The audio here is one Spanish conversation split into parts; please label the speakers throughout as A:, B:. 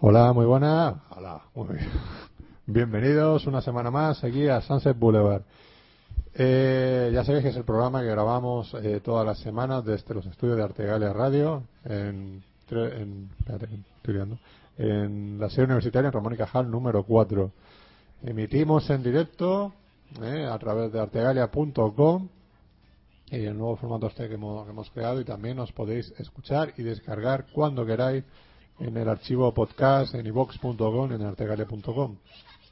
A: Hola, muy buenas. Hola, muy bien. Bienvenidos una semana más aquí a Sunset Boulevard. Eh, ya sabéis que es el programa que grabamos eh, todas las semanas desde los estudios de Artegales Radio en, tre- en- espérate, estoy liando. en la sede universitaria en Ramón y Cajal número 4. Emitimos en directo eh, a través de artegalia.com y el nuevo formato este que hemos, que hemos creado y también os podéis escuchar y descargar cuando queráis en el archivo podcast en ibox.com en artegalia.com.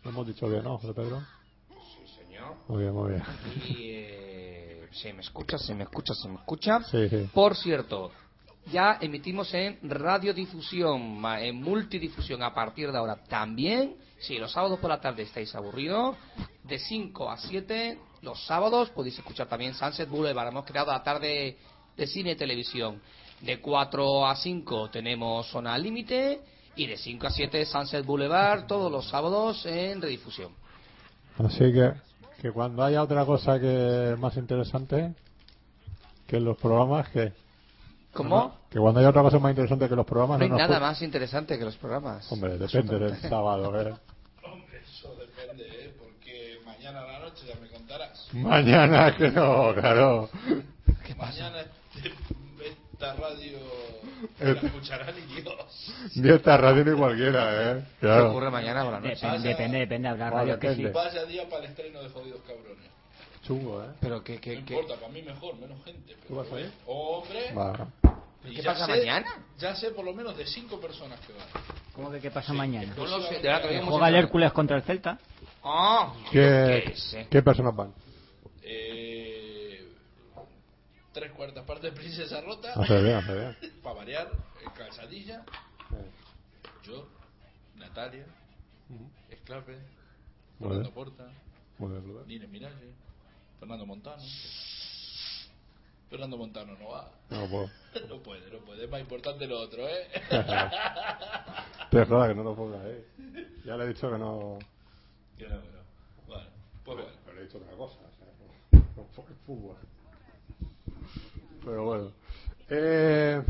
A: Lo hemos dicho bien, ¿no, José Pedro?
B: Sí, señor.
A: Muy bien, muy bien.
B: Y eh, se me escucha, se me escucha, se me escucha.
A: Sí, sí.
B: Por cierto, ya emitimos en radiodifusión, ma- en multidifusión a partir de ahora también. Si los sábados por la tarde estáis aburridos, de 5 a 7 los sábados podéis escuchar también Sunset Boulevard. Hemos creado la tarde de cine y televisión. De 4 a 5 tenemos Zona Límite y de 5 a 7 Sunset Boulevard todos los sábados en redifusión.
A: Así que, que cuando haya otra cosa que más interesante que los programas, que,
B: ¿Cómo?
A: que cuando haya otra cosa más interesante que los programas,
B: No hay
A: nos
B: nada
A: pu-
B: más interesante que los programas.
A: pues- Hombre, depende del sábado, ¿eh?
C: Hombre, eso depende, ¿eh? porque mañana a la noche ya me contarás.
A: Mañana que no, claro.
C: Mañana este- esta radio
A: Eh.
C: la escuchará ni Dios.
A: Dieta radio ni cualquiera, ¿eh?
B: ¿Qué
A: Claro.
B: ocurre mañana por la noche?
C: Pasa-
D: Depende, depende, depende. Habrá
A: Vale,
D: radios que sí.
A: depende.
C: Vaya día para el estreno de Jodidos Cabrones.
A: Chungo, ¿eh?
B: ¿Pero qué,
C: No
B: qué, qué,
C: importa, para mí mejor, menos gente. pero
A: ¿Tú vas a ir?
C: Hombre,
A: Va.
C: y
B: ¿Qué
C: ya
B: pasa
C: sé-
B: mañana?
C: Ya sé por lo menos de cinco personas que van.
D: ¿Cómo que qué pasa mañana?
B: No lo sé, de verdad que tengo
D: Juega el
B: muchas-
D: Hércules contra el Celta.
B: Ah, yo
A: ¿Qué,
B: qué sé.
A: ¿Qué personas van?
C: Eh, tres cuartas partes de Princesa Rota,
B: Ah.
A: Hace bien, hace bien.
C: para variar, eh, Calzadilla, yo, Natalia, Esclave,
A: Muy
C: Fernando
A: bien,
C: Porta.
A: muy bien, muy bien.
C: Nines Miralles, Fernando Montano. Fernando Montano no va.
A: No puedo.
C: No puede, no puede. Es más importante lo otro, ¿eh?
A: Te jodas que no lo pongas, ¿eh? Ya le he dicho que no...
C: Que no, que no. Bueno, pues bueno.
A: Pero he dicho otra cosa, o sea, no- no fue el fútbol. Pero bueno. Eh,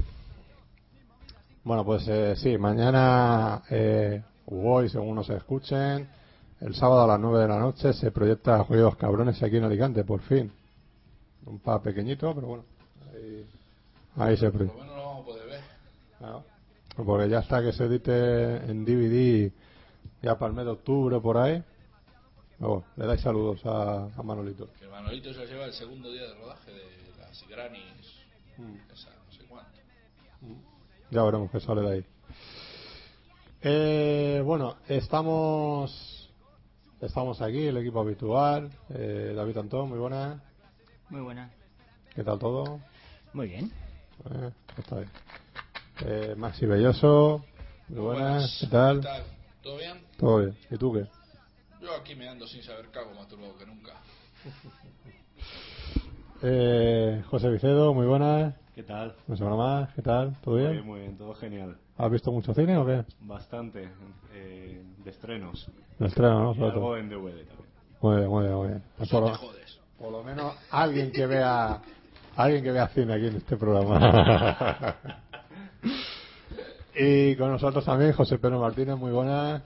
A: bueno, pues eh, sí, mañana eh, u hoy, según nos escuchen, el sábado a las 9 de la noche se proyecta Juegos Cabrones aquí en Alicante, por fin. Un pa pequeñito, pero bueno. Ahí, ahí se
C: Por lo
A: proyecta.
C: menos lo vamos a poder ver.
A: Claro. Pues Porque ya está que se edite en DVD ya para el mes de octubre por ahí. Luego, le dais saludos a, a Manolito.
C: Que Manolito ya lleva el segundo día de rodaje de las Granis. Esa, no sé cuánto.
A: Ya veremos qué sale de ahí. Eh, bueno, estamos estamos aquí, el equipo habitual. Eh, David Antón, muy buena.
D: Muy buena.
A: ¿Qué tal todo?
D: Muy bien.
A: Eh, está bien. Eh, Maxi Belloso, muy buenas. ¿Qué tal?
C: ¿Todo bien?
A: Todo bien. ¿Y tú qué?
C: Yo aquí me ando sin saber cago más turbado que nunca.
A: Eh, José Vicedo, muy buenas.
E: ¿Qué tal?
A: Una semana más, ¿qué tal? ¿Todo
E: Muy
A: bien?
E: bien, muy bien, todo genial.
A: ¿Has visto mucho cine o qué?
E: Bastante eh, de estrenos.
A: El estreno, ¿no?
E: Y
A: Sobre todo.
E: algo en DVD también.
A: Muy bien, muy bien, muy bien. Pues por,
C: No te
A: lo,
C: jodes.
A: por lo menos alguien que vea alguien que vea cine aquí en este programa. y con nosotros también José Pedro Martínez, muy buena.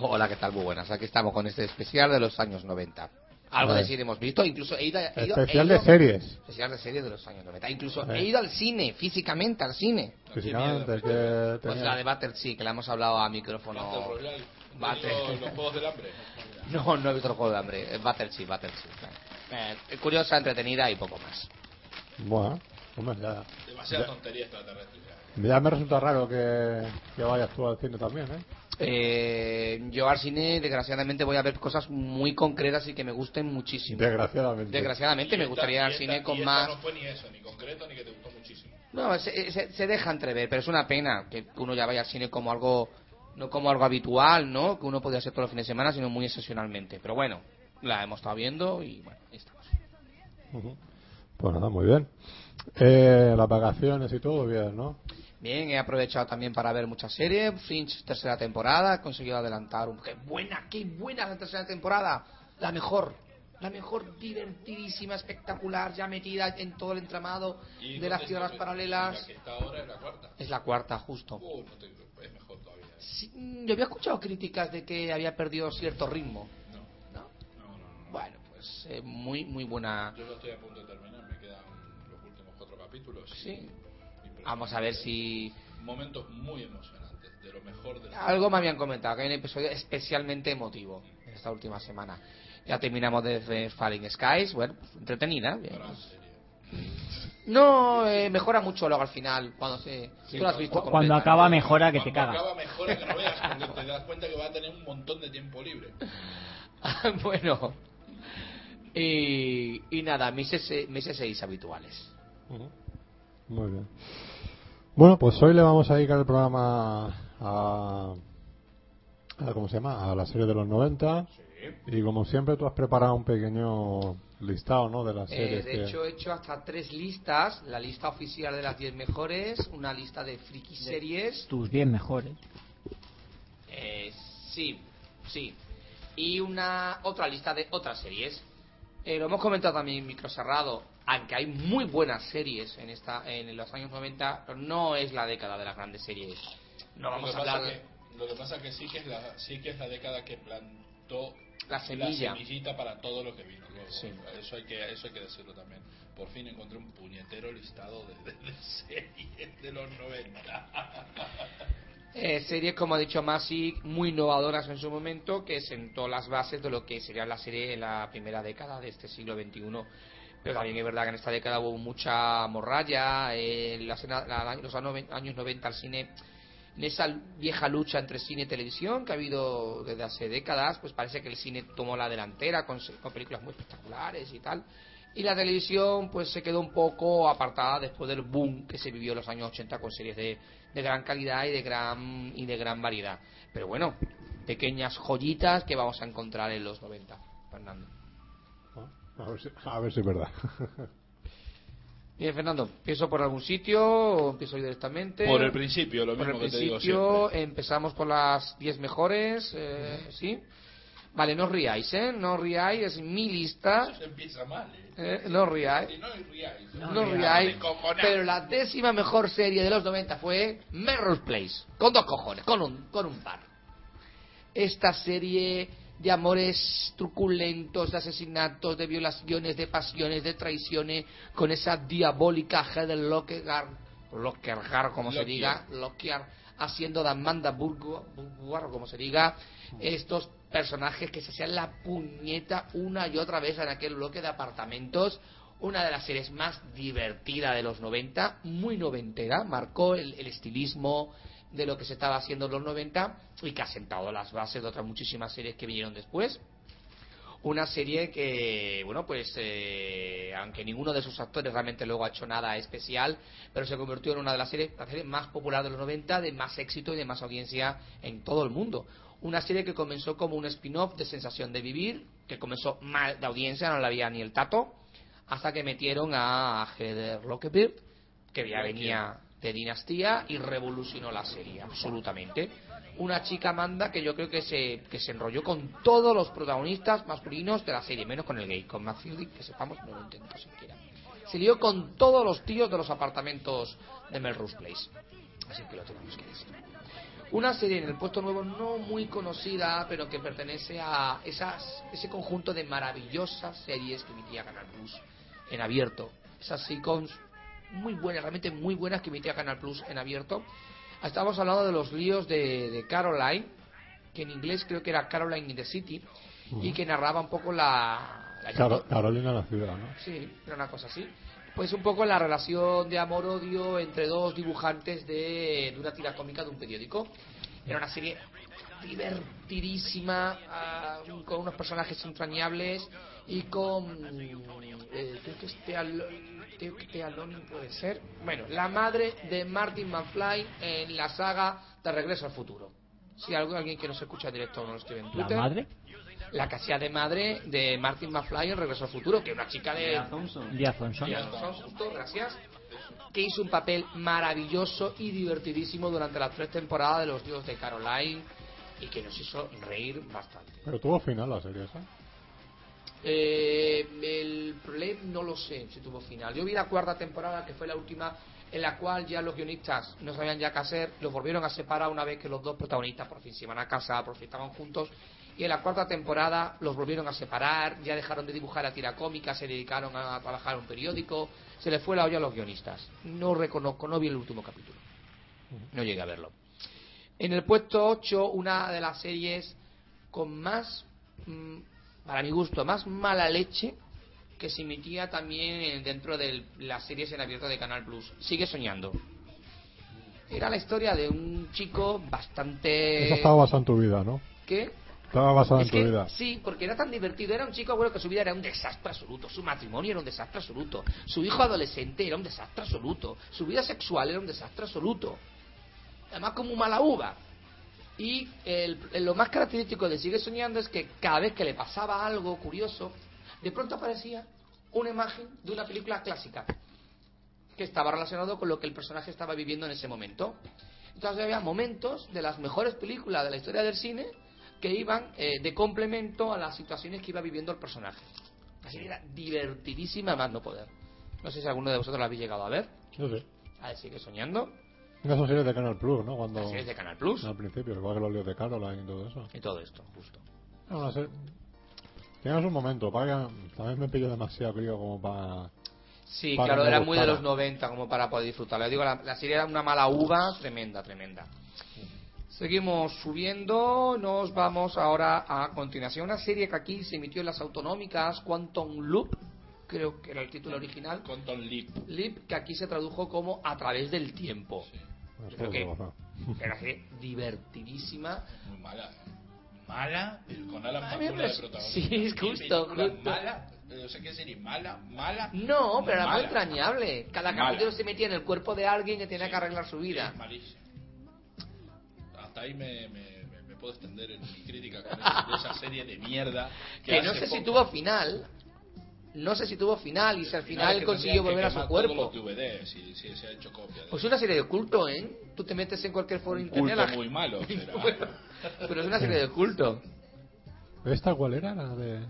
B: Hola, ¿qué tal? Muy buenas. Aquí estamos con este especial de los años 90. Algo
A: Vale.
B: de cine hemos visto, incluso he ido... he ido-
A: Especial
B: he
A: de
B: ido-
A: series.
B: Especial de serie de los años 90. Incluso
A: Vale.
B: he ido al cine, físicamente al cine.
A: Físicamente, que
B: Pues la de
A: tenía...
B: Butter sí, que la hemos hablado a micrófono...
C: Battle Royale. No
B: Bate.
C: digo los juegos del hambre.
B: No, no he visto el juego de hambre. Eh, Butter sí, Butter sí. Eh, curiosa, entretenida y poco más.
A: Bueno, hombre, ya,
C: Demasiada tontería extraterrestre.
A: ya me resulta raro que, que vayas tú al cine también, ¿eh?
B: Eh, yo al cine, desgraciadamente, voy a ver cosas muy concretas y que me gusten muchísimo.
A: Desgraciadamente.
B: Desgraciadamente, me gustaría ir al
C: Y esta-
B: cine
C: y
B: con
C: esta
B: más.
C: No fue ni eso, ni concreto, ni que te gustó muchísimo.
B: No, se, eh, se- se deja entrever, pero es una pena que uno ya vaya al cine como algo. No como algo habitual, ¿no? Que uno podría hacer todos los fines de semana, sino muy excepcionalmente. Pero bueno, la hemos estado viendo y bueno, ahí estamos.
A: Ujú. Pues nada, muy bien. Eh, las vacaciones y todo, bien, ¿no?
B: Bien, he aprovechado también para ver muchas series. Finch, tercera temporada, he conseguido adelantar un... ¡Qué buena, qué buena la tercera temporada! La mejor, la mejor, divertidísima, espectacular, ya metida en todo el entramado
C: Y
B: de
C: dónde
B: las
C: está
B: tierras
C: la- La
B: paralelas.
C: que está ahora es la cuarta.
B: Es la cuarta, justo.
C: Uh, no te- es mejor todavía.
B: Sí, mm, Yo había escuchado críticas de que había perdido cierto ritmo.
C: No,
B: ¿no?
C: no, no. no.
B: Bueno, pues eh, muy, muy buena.
C: Yo lo estoy a punto de terminar, me quedan los últimos cuatro capítulos. y-
B: Sí.
C: impresionante.
B: Vamos a ver si.
C: Momentos muy emocionantes, de lo mejor de la
B: Algo me habían comentado, que hay un episodio especialmente emotivo en esta última semana. Ya terminamos desde Falling Skies, bueno, pues, entretenida. bien.
C: gran serie.
B: No, eh, mejora mucho luego al final, cuando se... tú lo has visto
D: Cu-
B: completa,
D: Cuando
B: ¿no?
D: acaba mejora que te
C: Cuando
D: caga.
C: Acaba mejor que no veas, porque te das cuenta que va a tener un montón de tiempo libre.
B: bueno. Y, y nada, mis, ese- mis seis habituales.
A: Muy bien. Bueno, pues hoy le vamos a dedicar el programa a, a ¿cómo se llama? A la serie de los 90. Y como siempre tú has preparado un pequeño listado, ¿no? De las
B: Eh,
A: series.
B: de
A: que-
B: hecho, he hecho hasta tres listas. La lista oficial de las 10 mejores, una lista de friki series.
D: Tus 10 mejores.
B: eh, sí, sí. Y una otra lista de otras series. Eh, lo hemos comentado también en Microcerrado, aunque hay muy buenas series en esta en los años 90, pero no es la década de las grandes series. No vamos a
C: lo que pasa
B: hablar de...
C: que- lo que pasa que sí que es la, sí que es la década que plantó
B: La semilla.
C: semillita para todo lo que vino luego.
B: Sí.
C: Eso hay que eso hay que decirlo también. Por fin encontré un puñetero listado de, de- de series de los 90.
B: Eh, series, como ha dicho Masi, muy innovadoras en su momento, que sentó las bases de lo que sería la serie en la primera década de este siglo XXI. Pero también es verdad que en esta década hubo mucha morralla, eh, la escena- la- los ano- años 90 al cine, en esa vieja lucha entre cine y televisión que ha habido desde hace décadas, pues parece que el cine tomó la delantera con, se- con películas muy espectaculares y tal. Y la televisión pues se quedó un poco apartada después del boom que se vivió en los años 80 con series de, de gran calidad y de gran y de gran variedad. Pero bueno, pequeñas joyitas que vamos a encontrar en los 90, Fernando.
A: A ver si, a ver si es verdad.
B: Bien, Fernando, ¿empiezo por algún sitio o empiezo directamente?
C: Por el principio, lo
B: Por
C: mismo
B: el
C: que te digo
B: principio
C: siempre.
B: empezamos por las 10 mejores, eh, ¿sí? Vale, no os riáis, ¿eh? No os riáis, es mi lista.
C: Eso empieza mal, ¿eh?
B: eh, no os riáis.
C: Si no hay reais,
B: No,
D: No
B: riáis,
C: de cojones.
B: pero la décima mejor serie de los 90 fue Melrose Place, con dos cojones, con un, con un par. Esta serie de amores truculentos, de asesinatos, de violaciones, de pasiones, de traiciones, con esa diabólica Heather Lockhart, Lockhart, como se
C: Lockyer.
B: diga, Lockhart, haciendo de Amanda Burgo- Burguard, como se diga, estos personajes que se hacían la puñeta una y otra vez en aquel bloque de apartamentos, una de las series más divertidas de los 90, muy noventera, marcó el, el estilismo de lo que se estaba haciendo en los 90 y que ha sentado las bases de otras muchísimas series que vinieron después una serie que, bueno, pues eh, aunque ninguno de sus actores realmente luego ha hecho nada especial, pero se convirtió en una de las series, la serie más popular de los 90, de más éxito y de más audiencia en todo el mundo. Una serie que comenzó como un spin-off de Sensación de Vivir, que comenzó mal de audiencia, no la había ni el tato, hasta que metieron a Heather Lockebird, que ya venía de Dinastía y revolucionó la serie, absolutamente. Una chica manda que yo creo que se, que se enrolló con todos los protagonistas masculinos de la serie, menos con el gay, con Matthew Dick, que sepamos, no lo intentó siquiera. Se lió con todos los tíos de los apartamentos de Melrose Place. Así que lo tenemos que decir. Una serie en el puesto nuevo no muy conocida, pero que pertenece a esas, ese conjunto de maravillosas series que emitía Canal Plus en abierto. Esas sitcoms muy buenas, realmente muy buenas que emitía Canal Plus en abierto. Estábamos hablando de los líos de, de Caroline, que en inglés creo que era Caroline in the City, y que narraba un poco la... la
A: Caro- Carolina la ciudad, ¿no?
B: Sí, era una cosa así. Pues un poco la relación de amor-odio entre dos dibujantes de, de una tira cómica de un periódico. Era una serie divertidísima, ah, con unos personajes entrañables y con... eh, creo que este Al- creo que este Alonin puede ser. Bueno, la madre de Martin McFly en la saga de Regreso al Futuro. Si algo- alguien que nos escucha en directo no lo escribe en
D: ¿La
B: Twitter
D: madre?
B: la que hacía de madre de Martin McFly en Regreso al Futuro, que una chica de...
D: Díaz Thompson.
B: Mira, son justo, gracias. Que hizo un papel maravilloso y divertidísimo durante las tres temporadas de Los Dios de Caroline y que nos hizo reír bastante.
A: Pero tuvo final la serie esa.
B: Eh, el problema no lo sé si tuvo final. Yo vi la cuarta temporada que fue la última en la cual ya los guionistas no sabían ya qué hacer, los volvieron a separar una vez que los dos protagonistas por fin se iban a casa, por fin estaban juntos, y en la cuarta temporada los volvieron a separar, ya dejaron de dibujar a tira cómica, se dedicaron a trabajar en un periódico, se les fue la olla a los guionistas. No reconozco, no vi el último capítulo. No llegué a verlo. En el puesto 8, una de las series con más, mm, para mi gusto, más mala leche que se emitía también eh, dentro de las series en abierto de Canal Plus. Sigue soñando. Era la historia de un chico bastante...
A: Eso estaba basado en tu vida, ¿no?
B: ¿Qué?
A: Estaba basado
B: Eh, Es
A: en tu
B: que-
A: vida.
B: Sí, porque era tan divertido. Era un chico, bueno, que su vida era un desastre absoluto. Su matrimonio era un desastre absoluto. Su hijo adolescente era un desastre absoluto. Su vida sexual era un desastre absoluto. Además, como mala uva. Y el- lo más característico de Sigue Soñando es que cada vez que le pasaba algo curioso, de pronto aparecía una imagen de una película clásica que estaba relacionado con lo que el personaje estaba viviendo en ese momento. Entonces había momentos de las mejores películas de la historia del cine que iban eh, de complemento a las situaciones que iba viviendo el personaje. Así que era divertidísima más no poder. No sé si alguno de vosotros la habéis llegado a ver.
A: No sé.
B: A ver, sigue soñando.
A: Esas son series de Canal Plus, ¿no? Cuando...
B: Las series de Canal Plus.
A: Al principio, igual que los líos de Caroline y todo eso.
B: Y todo esto, justo.
A: No, no sé. Teníamos un momento, para que también me pillo demasiado crío como para...
B: Sí,
A: Para
B: claro,
A: no
B: era muy de
A: gustar.
B: los 90 como para poder disfrutarla. Yo digo, la, la serie era una mala uva tremenda, tremenda. Seguimos subiendo, nos vamos ahora a continuación. Una serie que aquí se emitió en las autonómicas, Quantum Loop, creo que era el título original.
C: Quantum Leap.
B: Leap, que aquí se tradujo como a través del tiempo.
C: Sí.
A: Eso
B: Creo
A: es
B: que-
A: verdad.
B: Era una serie divertidísima.
C: Muy mala. ¿eh? Mala, pero con Alan
B: A mí me
C: Pakula de
B: parece-
C: protagonista.
B: sí, es
C: Y
B: justo,
C: película
B: justo.
C: Mala, no sé qué serie, mala, mala.
B: No, pero era muy
C: mala.
B: entrañable. Cada
C: Mala.
B: capítulo se metía en el cuerpo de alguien que tenía que arreglar su vida.
C: Es malísimo. Hasta ahí me, me- me- me puedo extender en mi crítica con esa, de esa serie de mierda.
B: que, no
C: hace
B: sé si
C: poco-
B: tuvo final. No sé si tuvo final y si al final
C: es que
B: consiguió
C: tendrían que
B: volver a su
C: quemar
B: cuerpo.
C: todos los DVD, si, si se ha hecho copia. de-
B: Pues una serie de culto, ¿eh? Tú te metes en cualquier foro
C: un
B: internet. la-
C: culto muy malo. será.
B: Pero es una serie de culto.
A: ¿Esta cuál era? La de...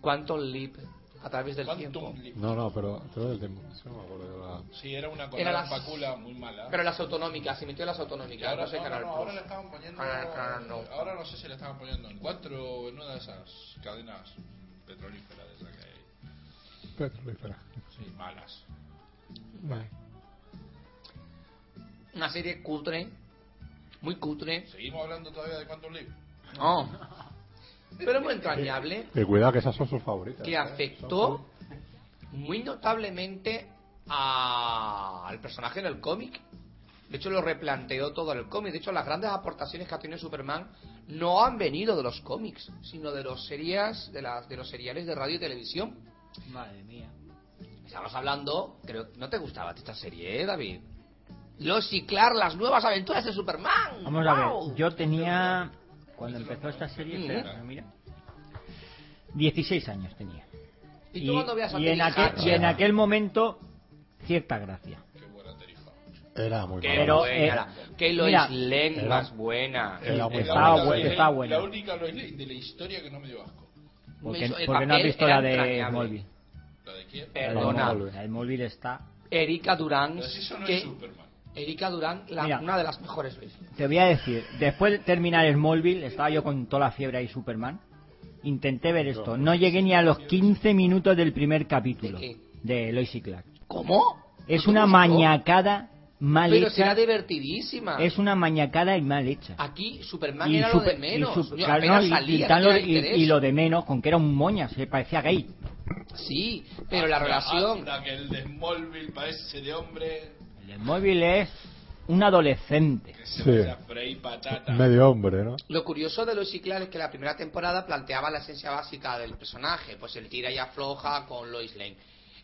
B: Quantum Leap, a través del tiempo.
C: Quantum Leap.
A: No, no, pero creo del tiempo. Eso no me acuerdo yo la-
C: Sí, era una con
B: Era
C: Alan
B: las-
C: Pakula muy mala.
B: Pero las autonómicas, se metió en las
C: Y
B: autonómicas,
C: ahora,
B: no sé
C: no,
B: Canal
C: no, no,
B: Plus.
C: ahora la estaban poniendo.
B: Canal- Canal no.
C: Ahora no sé si la estaban poniendo en cuatro o en una de esas cadenas petrolíferas de esas que hay.
A: Petrolífera.
C: Sí, malas.
A: Vale.
B: Una serie cutre, muy cutre.
C: Seguimos hablando todavía de Quantum Leap.
B: No. Pero muy entrañable.
A: Y cuidado que esas son sus favoritas.
B: que
A: ¿eh?
B: afectó muy notablemente a- al personaje en el cómic. De hecho, lo replanteó todo en el cómic. De hecho, las grandes aportaciones que ha tenido Superman no han venido de los cómics, sino de los series, de, las, de los seriales de radio y televisión.
D: Madre mía.
B: Estamos hablando, creo, no te gustaba a ti esta serie, ¿eh, David. Los y Clark, las nuevas aventuras de Superman.
D: Vamos a
B: ¡Guau!
D: ver, yo tenía, cuando empezó esta serie,
B: Mm.
D: espera, mira, 16 años tenía.
B: ¿Y tú cuándo veías a Ah,
D: y en
B: Terry
D: aquel,
B: Hatcher?
D: y en aquel momento, cierta gracia.
C: Qué buena tarifa.
A: Era muy
B: Qué
A: mala.
D: Pero,
B: buena.
D: eh,
B: la- que Lois
D: mira,
B: Lane
A: era-
B: más buena.
A: Era muy
C: Es la
D: Estaba
A: mala.
C: única
D: buena,
C: Lois
D: estaba
C: Lane-
D: buena.
C: La única Lois Lane de la historia que no me dio asco.
D: Porque,
B: Eso, el
D: porque no has
B: papel
D: visto
B: era
D: la de
B: entrañable.
D: Smallville.
C: ¿La de quién?
B: Pero-
D: La
B: Perdona.
D: de Smallville- la de Smallville está...
B: Erika Durán,
C: Pero si eso no
B: que
C: es Superman.
B: Erika Durán, la-
D: Mira.
B: una de las mejores veces.
D: Te voy a decir, después de terminar Smallville, estaba yo con toda la fiebre ahí Superman. Intenté ver esto, no llegué ni a los 15 minutos del primer capítulo
B: ¿De qué?
D: de Lois y Clark.
B: ¿Cómo?
D: Es
B: ¿No te
D: una
B: gustó?
D: mañacada mal
B: Pero
D: hecha.
B: será divertidísima.
D: Es una mañacada y mal hecha.
B: Aquí Superman
D: Y
B: era lo de
D: super-
B: menos.
D: y super-
B: Yo
D: claro,
B: apenas
D: no, y-
B: salía,
D: y tan
B: no
D: lo-
B: tenía
D: y-
B: interés.
D: y lo de menos, con que era un moña, se parecía gay.
B: Sí, pero la
C: Hasta-
B: relación...
C: hasta Ah, que el de Smallville parece de hombre.
D: El móvil es un adolescente.
C: Que se
A: Sí.
C: parece a Frey Patata.
A: Medio hombre, ¿no?
B: Lo curioso de los Clark es que la primera temporada planteaba la esencia básica del personaje, pues el tira y afloja con Lois Lane.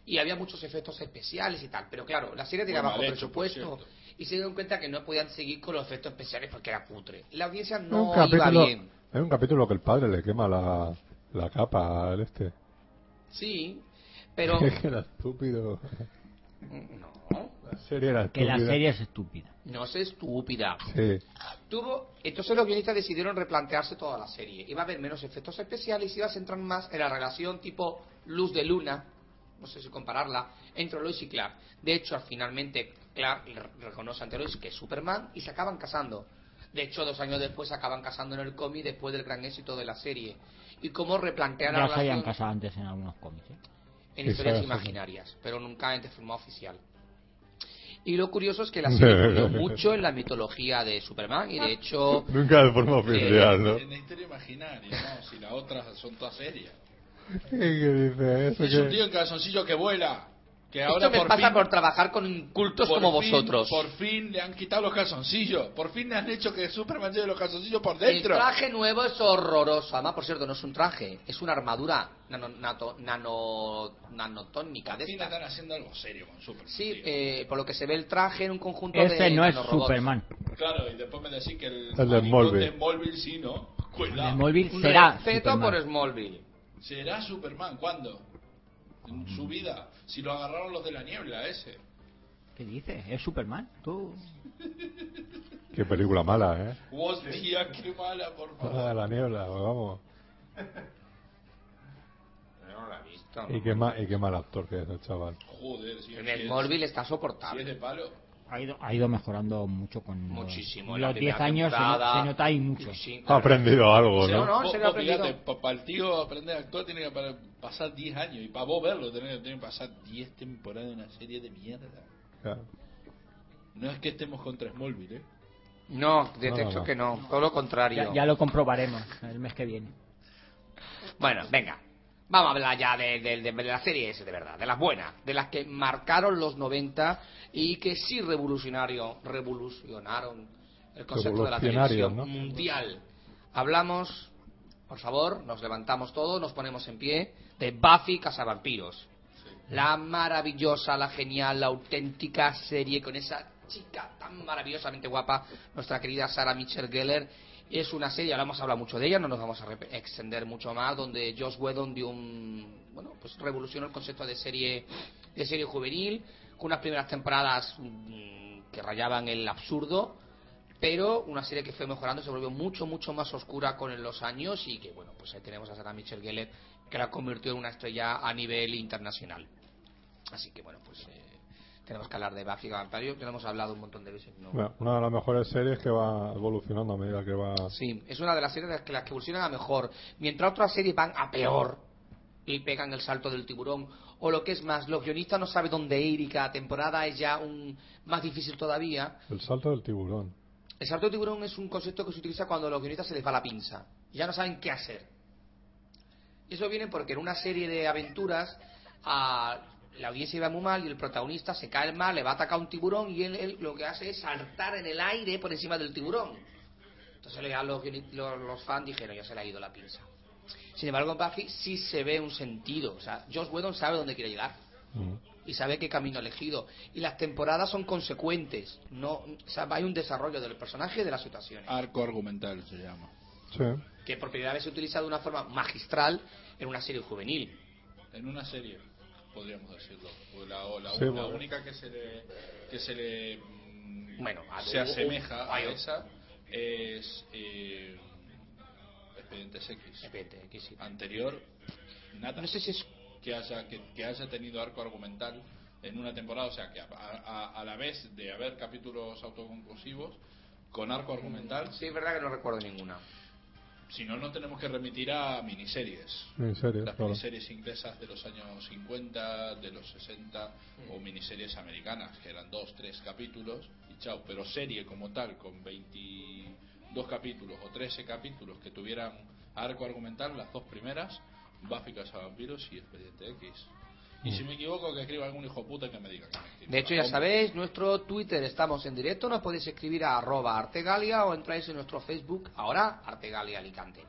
B: Y había muchos efectos especiales y tal, pero claro, la serie tenía
C: Muy
B: bajo
C: mal hecho,
B: presupuesto
C: por cierto.
B: y se dieron cuenta que no podían seguir con los efectos especiales porque era putre. La audiencia
A: Hay
B: no
A: un
B: iba
A: capítulo,
B: bien.
A: hay un capítulo que el padre le quema la, la capa al este.
B: Sí, pero...
A: Es que era estúpido.
B: No,
A: La serie era
D: Que
A: estúpida.
D: la serie es estúpida.
B: no es estúpida.
A: Sí.
B: Tuvo, entonces los guionistas decidieron replantearse toda la serie. Iba a haber menos efectos especiales y se iba a centrar más en la relación tipo luz de luna no sé si compararla, entre Lois y Clark. De hecho, finalmente Clark le re- reconoce ante Lois que es Superman y se acaban casando. De hecho, dos años después se acaban casando en el cómic después del gran éxito de la serie. Y cómo replantear la
D: Ya se
B: relación
D: habían casado antes en algunos cómics. ¿eh?
B: en
A: Sí,
B: historias
A: sabes,
B: imaginarias, pero nunca de forma oficial. Y lo curioso es que la serie influyó mucho en la mitología de Superman y de hecho
A: Nunca de forma oficial, ¿no?
C: En la historia imaginaria, ¿no? Si las otras son todas serias.
A: ¿Qué dice eso?
C: Es un
A: ¿Qué?
C: tío en calzoncillo que vuela. Que
B: esto
C: ahora
B: me
C: por
B: pasa
C: fin-
B: por trabajar con cultos
C: por
B: como
C: fin-
B: vosotros.
C: Por fin le han quitado los calzoncillos. Por fin le han hecho que Superman lleve los calzoncillos por
B: El
C: dentro.
B: traje nuevo es horroroso. Además, por cierto, no es un traje, es una armadura nano, nato- nano- nanotónica de
C: Por fin le
B: estas.
C: están haciendo algo serio con Superman.
B: Sí,
C: tío.
B: eh, por lo que se ve el traje en un conjunto de
D: Ese no es
B: nanorobots.
D: Superman.
C: Claro, y después me decís que el.
A: El de
C: maricón
A: Smallville.
C: de Smallville sí, ¿no? Cuidado.
D: El móvil
B: Un
D: será
B: respeto
D: Superman.
B: por Smallville.
C: ¿Será Superman? ¿Cuándo? En su vida. Si lo agarraron los de la niebla, ese.
D: ¿Qué dices? ¿Es Superman? Tú...
A: Qué película mala, ¿eh?
C: Hostia, qué mala, por
A: Ah,
C: favor.
A: la niebla, pues vamos.
C: No la he visto.
A: Y qué, ma- y qué mal actor que es el chaval.
C: Joder, si es-
B: En Smallville está
C: Si es
B: soportable.
C: de palo.
D: Ha ido, ha ido mejorando mucho con los-
B: Muchísimo. La
D: los
B: primera
D: 10 años. Se,
B: temporada,
D: se nota ahí mucho.
B: sí,
A: Ha aprendido algo,
B: Sí,
A: ¿no?
B: no, se lo he aprendido.
C: para el tío aprender a actuar tiene que pa- pasar 10 años. Y para vos verlo, tenés que tenés que pasar 10 temporadas de una serie de mierda.
A: Claro.
C: No es que estemos contra Smallville, ¿eh?
B: No, detecto
A: No, no, no.
B: que no, todo lo contrario.
D: Ya, ya lo comprobaremos el mes que viene.
B: Bueno, venga, vamos a hablar ya de, de- de- de las series de verdad, de las buenas, de las que marcaron los 90 y que sí revolucionario, revolucionaron el concepto de la
A: Revolucionario,
B: televisión
A: ¿no?
B: mundial. Hablamos, por favor, nos levantamos todos, nos ponemos en pie, de Buffy Cazavampiros. La maravillosa, la genial, la auténtica serie con esa chica tan maravillosamente guapa, nuestra querida Sara Michelle Geller. Es una serie, ahora hemos hablado mucho de ella, no nos vamos a rep- extender mucho más, donde Josh Whedon dio un, bueno, pues revolucionó el concepto de serie, de serie juvenil, con unas primeras temporadas mm, que rayaban el absurdo, pero una serie que fue mejorando, se volvió mucho, mucho más oscura con los años y que, bueno, pues ahí tenemos a Sarah Michelle Gellar que la convirtió en una estrella a nivel internacional. Así que, bueno, pues eh, tenemos que hablar de Buffy Vampire, que lo hemos hablado un montón de veces. ¿no?
A: Bueno, una de las mejores series que va evolucionando a medida que va.
B: Sí, es una de las series de las que, las que evolucionan a mejor, mientras otras series van a peor y pegan el salto del tiburón. O lo que es más, los guionistas no saben dónde ir y cada temporada es ya un, más difícil todavía.
A: El salto del tiburón.
B: El salto de tiburón es un concepto que se utiliza cuando a los guionistas se les va la pinza. Y ya no saben qué hacer. Y eso viene porque en una serie de aventuras a la audiencia iba muy mal y el protagonista se cae mal, le va a atacar un tiburón y él, él lo que hace es saltar en el aire por encima del tiburón. Entonces ya los, guioni- los, los fans dijeron, ya se le ha ido la pinza. Sin embargo, en Buffy sí se ve un sentido. O sea, Josh Whedon sabe dónde quiere llegar
A: Mm.
B: y sabe qué camino ha elegido. Y las temporadas son consecuentes. No, o sea, hay un desarrollo del personaje y de las situaciones.
C: Arco argumental se llama.
A: Sí.
B: Que por primera vez se utiliza de una forma magistral en una serie juvenil.
C: En una serie, podríamos decirlo. O la, o la-
A: Sí,
C: la
A: bueno.
C: única que se le. Que se le mm,
B: Bueno, a-
C: se asemeja a
B: a-
C: esa es. Eh, Expedientes X.
B: Espérate, que sí.
C: Anterior, nada.
B: No sé si es.
C: que haya que, que haya tenido arco argumental en una temporada, o sea que a, a- a la vez de haber capítulos autoconclusivos con arco argumental,
B: Sí, es verdad que no recuerdo ninguna. Mm.
C: si no no tenemos que remitir a miniseries.
A: Miniseries,
C: Las
A: claro.
C: miniseries inglesas de los años 50, de los 60 o
B: Mm.
C: miniseries americanas que eran dos, tres capítulos y chao, pero serie como tal con 22 capítulos o 13 capítulos que tuvieran arco argumental las dos primeras, Buffy Cazavampiros y Expediente X. Y
A: Mm.
C: si me equivoco, que escriba algún hijo puta que me diga. que me equivoco.
B: De hecho, ya
C: Hombre,
B: sabéis, nuestro Twitter estamos en directo, nos podéis escribir a arroba artegalia o entráis en nuestro Facebook ahora, Artegalia Alicante.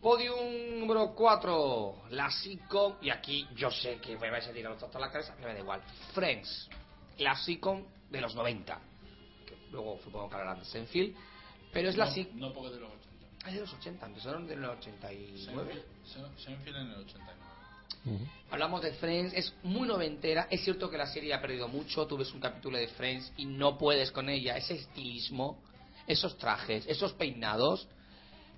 B: Podium número 4, la 5, y aquí yo sé que me vais a tirar los trastos a la cabeza, pero me da igual. Friends, la sitcom de los 90. que luego supongo que hablarán de Senfield, pero es la
C: no,
B: sitcom...
C: No porque de los 80.
B: Es de los 80, empezaron en el 89.
C: Se, se enfilan en el 89.
A: Ujú.
B: Hablamos de Friends, es muy noventera. Es cierto que la serie ha perdido mucho. Tú ves un capítulo de Friends y no puedes con ella. Ese estilismo, esos trajes, esos peinados.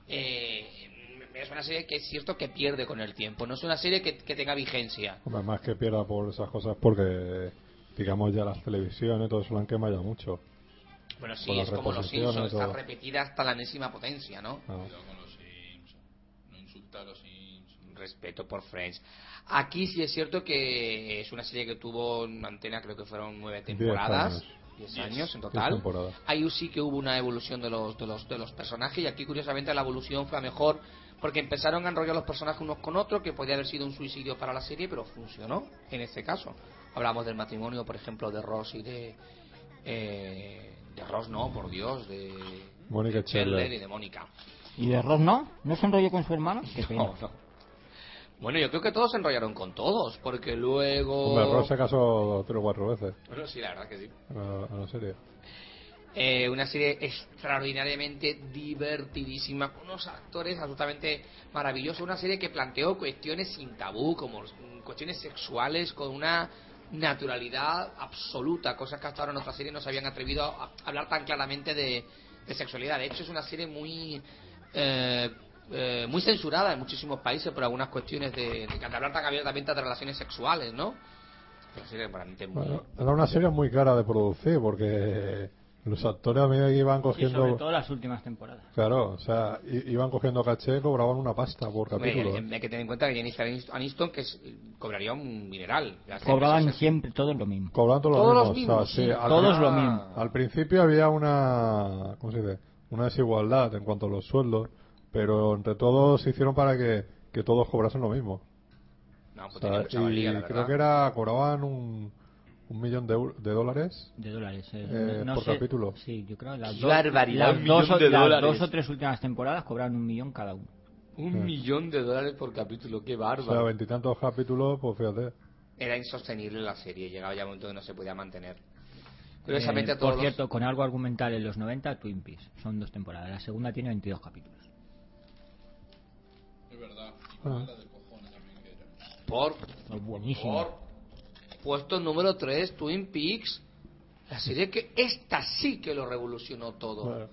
B: eh, es una serie que es cierto que pierde con el tiempo. No es una serie que, que tenga vigencia.
A: Hombre, más que pierda por esas cosas porque, digamos, ya las televisiones, todo eso lo han quemado ya mucho.
B: Bueno, sí,
A: Con las
B: es como los
A: reposiciones,
B: Simpsons, está
A: todo.
B: repetida hasta la enésima potencia, ¿no?
A: Ah.
C: Cuidado con los Simpsons. No insultar a los Simpsons.
B: respeto por Friends. Aquí sí es cierto que es una serie que tuvo en antena, creo que fueron nueve
A: Diez
B: temporadas.
A: años.
B: Diez
C: Diez.
B: años en
A: Diez
B: total.
A: temporadas.
B: Ahí sí que hubo una evolución de los, de, los, de los personajes y aquí curiosamente la evolución fue a mejor porque empezaron a enrollar los personajes unos con otros que podía haber sido un suicidio para la serie pero funcionó en este caso. Hablamos del matrimonio por ejemplo de Ross y de... eh, de Ross no, por Dios, de...
A: Mónica
B: de Chandler
A: Chandler.
B: y de Mónica.
D: ¿Y de Ross no? ¿No se enrolló con su hermano? Qué pena.
B: Oh, No, no. Bueno, yo creo que todos se enrollaron con todos, porque luego...
A: Hombre, Ross se casó tres o cuatro veces
B: Bueno, sí, la verdad que sí.
A: a la, a la serie.
B: Eh, una serie extraordinariamente divertidísima, con unos actores absolutamente maravillosos, una serie que planteó cuestiones sin tabú, como mm, cuestiones sexuales, con una naturalidad absoluta, cosas que hasta ahora en otras series no se habían atrevido a a hablar tan claramente de, de sexualidad. De hecho, es una serie muy... eh, eh, muy censurada en muchísimos países por algunas cuestiones de, de, de hablar tan abiertamente de relaciones sexuales, ¿no? Una serie realmente muy-
A: Bueno, era una serie muy cara de producir porque los actores a medida que iban
D: Y sobre todo
A: cogiendo...
D: las últimas temporadas.
A: Claro, o sea, i- iban cogiendo caché, cobraban una pasta por
B: Hombre, eh,
A: capítulo. ¿eh?
B: Hay, hay que tener en cuenta que Jennifer Anist- Aniston que es- cobraría un mineral. Ya sé,
D: Cobraban
B: pues, es-
D: siempre todos lo mismo.
A: Cobrando lo
B: Todos
A: mismo,
B: los mismos.
A: o sea, sí,
B: sí.
A: al-
D: todos
B: Ah,
D: lo mismo.
A: Al principio había una, ¿cómo se dice? Una desigualdad en cuanto a los sueldos, pero entre todos se hicieron para que, que todos cobrasen lo mismo.
B: No, pues
A: O
B: tenía
A: sea,
B: mucha valía, la
A: y creo
B: verdad.
A: que era cobraban un, un millón de, eur- de dólares.
D: De dólares. eh,
A: Eh,
D: no
A: por
D: sé-
A: capítulo.
D: Sí, yo creo.
B: Qué
D: Las, dos,
B: barbaridad,
D: las
F: un
D: dos
F: millón
D: o-
F: de
D: las
F: dólares.
D: dos o tres últimas temporadas cobraron un millón cada uno.
B: Un millón de dólares por capítulo, qué
A: O sea,
B: bárbaro.
A: veintitantos capítulos, pues fíjate.
B: Era insostenible la serie, llegaba ya un momento que no se podía mantener.
D: Eh,
B: Curiosamente a todos los-
D: por cierto, con algo argumental en los 90, Twin Peaks. Son dos temporadas. La segunda tiene 22 capítulos.
C: Es verdad. Y
A: Ah.
C: mala de cojones también que era.
B: por,
D: Son buenísimas.
B: por puesto número 3, Twin Peaks. La serie que esta sí que lo revolucionó todo.
A: Bueno,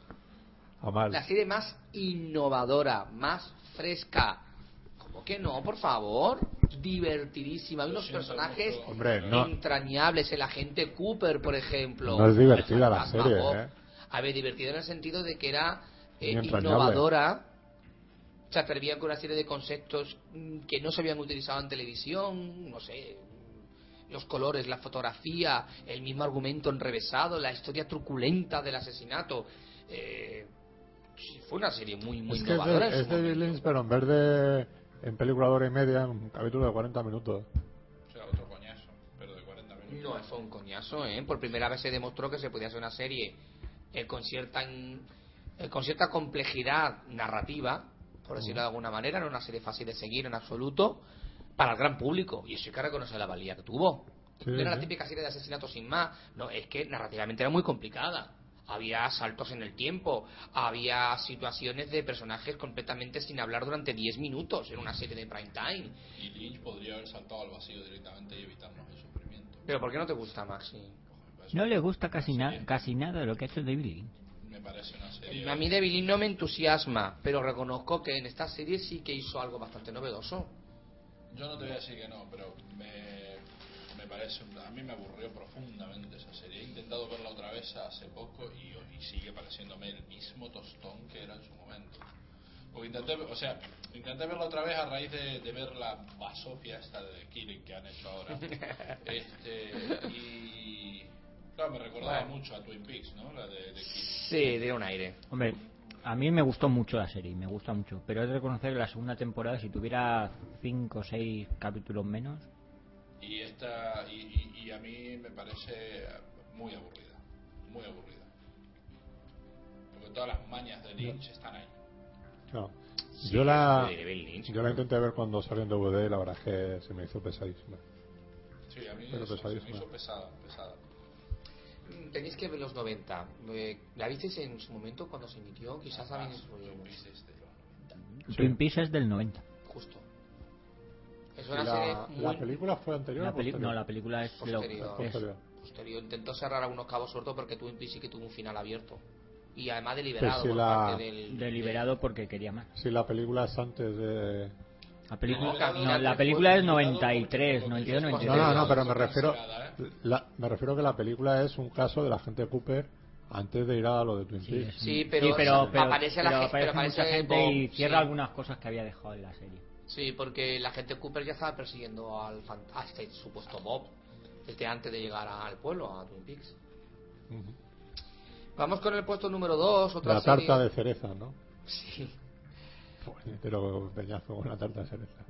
A: a mal.
B: La serie más innovadora, más fresca. ¿Cómo que no, por favor? Divertidísima. Hay unos
C: siento
B: personajes
C: mucho.
A: Hombre, no-
B: entrañables. El agente Cooper, por ejemplo.
A: No es divertida la
B: El
A: serie,
B: Bob.
A: ¿eh?
B: A ver, divertida en el sentido de que era eh,
A: Muy entrañable.
B: innovadora. Se atrevían con una serie de conceptos mm, que no se habían utilizado en televisión. No sé, los colores, la fotografía, el mismo argumento enrevesado, la historia truculenta del asesinato. Eh, sí, fue una serie muy, muy
A: es que es de,
B: innovadora. en su
A: es de David
B: momento.
A: Lynch, pero en vez de en película de hora y media, un capítulo de 40 minutos.
C: O sea, otro coñazo. Pero de 40 minutos.
B: No, fue un coñazo, ¿eh? Por primera vez se demostró que se podía hacer una serie eh, con, cierta in- eh, con cierta complejidad narrativa, por decirlo de alguna manera, no una serie fácil de seguir en absoluto, para el gran público. Y eso hay que reconocer la valía que tuvo.
A: Sí,
B: no era la
A: sí.
B: típica serie de asesinatos sin más, no, es que narrativamente era muy complicada. Había saltos en el tiempo, había situaciones de personajes completamente sin hablar durante 10 minutos en una serie de prime time.
C: Y Lynch podría haber saltado al vacío directamente y evitarnos el sufrimiento.
B: Pero ¿por qué no te gusta, Maxi?
D: No le gusta casi, na- casi nada de lo que ha hecho David Lynch.
C: Me parece una serie.
B: Eh, A mí David Lynch no me entusiasma, pero reconozco que en esta serie sí que hizo algo bastante novedoso.
C: Yo no te voy a decir que no, pero me, me parece. A mí me aburrió profundamente esa serie. He intentado verla otra vez hace poco y, y sigue pareciéndome el mismo tostón que era en su momento. Porque intenté, o sea, intenté verla otra vez a raíz de, de ver la basofia esta de Killing que han hecho ahora. este, y. Claro, me recordaba
B: Bueno.
C: mucho a Twin Peaks, ¿no? La de, de Killing.
B: Sí, dio un aire.
D: Hombre, a mí me gustó mucho la serie, me gusta mucho. Pero he de reconocer que la segunda temporada, si tuviera 5 o 6 capítulos menos,
C: Y, esta, y, y- y a mí me parece muy aburrida, muy aburrida. Porque todas las mañas de Lynch están ahí.
A: No. yo la
B: sí, David Lynch.
A: yo la intenté ver cuando salió en DVD y la verdad es que se me hizo pesadísima.
C: Sí, a mí
A: Pero
C: eso se me
A: pesadísima.
C: hizo pesada, pesada.
B: Mm, Tenéis que ver los 90. Eh, ¿La visteis en su momento cuando se emitió? Quizás también
C: Además,
B: influyó
C: Twin
B: mucho.
C: Peaks es de los 90.
D: Twin Peaks es del 90.
B: Justo. Es
A: Y
B: una serie
A: La,
B: muy...
A: la película fue anterior
D: La
A: o
D: peli-
A: posterior?
D: no, la película es, lo-
B: Posterior.
D: es-
A: Posterior.
B: Posterior intentó cerrar algunos cabos sueltos porque Twin Peaks sí que tuvo un final abierto. y además deliberado
A: Que si
B: por
A: la-
B: parte del...
D: Deliberado porque quería más.
A: Si la película es antes de...
D: La película,
B: No,
D: no, la
B: Caminante
D: película
C: fue
D: es
C: deliberado
D: 93,
C: porque
D: 92,
C: no, no,
A: No,
D: 93.
A: no, no, pero me refiero...
C: Cancelada, ¿eh?
A: la- me refiero que la película es un caso de la gente Cooper antes de ir a lo de Twin
D: Sí,
A: Peaks.
D: es-
B: Sí, pero aparece la
D: pero
B: gente- pero
D: aparece mucha
B: aparece
D: gente
B: Bob,
D: y cierra
B: sí.
D: algunas cosas que había dejado en la serie.
B: Sí, porque la gente Cooper ya estaba persiguiendo al fan- a este supuesto Bob desde antes de llegar al pueblo, a Twin Peaks.
A: Ujú.
B: Vamos con el puesto número 2, otra
A: La
B: serie-
A: tarta de cereza, ¿no?
B: Sí.
A: Puñetero peñazo con la tarta de cereza.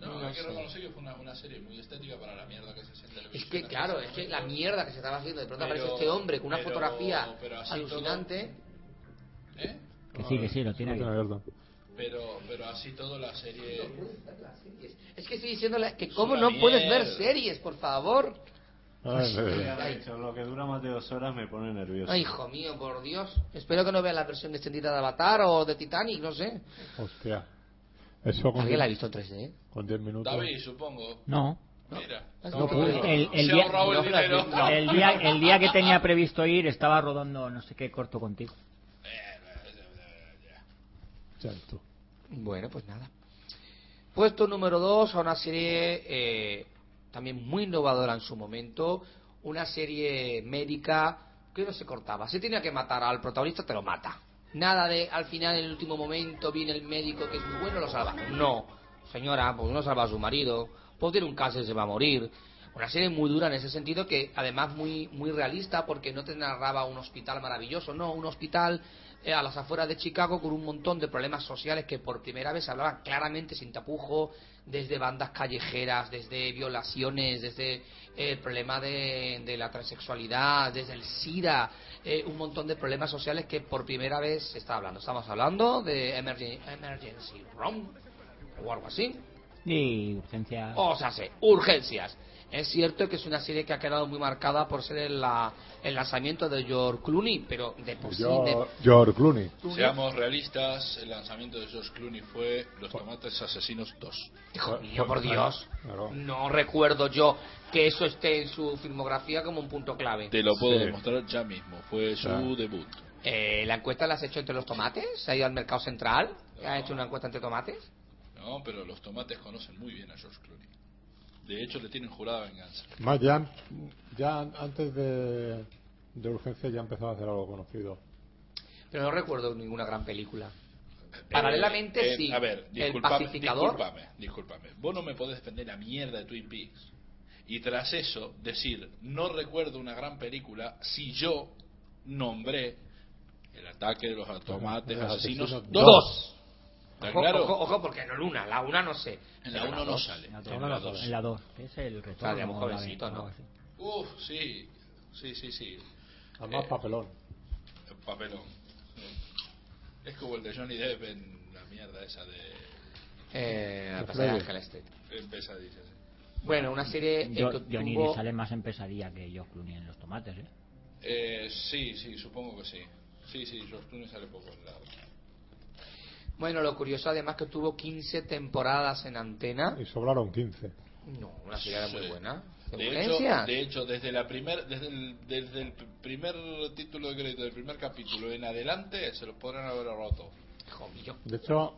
C: No,
B: No
C: hay que
B: sé.
C: reconocer que fue una, una serie muy estética para la mierda que se siente
B: Es que, claro, es que la mierda que se estaba haciendo, de pronto
C: Pero-
B: aparece este hombre con una
C: pero-
B: fotografía
C: pero así
B: alucinante.
C: ¿Eh?
D: Que sí, que sí, lo tiene
A: No tiene
D: ahí.
A: abierto.
C: Pero, pero así todo la serie.
B: Es que estoy diciéndole que cómo
C: una
B: no puedes ver
C: mierda.
B: series, por favor.
A: Ay,
E: Ya
A: me-
B: Pues,
E: lo he dicho, Lo que dura más de dos horas me pone nervioso.
B: Ay, hijo mío, por Dios. Espero que no vea la versión extendida de Avatar o de Titanic, no sé.
A: Hostia. Eso con
B: ¿Alguien la ha
A: 10
B: visto en 3D?
A: con 10 minutos.
C: David, supongo.
D: No.
C: Mira.
B: No,
A: pude.
D: El- el
C: se
D: día-
C: ha ahorrado
B: no,
C: el dinero.
B: no.
D: El día, el día que tenía previsto ir estaba rodando no sé qué corto contigo.
A: Cierto.
B: Bueno, pues nada. Puesto número 2 a una serie eh, también muy innovadora en su momento, una serie médica que no se cortaba. Si tenía que matar al protagonista, te lo mata. Nada de al final, en el último momento, viene el médico que es muy bueno, lo salva. No, señora, pues no salva a su marido, pues tiene un cáncer, se va a morir. Una serie muy dura en ese sentido que además muy muy realista porque no te narraba un hospital maravilloso, no, un hospital eh, a las afueras de Chicago con un montón de problemas sociales que por primera vez se hablaban claramente sin tapujo, desde bandas callejeras, desde violaciones, desde eh, el problema de, de la transexualidad, desde el SIDA, eh, un montón de problemas sociales que por primera vez se está hablando. Estamos hablando de emergen- Emergency Room o algo así.
D: Y urgencia.
B: O sea, sí, eh, urgencias. Es cierto que es una serie que ha quedado muy marcada por ser el, la- el lanzamiento de George Clooney, pero de por Pues sí, de
A: George, George Clooney.
B: Clooney-
C: Seamos realistas, el lanzamiento de George Clooney fue Los Tomates Asesinos 2.
B: Hijo
A: Fue-
B: mío,
A: fue-
B: por Dios.
A: claro.
B: No recuerdo yo que eso esté en su filmografía como un punto clave.
C: Te lo puedo
A: Sí.
C: demostrar ya mismo, fue su
A: Claro.
C: debut.
B: Eh, ¿La encuesta la has hecho entre los tomates? ¿Ha ido al mercado central? ¿Ha hecho una encuesta entre tomates?
C: No, pero los tomates conocen muy bien a George Clooney. De hecho, le tienen jurada venganza.
A: Más ya, ya antes de, de urgencia ya empezaba a hacer algo conocido.
B: Pero no recuerdo ninguna gran película. Paralelamente,
C: Eh, eh,
B: sí.
C: A ver,
B: el
C: disculpame,
B: pacificador.
C: disculpame, disculpame. Vos no me podés defender la mierda de Twin Peaks. Y tras eso, decir, no recuerdo una gran película si yo nombré el ataque de los tomates
A: Los
C: asesinos
A: asesinos
C: 2. ¿Está
B: Ojo,
C: claro?
B: ojo, ojo, porque no luna, la una no sé.
C: En la 1 no
B: dos.
C: sale.
D: No,
C: en la 2.
D: En la 2, que es el retorno.
B: Sale un jovencito,
D: la
B: ¿no?
D: algo así.
C: Uf, sí. Sí, sí, sí.
A: Además,
C: Eh.
A: papelón.
C: El papelón. Es como el de Johnny Depp en la mierda esa de.
B: Eh, la
A: Los
B: pasada de
A: Reyes.
B: Ángel Este.
C: en pesadillas.
B: Bueno, una serie eh,
D: Yo,
B: que
D: Johnny
B: tuvo-
D: Depp sale más en pesadilla que yo Clooney en los tomates, ¿eh?
C: Eh, sí, sí, supongo que sí. Sí, sí, George Clooney sale poco en la
B: Bueno, lo curioso además que tuvo 15 temporadas en antena.
A: Y sobraron 15.
B: No, una serie era muy
C: Sí.
B: buena.
C: De hecho,
B: Urgencias.
C: de hecho, desde la primer, desde el, desde el primer título de crédito del primer capítulo en adelante se los podrán haber roto.
B: Hijo mío.
A: De hecho,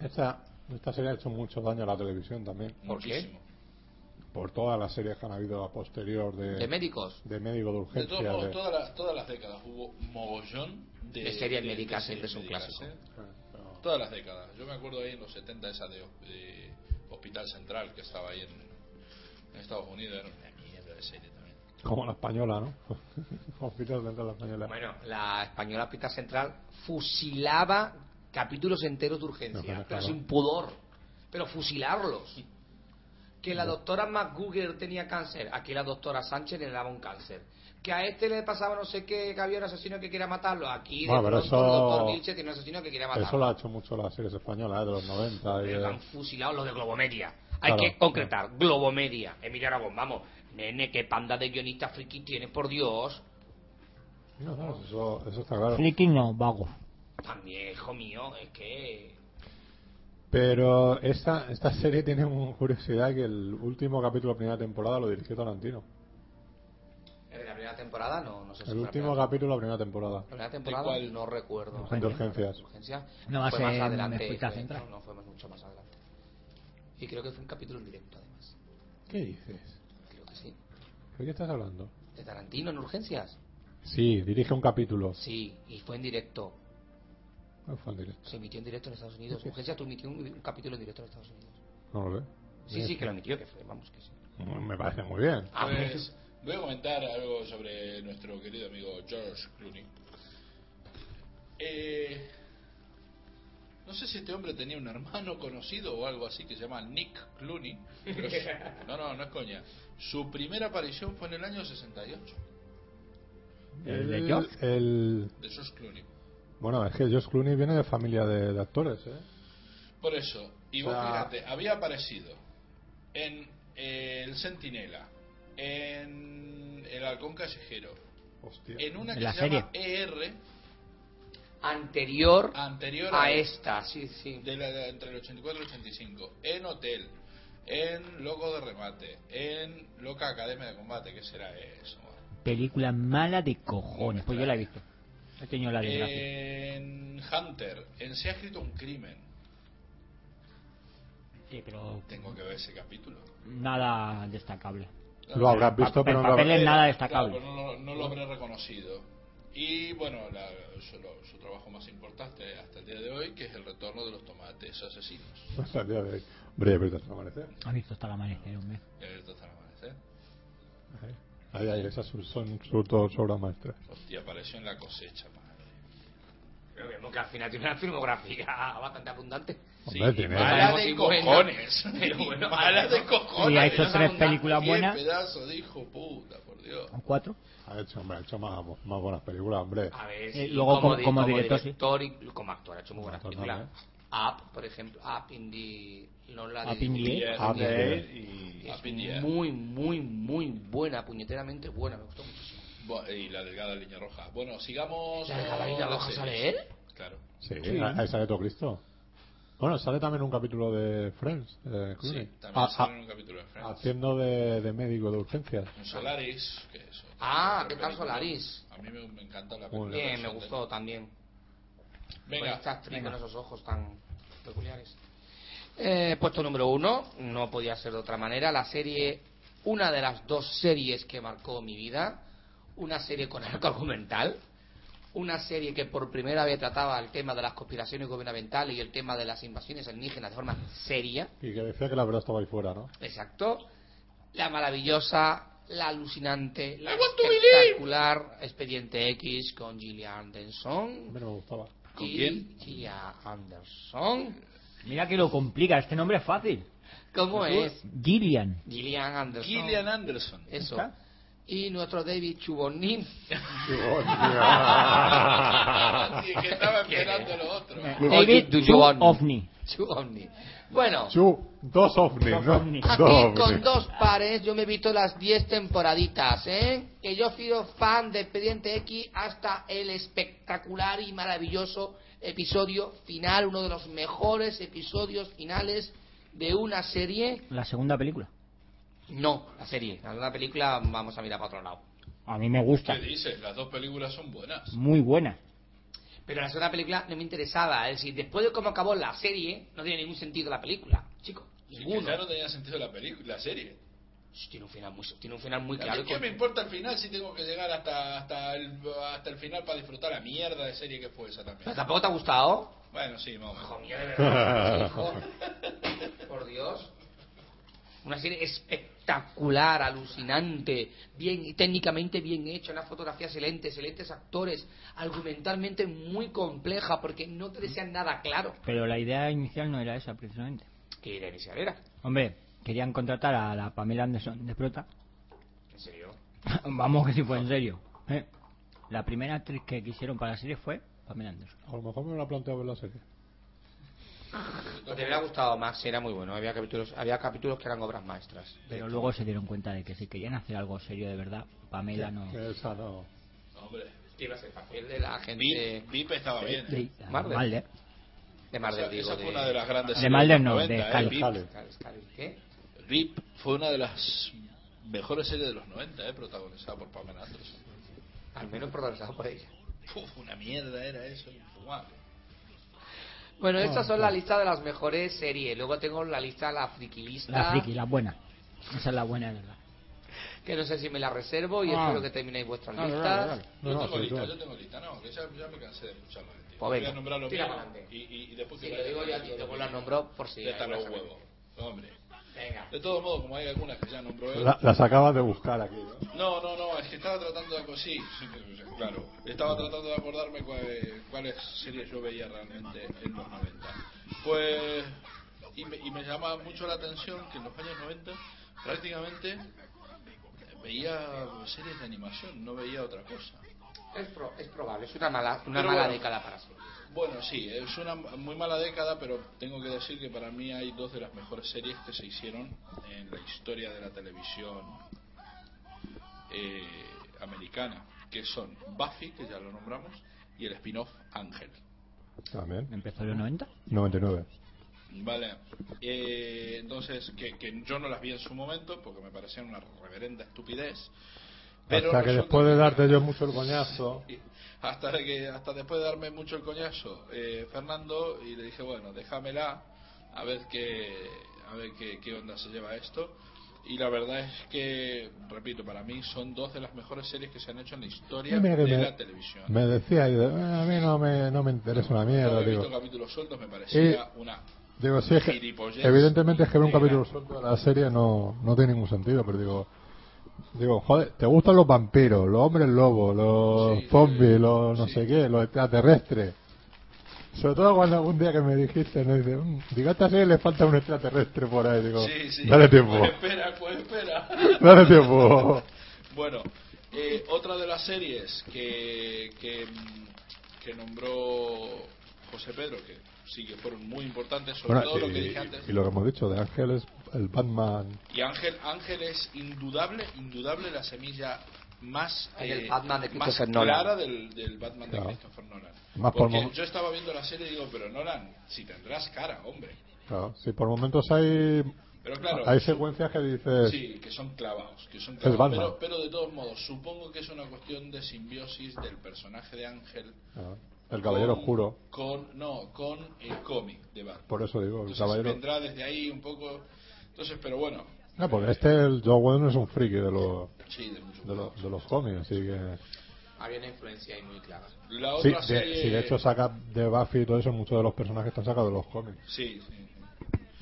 A: esta, esta serie ha hecho mucho daño a la televisión también.
B: ¿Por qué?
A: Por todas las series que han habido a posterior de,
B: De médicos.
A: de médico de
C: De todos
A: urgencia.
C: modos,
A: de-
C: todas las, todas las décadas hubo mogollón de,
B: De series médicas,
C: series
B: siempre es un
C: médicas,
B: clásico.
C: ¿eh?
A: Ah,
C: Todas las décadas. Yo me acuerdo ahí en los 70 esa de, de Hospital Central que estaba ahí en, en Estados Unidos. Era una mierda de serie también.
A: Como la española, ¿no? Hospital dentro de la española.
B: Bueno, la española Pita Central fusilaba capítulos enteros de urgencia,
A: No, claro,
B: pero
A: claro.
B: sin pudor. Pero fusilarlos. Que la doctora McGuger tenía cáncer, aquí la doctora Sánchez le daba un cáncer. Que a este le pasaba no sé qué, que había un asesino que quería matarlo, aquí de
A: Bueno, pero
B: pronto el
A: eso-
B: doctor Vilche tiene un asesino que quería matarlo.
A: Eso lo ha hecho mucho las series españolas, ¿eh? de los 90. Y,
B: Pero que
A: de-
B: han fusilado los de Globomedia. Hay
A: Claro,
B: que concretar. Globomedia. Emilio Aragón, vamos. Nene, qué panda de guionistas friki tienes, por Dios.
A: No, no, eso, eso está claro.
D: Flicky no, vago.
B: También, hijo mío, es que...
A: Pero esta, esta serie tiene una curiosidad que el último capítulo de la primera temporada lo dirigió Tarantino.
B: Eh, La primera primera temporada no, no sé si
A: El
B: fue la
A: último
B: primera-
A: capítulo de la primera temporada.
B: la primera temporada
C: cuál?
B: no recuerdo.
A: De urgencias.
B: Urgencias.
D: No va a
B: fue
D: ser
B: más
D: una
B: adelante.
D: explicación
B: fue-
D: central.
B: no, no, fue más- mucho más adelante. Y creo que fue un capítulo en directo, además.
A: ¿Qué dices?
B: Creo que sí.
A: ¿De qué estás hablando?
B: ¿De Tarantino en Urgencias?
A: Sí, dirige un capítulo.
B: Sí, y fue en directo.
A: No fue en directo.
B: Se emitió en directo en Estados Unidos. Urgencias tú emitió un, un capítulo en directo en Estados Unidos.
A: No lo sé.
B: Sí, sí, que lo emitió, que fue, vamos, que sí.
A: Me parece muy bien.
B: Ah,
C: Pues, voy a comentar algo sobre nuestro querido amigo George Clooney. Eh, no sé si este hombre tenía un hermano conocido o algo así que se llama Nick Clooney. pero su- no, no, no es coña. Su primera aparición fue en el año 68
D: ¿El de George?
A: el-
C: de George Clooney.
A: Bueno, es que George Clooney viene de familia de, de actores, ¿eh?
C: Por eso, y
A: O
C: vos
A: sea-
C: fíjate, había aparecido en eh, El Centinela, en El Halcón Callejero,
A: Hostia.
C: en una
D: En
C: que
D: la
C: se
D: serie.
C: llama ER,
B: Anterior
C: anterior
A: Ah,
C: E
B: a esta, sí, sí.
C: de la- de entre el 84 y el 85, en Hotel, en Loco de Remate, en Loca Academia de Combate, ¿qué será eso?
D: Película mala de cojones. Pues yo la he visto. He tenido
C: Eh,
D: la desgracia.
C: En Hunter, en Se ha escrito un crimen,
D: Sí, pero
C: tengo que ver ese capítulo.
D: nada destacable.
A: Lo habrás visto,
D: Pa-
A: pero no lo
D: papel
A: habrás...
D: es nada
C: Claro,
D: destacable.
C: pero no, lo- no lo habré reconocido. Y bueno, la- su, lo- su trabajo más importante hasta el día de hoy, que es el retorno de los tomates asesinos.
A: Hasta el día de hoy. Hombre, pero te amanecer.
D: Has visto hasta el amanecer, hombre.
C: El ¿eh? total amanecer.
A: Ahí. Ahí, ahí, esas son, son sobre todo obras maestras.
C: Hostia, apareció en la cosecha, madre.
B: Pero vemos que al final tiene una filmografía bastante abundante.
A: Hombre,
C: y
A: tiene-
C: mala de
B: Sí, bueno.
C: cojones.
B: Pero bueno,
C: mala de cojones.
D: Y ha
B: no
D: hecho tres
B: sabemos nada.
D: películas
C: Qué
D: buenas.
C: pedazo de hijo puta, por Dios.
D: ¿O cuatro?
A: Ha hecho, hombre, ha hecho más, más buenas películas, hombre.
B: A ver,
D: Eh,
B: sí,
D: luego como-
B: di-
D: como director, sí.
B: director y como actor ha hecho muy buenas
A: Como actor
B: películas. Up, por ejemplo, Up in the... No la de-
D: Up in the Air.
A: Ah,
E: De
A: bien.
E: él y-
B: Es
C: Up in the Air.
B: muy, muy, muy buena, puñeteramente buena, me gustó muchísimo.
C: Bu- Y la delgada línea roja. Bueno, sigamos.
B: ¿La
C: con
B: caballería
C: las
B: roja sale
C: series.
B: él?
C: Claro.
A: Sí, ahí sale todo Cristo. Bueno, sale también un capítulo de Friends, eh, Clooney.
C: Sí, también
A: Ah,
C: sale
A: ah,
C: en un capítulo de Friends.
A: haciendo de, de médico de urgencias.
C: En Solaris, que es otra
B: Ah,
C: película.
B: ¿qué tal Solaris?
C: A mí me, me encanta la
A: Muy
C: película.
B: Bien, me
C: Versión de-
B: gustó Pues también. Con esta
C: Venga,
B: actriz con esos ojos tan peculiares. Eh, puesto número uno, no podía ser de otra manera, la serie, una de las dos series que marcó mi vida, una serie con arco argumental, una serie que por primera vez trataba el tema de las conspiraciones gubernamentales y el tema de las invasiones alienígenas de forma seria,
A: Y que decía que la verdad estaba ahí fuera, ¿no?
B: Exacto. La maravillosa, la alucinante, la
C: I want to believe.
B: espectacular Expediente X con Gillian
A: A
B: Anderson.
A: mí no me gustaba.
C: ¿Con
B: y
C: quién?
B: Gillian Anderson.
D: Mira que lo complica. Este nombre es fácil.
B: ¿Cómo es?
D: Gillian.
B: Gillian Anderson.
C: Gillian Anderson.
B: Eso.
D: ¿Está?
B: Y nuestro David Chubonin.
C: Sí, que estaba esperando lo otro.
D: David
B: Oye,
D: Chu
B: Duchovny.
D: Ovni.
B: Chubonin. Bueno,
A: Chu, dos ovnis,
D: Dos
A: ¿no?
D: ovnis.
B: aquí con
A: ovnis.
B: dos pares yo me he visto las 10 temporaditas, ¿eh? Que yo he sido fan de Expediente X hasta el espectacular y maravilloso episodio final, uno de los mejores episodios finales de una serie.
D: La segunda película.
B: No, la serie, la nueva película vamos a mirar para otro lado.
D: A mí me gusta.
C: ¿Qué dices? Las dos películas son buenas.
D: Muy buena.
B: Pero la segunda película no me interesaba, es decir, después de cómo acabó la serie, no tiene ningún sentido la película, chico,
C: Sí,
B: ninguno.
C: que ya no tenía sentido la película, la serie.
B: Tiene un final muy, tiene un final muy
C: ¿A
B: claro.
C: mí
B: y
C: ¿Qué
B: con-
C: me importa el final si tengo que llegar hasta, hasta, el, hasta el final para disfrutar la mierda de serie que fue esa también?
B: Pero tampoco te ha gustado.
C: Bueno, sí, más o menos.
B: Hijo mío, de verdad, hijo. Por Dios. Una serie espectacular, alucinante, bien técnicamente bien hecha, una fotografía excelente, excelentes actores, argumentalmente muy compleja porque no te desean nada claro.
D: Pero la idea inicial no era esa, precisamente.
B: Que era inicial era.
D: Hombre, querían contratar a la Pamela Anderson de Prota.
B: En serio.
D: Vamos que si fue en serio. ¿eh? La primera actriz que quisieron para la serie fue Pamela Anderson.
A: A lo mejor me hubiera planteado ver la serie.
B: Te hubiera gustado más, era muy bueno. Había capítulos, había capítulos que eran obras maestras.
D: Pero luego se dieron cuenta de que si querían hacer algo serio de verdad, Pamela no.
A: Que Esa no.
C: Hombre,
B: Iba a ser papel de la gente
C: Vip, Vip estaba bien. ¿eh?
D: Sí,
B: Marvel.
D: Marvel.
B: de
C: O
B: Mar
C: sea,
B: del Digo.
C: esa fue
B: de-
C: una de las grandes
D: De
C: series
D: Mulder
C: los
D: no,
C: 90,
D: de
C: ¿eh?
D: Hal.
C: Vip.
A: Hal.
B: Scar- Scar- ¿Qué?
C: Vip fue una de las mejores series de los 90, eh, protagonizada por Pamela Anderson.
B: Al menos protagonizado por ella.
C: Uf, una mierda era eso, infumable.
B: Bueno, estas son
C: Ah,
B: la lista de las mejores series. Luego tengo la lista, la friquilista.
D: La friki, la buena. Esa es la buena, de verdad.
B: Que no sé si me la reservo y
D: Ah.
B: espero que terminéis vuestras
D: Dale,
B: listas.
D: dale, dale.
A: No,
C: yo
A: no,
C: tengo
A: sí,
C: lista,
A: claro.
C: yo tengo lista, no, que ya, ya me cansé de escucharla. tío.
B: Pues venga,
C: voy a nombrar lo
B: tira
C: mío
B: pa'lante.
C: y, y, y después
B: Si
C: que
B: lo
C: vaya
B: digo yo a ti,
C: hablando
B: luego
C: lo
B: la
C: mío.
B: nombro por si.
C: Ya están los
B: alguna se me-
C: huevos, hombre.
B: Venga.
C: De todos modos, como hay algunas que ya nombró él.
A: La- las acabas de buscar aquí, ¿no?
C: No, no, no, es que estaba tratando de acordar, sí, sí, sí, claro, estaba tratando de acordarme cua- cuáles series yo veía realmente en los 90. Pues, y me, y me llamaba mucho la atención que en los años 90 prácticamente veía series de animación, no veía otra cosa.
B: Es, pro- es probable, es una mala, una
C: Pero
B: mala
C: bueno.
B: década para sí.
C: Bueno, sí, es una muy mala década, pero tengo que decir que para mí hay dos de las mejores series que se hicieron en la historia de la televisión eh, americana, que son Buffy, que ya lo nombramos, y el spin-off Ángel.
A: También.
D: Empezó en los 90.
A: 99.
C: Vale, eh, entonces, que, que yo no las vi en su momento porque me parecían una reverenda estupidez. Pero
A: Hasta que
C: resulta
A: después de darte yo mucho el coñazo,
C: Y hasta que hasta después de darme mucho el coñazo eh, Fernando y le dije bueno déjamela a ver qué a ver qué, qué onda se lleva esto y la verdad es que repito para mí son dos de las mejores series que se han hecho en la historia
A: Eh, Mira que
C: de
A: me-
C: la televisión
A: me decía, y de, "Eh, a mí no me, no me interesa una
C: Cuando
A: mierda,
C: he
A: digo. Eh,
C: visto capítulos sueltos me parecía una
A: Digo, sí, es que
C: Gilipollez.
A: evidentemente es que ver un
C: Negra.
A: capítulo suelto de la serie no, no tiene ningún sentido, pero digo, digo, joder, ¿te gustan los vampiros, los hombres lobos, los
C: Sí,
A: zombies,
C: sí,
A: los no
C: sí.
A: sé qué, los extraterrestres? Sobre todo cuando algún día que me dijiste, ¿no? Dice, "Mm, digo, a esta serie le falta un extraterrestre por ahí, digo,
C: Sí, sí.
A: dale tiempo,
C: Pues espera pues espera
A: dale tiempo.
C: Bueno, eh, otra de las series que, que, mm, que nombró José Pedro, que sí que fueron muy importantes, sobre
A: Bueno,
C: todo lo
A: y,
C: que dije antes.
A: y lo que hemos dicho de Ángel es el Batman.
C: Y Ángel, Ángel es indudable, indudable la semilla más, eh,
B: Es el Batman de
C: más
B: Christopher Nolan.
C: clara del, del Batman
A: Claro.
C: de Christopher Nolan.
A: Más por
C: Porque
A: mom-
C: yo estaba viendo la serie y digo, pero Nolan, si tendrás cara, hombre.
A: Claro, si por momentos hay,
C: Pero claro,
A: hay secuencias que dices,
C: Sí, que son clavados, que son
A: Es
C: clavados.
A: Batman.
C: Pero, pero de todos modos, supongo que es una cuestión de simbiosis del personaje de Ángel
A: ah, el caballero
C: con-
A: oscuro.
C: Con, no, con el cómic de Batman.
A: Por eso digo, el
C: Entonces
A: caballero.
C: vendrá desde ahí un poco. Entonces, pero bueno.
A: No, porque este, el Joe Whedon es un friki de, los
C: Sí, de mucho
A: de, los- de los cómics, así que.
B: Había una influencia ahí muy clara.
C: La
A: Sí,
C: otra
A: de,
C: serie.
A: sí, de hecho saca de Buffy y todo eso, muchos de los personajes están sacados de los cómics.
C: Sí, sí, sí.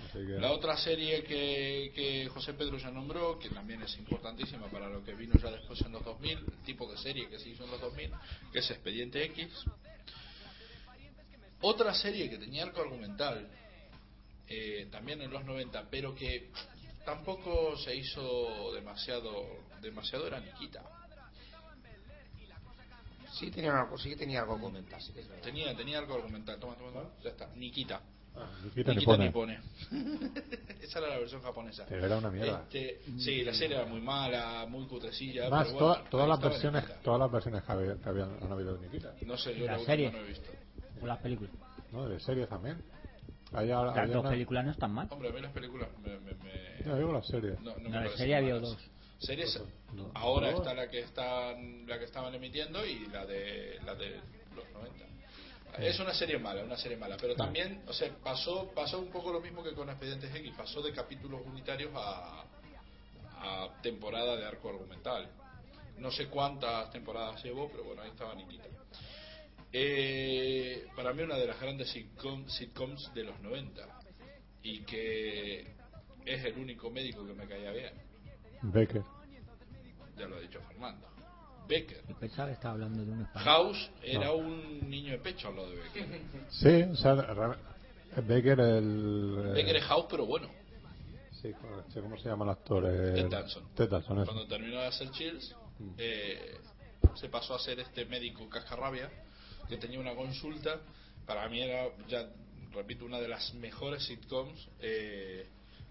A: Así que.
C: La otra serie que, que José Pedro ya nombró, que también es importantísima para lo que vino ya después en los 2000, el tipo de serie que se hizo en los 2000, que es Expediente X. Otra serie que tenía arco argumental, eh, también en los 90, pero que tampoco se hizo demasiado, demasiado era Nikita.
B: Sí tenía algo, sí que tenía algo que comentar, sí que es verdad.
C: Tenía, tenía arco argumental, toma, toma, toma, ya está, Nikita.
A: ah, Ni quita
C: Nikita
A: ni pone.
C: Nipone. Esa era la versión japonesa.
A: Pero era una mierda.
C: Este, sí, la serie era muy mala, muy cutrecilla.
A: Más,
C: pero bueno,
A: toda- todas,
C: ahí
A: las
C: estaba
A: versiones,
C: Nikita.
A: todas las versiones que, había- que habían, han habido de Nikita,
C: No sé, yo
D: La
C: la,
D: serie.
C: última no he visto.
D: O las películas.
A: ¿no? De series también. Hay ahora-
D: Las
A: había
D: dos
A: una-
D: películas no están mal.
C: Hombre, a mí las películas me... me- me-
A: Ya digo las series.
C: No, no me
D: No, la
C: parecen
D: serie había
C: malas.
D: dos.
C: Series,
A: No.
C: ahora
A: No.
C: está la que están la que estaban emitiendo y la de la de los 90. Es una serie mala, una serie mala, pero también, o sea, pasó pasó un poco lo mismo que con Expedientes X, pasó de capítulos unitarios a a temporada de arco argumental. No sé cuántas temporadas llevó, pero bueno, ahí estaba Nikita. Eh, para mí una de las grandes sitcom- sitcoms de los 90 y que es el único médico que me caía bien,
A: Becker.
C: ya lo ha dicho Fernando. Becker.
D: Yo pensaba que estaba hablando de un español.
C: House era un niño de pecho al lado de Becker.
A: Sí, o sea, re- Becker el. eh,
C: Becker es House, pero bueno.
A: Sí, joder, che, ¿cómo se llama el actor? Eh,
C: Ted Danson.
A: Ted Danson, eso.
C: Cuando terminó de hacer Chills, eh, se pasó a ser este médico cascarrabia que tenía una consulta. Para mí era, ya repito, una de las mejores sitcoms eh,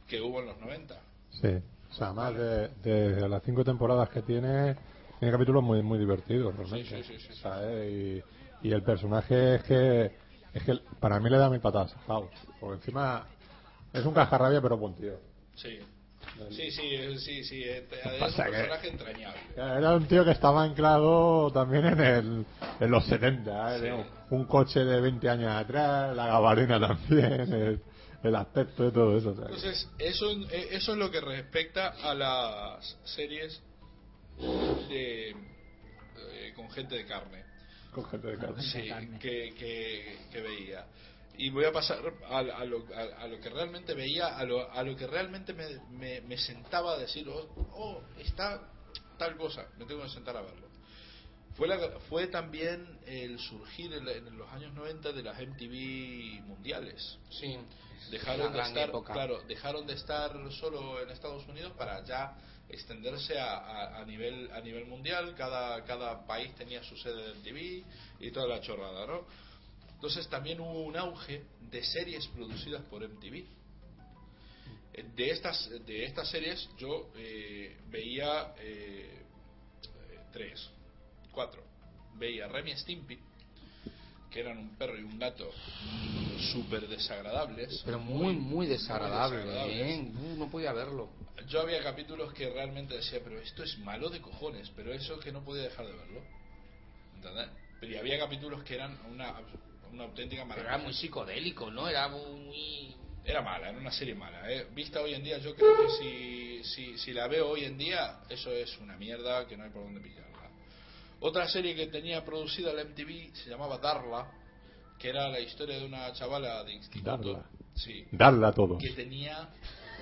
C: que hubo en los 90.
A: Sí, o sea, además de, de las cinco temporadas que tiene, tiene capítulos muy muy divertidos, realmente.
C: sí, sí, sí, sí.
A: ¿sabes? eh, Y, y el personaje es que, es que para mí le da mil patadas a House, porque encima es un cajarrabia pero buen tío.
C: Sí. Sí, sí, eh, sí, sí. eh, te- Es
A: pasa
C: un
A: que-
C: personaje entrañable.
A: Era un tío que estaba anclado también en, el, en los 70. ¿eh? Tenía Un coche de 20 años atrás, la gabarina también, el, el aspecto de todo eso. o sea que-
C: Entonces, eso, eh, eso es lo que respecta a las series de, eh, con gente de carne.
A: con gente de carne.
C: Sí,
D: carne.
C: que, que- que veía. Y voy a pasar a, a lo, a- a lo que realmente veía, a lo, a lo que realmente me, me- me sentaba a decir, oh, oh, está tal cosa, me tengo que sentar a verlo. Fue, la- fue también el surgir en, la- en los años 90 de las MTV mundiales.
B: Sí.
C: Dejaron
B: Una
C: de,
B: gran
C: estar,
B: época.
C: claro, dejaron de estar solo en Estados Unidos para ya extenderse a, a- a nivel a nivel mundial. Cada, cada país tenía su sede de MTV y toda la chorrada, ¿no? Entonces también hubo un auge de series producidas por MTV. Eh, De estas, de estas series yo eh, veía eh, eh, tres, cuatro. Veía Remy Stimpy, que eran un perro y un gato súper desagradables.
B: Pero muy, muy desagradable,
C: muy desagradables.
B: ¿eh? No, no podía verlo.
C: Yo había capítulos que realmente decía, pero esto es malo de cojones, pero eso es que no podía dejar de verlo. ¿Entendés? Pero y había capítulos que eran una, una auténtica
B: Pero era
C: maravilla.
B: muy psicodélico, ¿no? Era muy...
C: Era mala, era una serie mala. ¿eh? Vista hoy en día, yo creo que si, si, si la veo hoy en día, eso es una mierda que no hay por dónde pillarla. Otra serie que tenía producida la MTV se llamaba Darla, que era la historia de una chavala de instituto.
A: Darla.
C: Sí.
A: Darla todo.
C: que tenía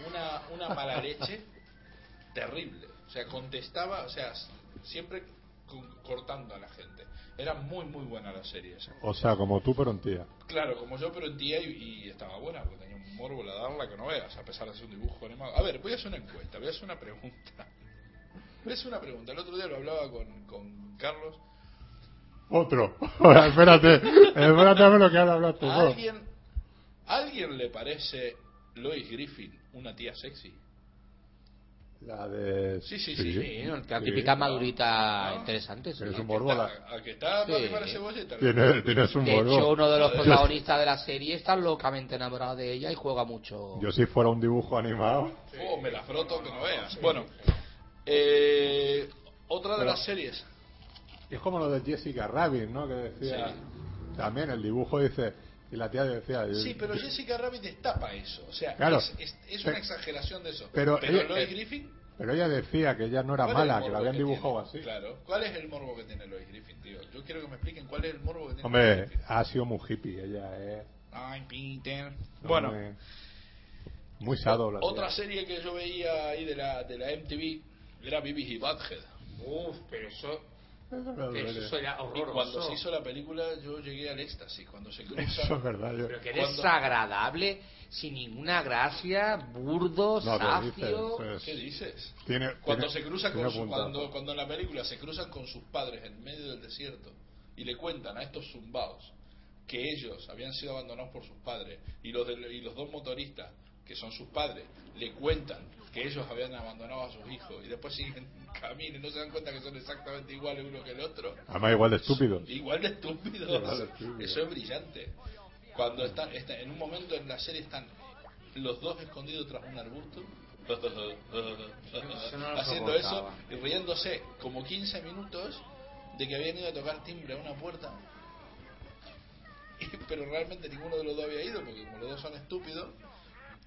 C: una, una mala leche terrible. O sea, contestaba, o sea, s- siempre con- cortando a la gente. Era muy, muy buena la serie esa.
A: O sea, como tú, pero en tía.
C: Claro, como yo, pero en día y, y estaba buena, porque tenía un morbo la darla que no veas, a pesar de ser un dibujo animado. A ver, voy a hacer una encuesta, voy a hacer una pregunta. Voy a hacer una pregunta. El otro día lo hablaba con, con Carlos.
A: Otro. Ahora, espérate. Espérate a ver lo que ahora hablas tú.
C: ¿A
A: ¿no?
C: alguien, ¿a alguien le parece Lois Griffin una tía sexy?
A: La de.
C: Sí, sí, sí,
B: Sí, ¿no? La típica madurita
C: No.
B: interesante. sí.
A: Es un
C: Al que
A: morbola.
C: está- Al que está
B: Sí.
C: para quemar cebolleta.
A: Tienes, tienes un
B: De
A: morbo.
B: hecho, uno de los
C: Yo-
B: protagonistas de la serie está locamente enamorado de ella y juega mucho.
A: Yo si fuera un dibujo animado.
C: Oh, me la froto que no veas. Bueno, eh, otra de
A: Pero-
C: las series.
A: Es como lo de Jessica Rabbit, ¿no? Que decía.
C: Sí.
A: También el dibujo dice. Y la tía decía.
C: Sí, pero Jessica Rabbit destapa eso. O sea,
A: Eh, Claro.
C: es, es- es una
A: Pe-
C: exageración de eso.
A: pero- eh,
C: Lois
A: eh,
C: Griffin.
A: pero ella decía que ella no era
C: ¿cuál es el
A: mala, que
C: morbo
A: la habían dibujado
C: tiene?
A: así.
C: Claro. ¿Cuál es el morbo que tiene Lois Griffin, tío? Yo quiero que me expliquen cuál es el morbo que tiene Lois
A: Hombre, ah,
C: Griffin.
A: ha sido muy hippie ella, ¿eh?
C: Ay, Peter. Bueno,
A: Muy, muy sado la tía.
C: otra serie que yo veía ahí de la, de la MTV era Bibi y Butthead.
B: Uf, pero eso,
A: Eso
B: era
C: Y cuando se hizo la película, yo llegué al éxtasis. Cuando se
A: es
C: cruzan
A: verdad. yo-
B: Pero que
C: Cuando-
B: desagradable, sin ninguna gracia, burdo,
A: No, pero dice,
B: zafio.
A: pues,
C: ¿Qué dices?
A: tiene-
C: Cuando
A: tiene-
C: se cruzan
A: tiene
C: con su-
A: punta.
C: cuando, cuando en la película se cruzan con sus padres en medio del desierto y le cuentan a estos zumbados que ellos habían sido abandonados por sus padres y los, del- y los dos motoristas que son sus padres le cuentan que ellos habían abandonado a sus hijos y después siguen camino y no se dan cuenta que son exactamente iguales uno que el otro
A: Además, igual de estúpido.
C: Igual de estúpidos.
A: Igual de estúpidos.
C: Eso es brillante. Cuando están, está- en un momento en la serie están los dos escondidos tras un arbusto,
B: no lo
C: haciendo eso
B: soportaba.
C: y riéndose como 15 minutos de que habían ido a tocar timbre a una puerta. Y- Pero realmente ninguno de los dos había ido, porque como los dos son estúpidos,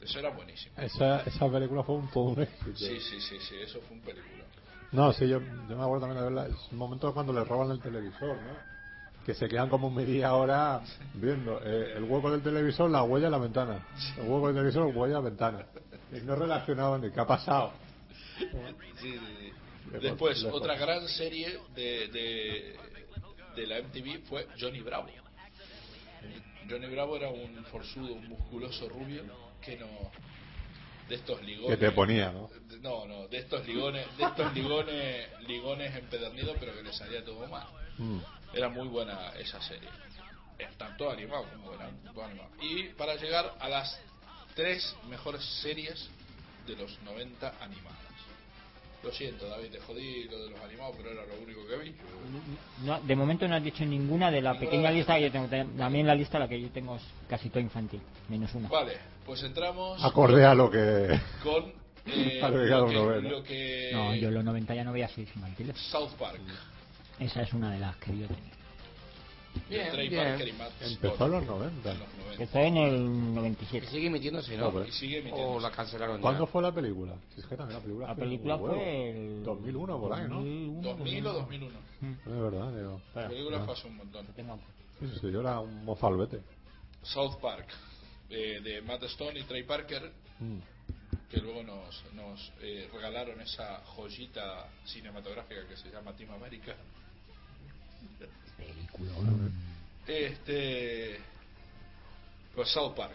C: eso era buenísimo.
A: Esa, esa película fue un, todo un éxito.
C: Sí, sí, sí, sí, eso fue un película.
A: No, sí, yo, yo me acuerdo también de verla. Es un momento cuando le roban el televisor, ¿no? Que se quedan como media hora viendo eh, el hueco del televisor, la huella, la ventana. El hueco del televisor, huella, ventana. Y no relacionaban ni qué ha pasado.
C: Sí, sí, sí.
A: Lejos,
C: Después,
A: lejos.
C: otra gran serie de, de, de la MTV fue Johnny Bravo. Johnny Bravo era un forzudo, un musculoso rubio que no. de estos
A: Que
C: ligones.
A: te ponía, ¿no?
C: de- No, no, de estos ligones, de estos ligones, ligones empedernidos, pero que le salía todo mal.
A: Mm.
C: Era muy buena esa serie. Eh, Tanto animado como era todo animado. Y para llegar a las tres mejores series de los 90 animadas. Lo siento, David, te jodí lo de los animados, pero era lo único que vi.
D: No, de momento no has dicho ninguna de la
C: Ninguna
D: pequeña
C: de las
D: lista que
C: que
D: yo tengo. También la lista la que yo tengo es casi toda infantil, menos una.
C: Vale, pues entramos
A: Acorde a lo que.
C: con eh,
A: Al
C: lo,
A: pecado
C: que,
A: novela.
C: lo que-
D: No, yo en los 90 ya no veía series infantiles.
C: South Park.
D: Esa es una de las que yo tenía.
B: Bien,
C: Trey
B: bien.
C: Parker y Matt
A: Empezó en
C: Stone,
A: los 90.
C: en los 90.
D: Está en el
B: Que
D: 97.
B: sigue emitiéndose, ¿no?
A: Hombre.
C: Y sigue emitiendo.
B: o Oh, la cancelaron
A: ¿Cuándo
B: ya.
A: fue la película? Si es que también la película
D: La
A: fue un
D: película
A: huevo.
D: fue el...
A: 2001 por ahí, ¿no?
C: 2000 o 2001.
A: Es verdad, digo.
C: La película
A: Ah.
C: fue hace un montón.
A: Sí, sí, sí, yo era un mozalbete.
C: South Park, eh, de Matt Stone y Trey Parker,
A: Mm.
C: que luego nos, nos eh, regalaron esa joyita cinematográfica que se llama Team America. Este, pues South Park.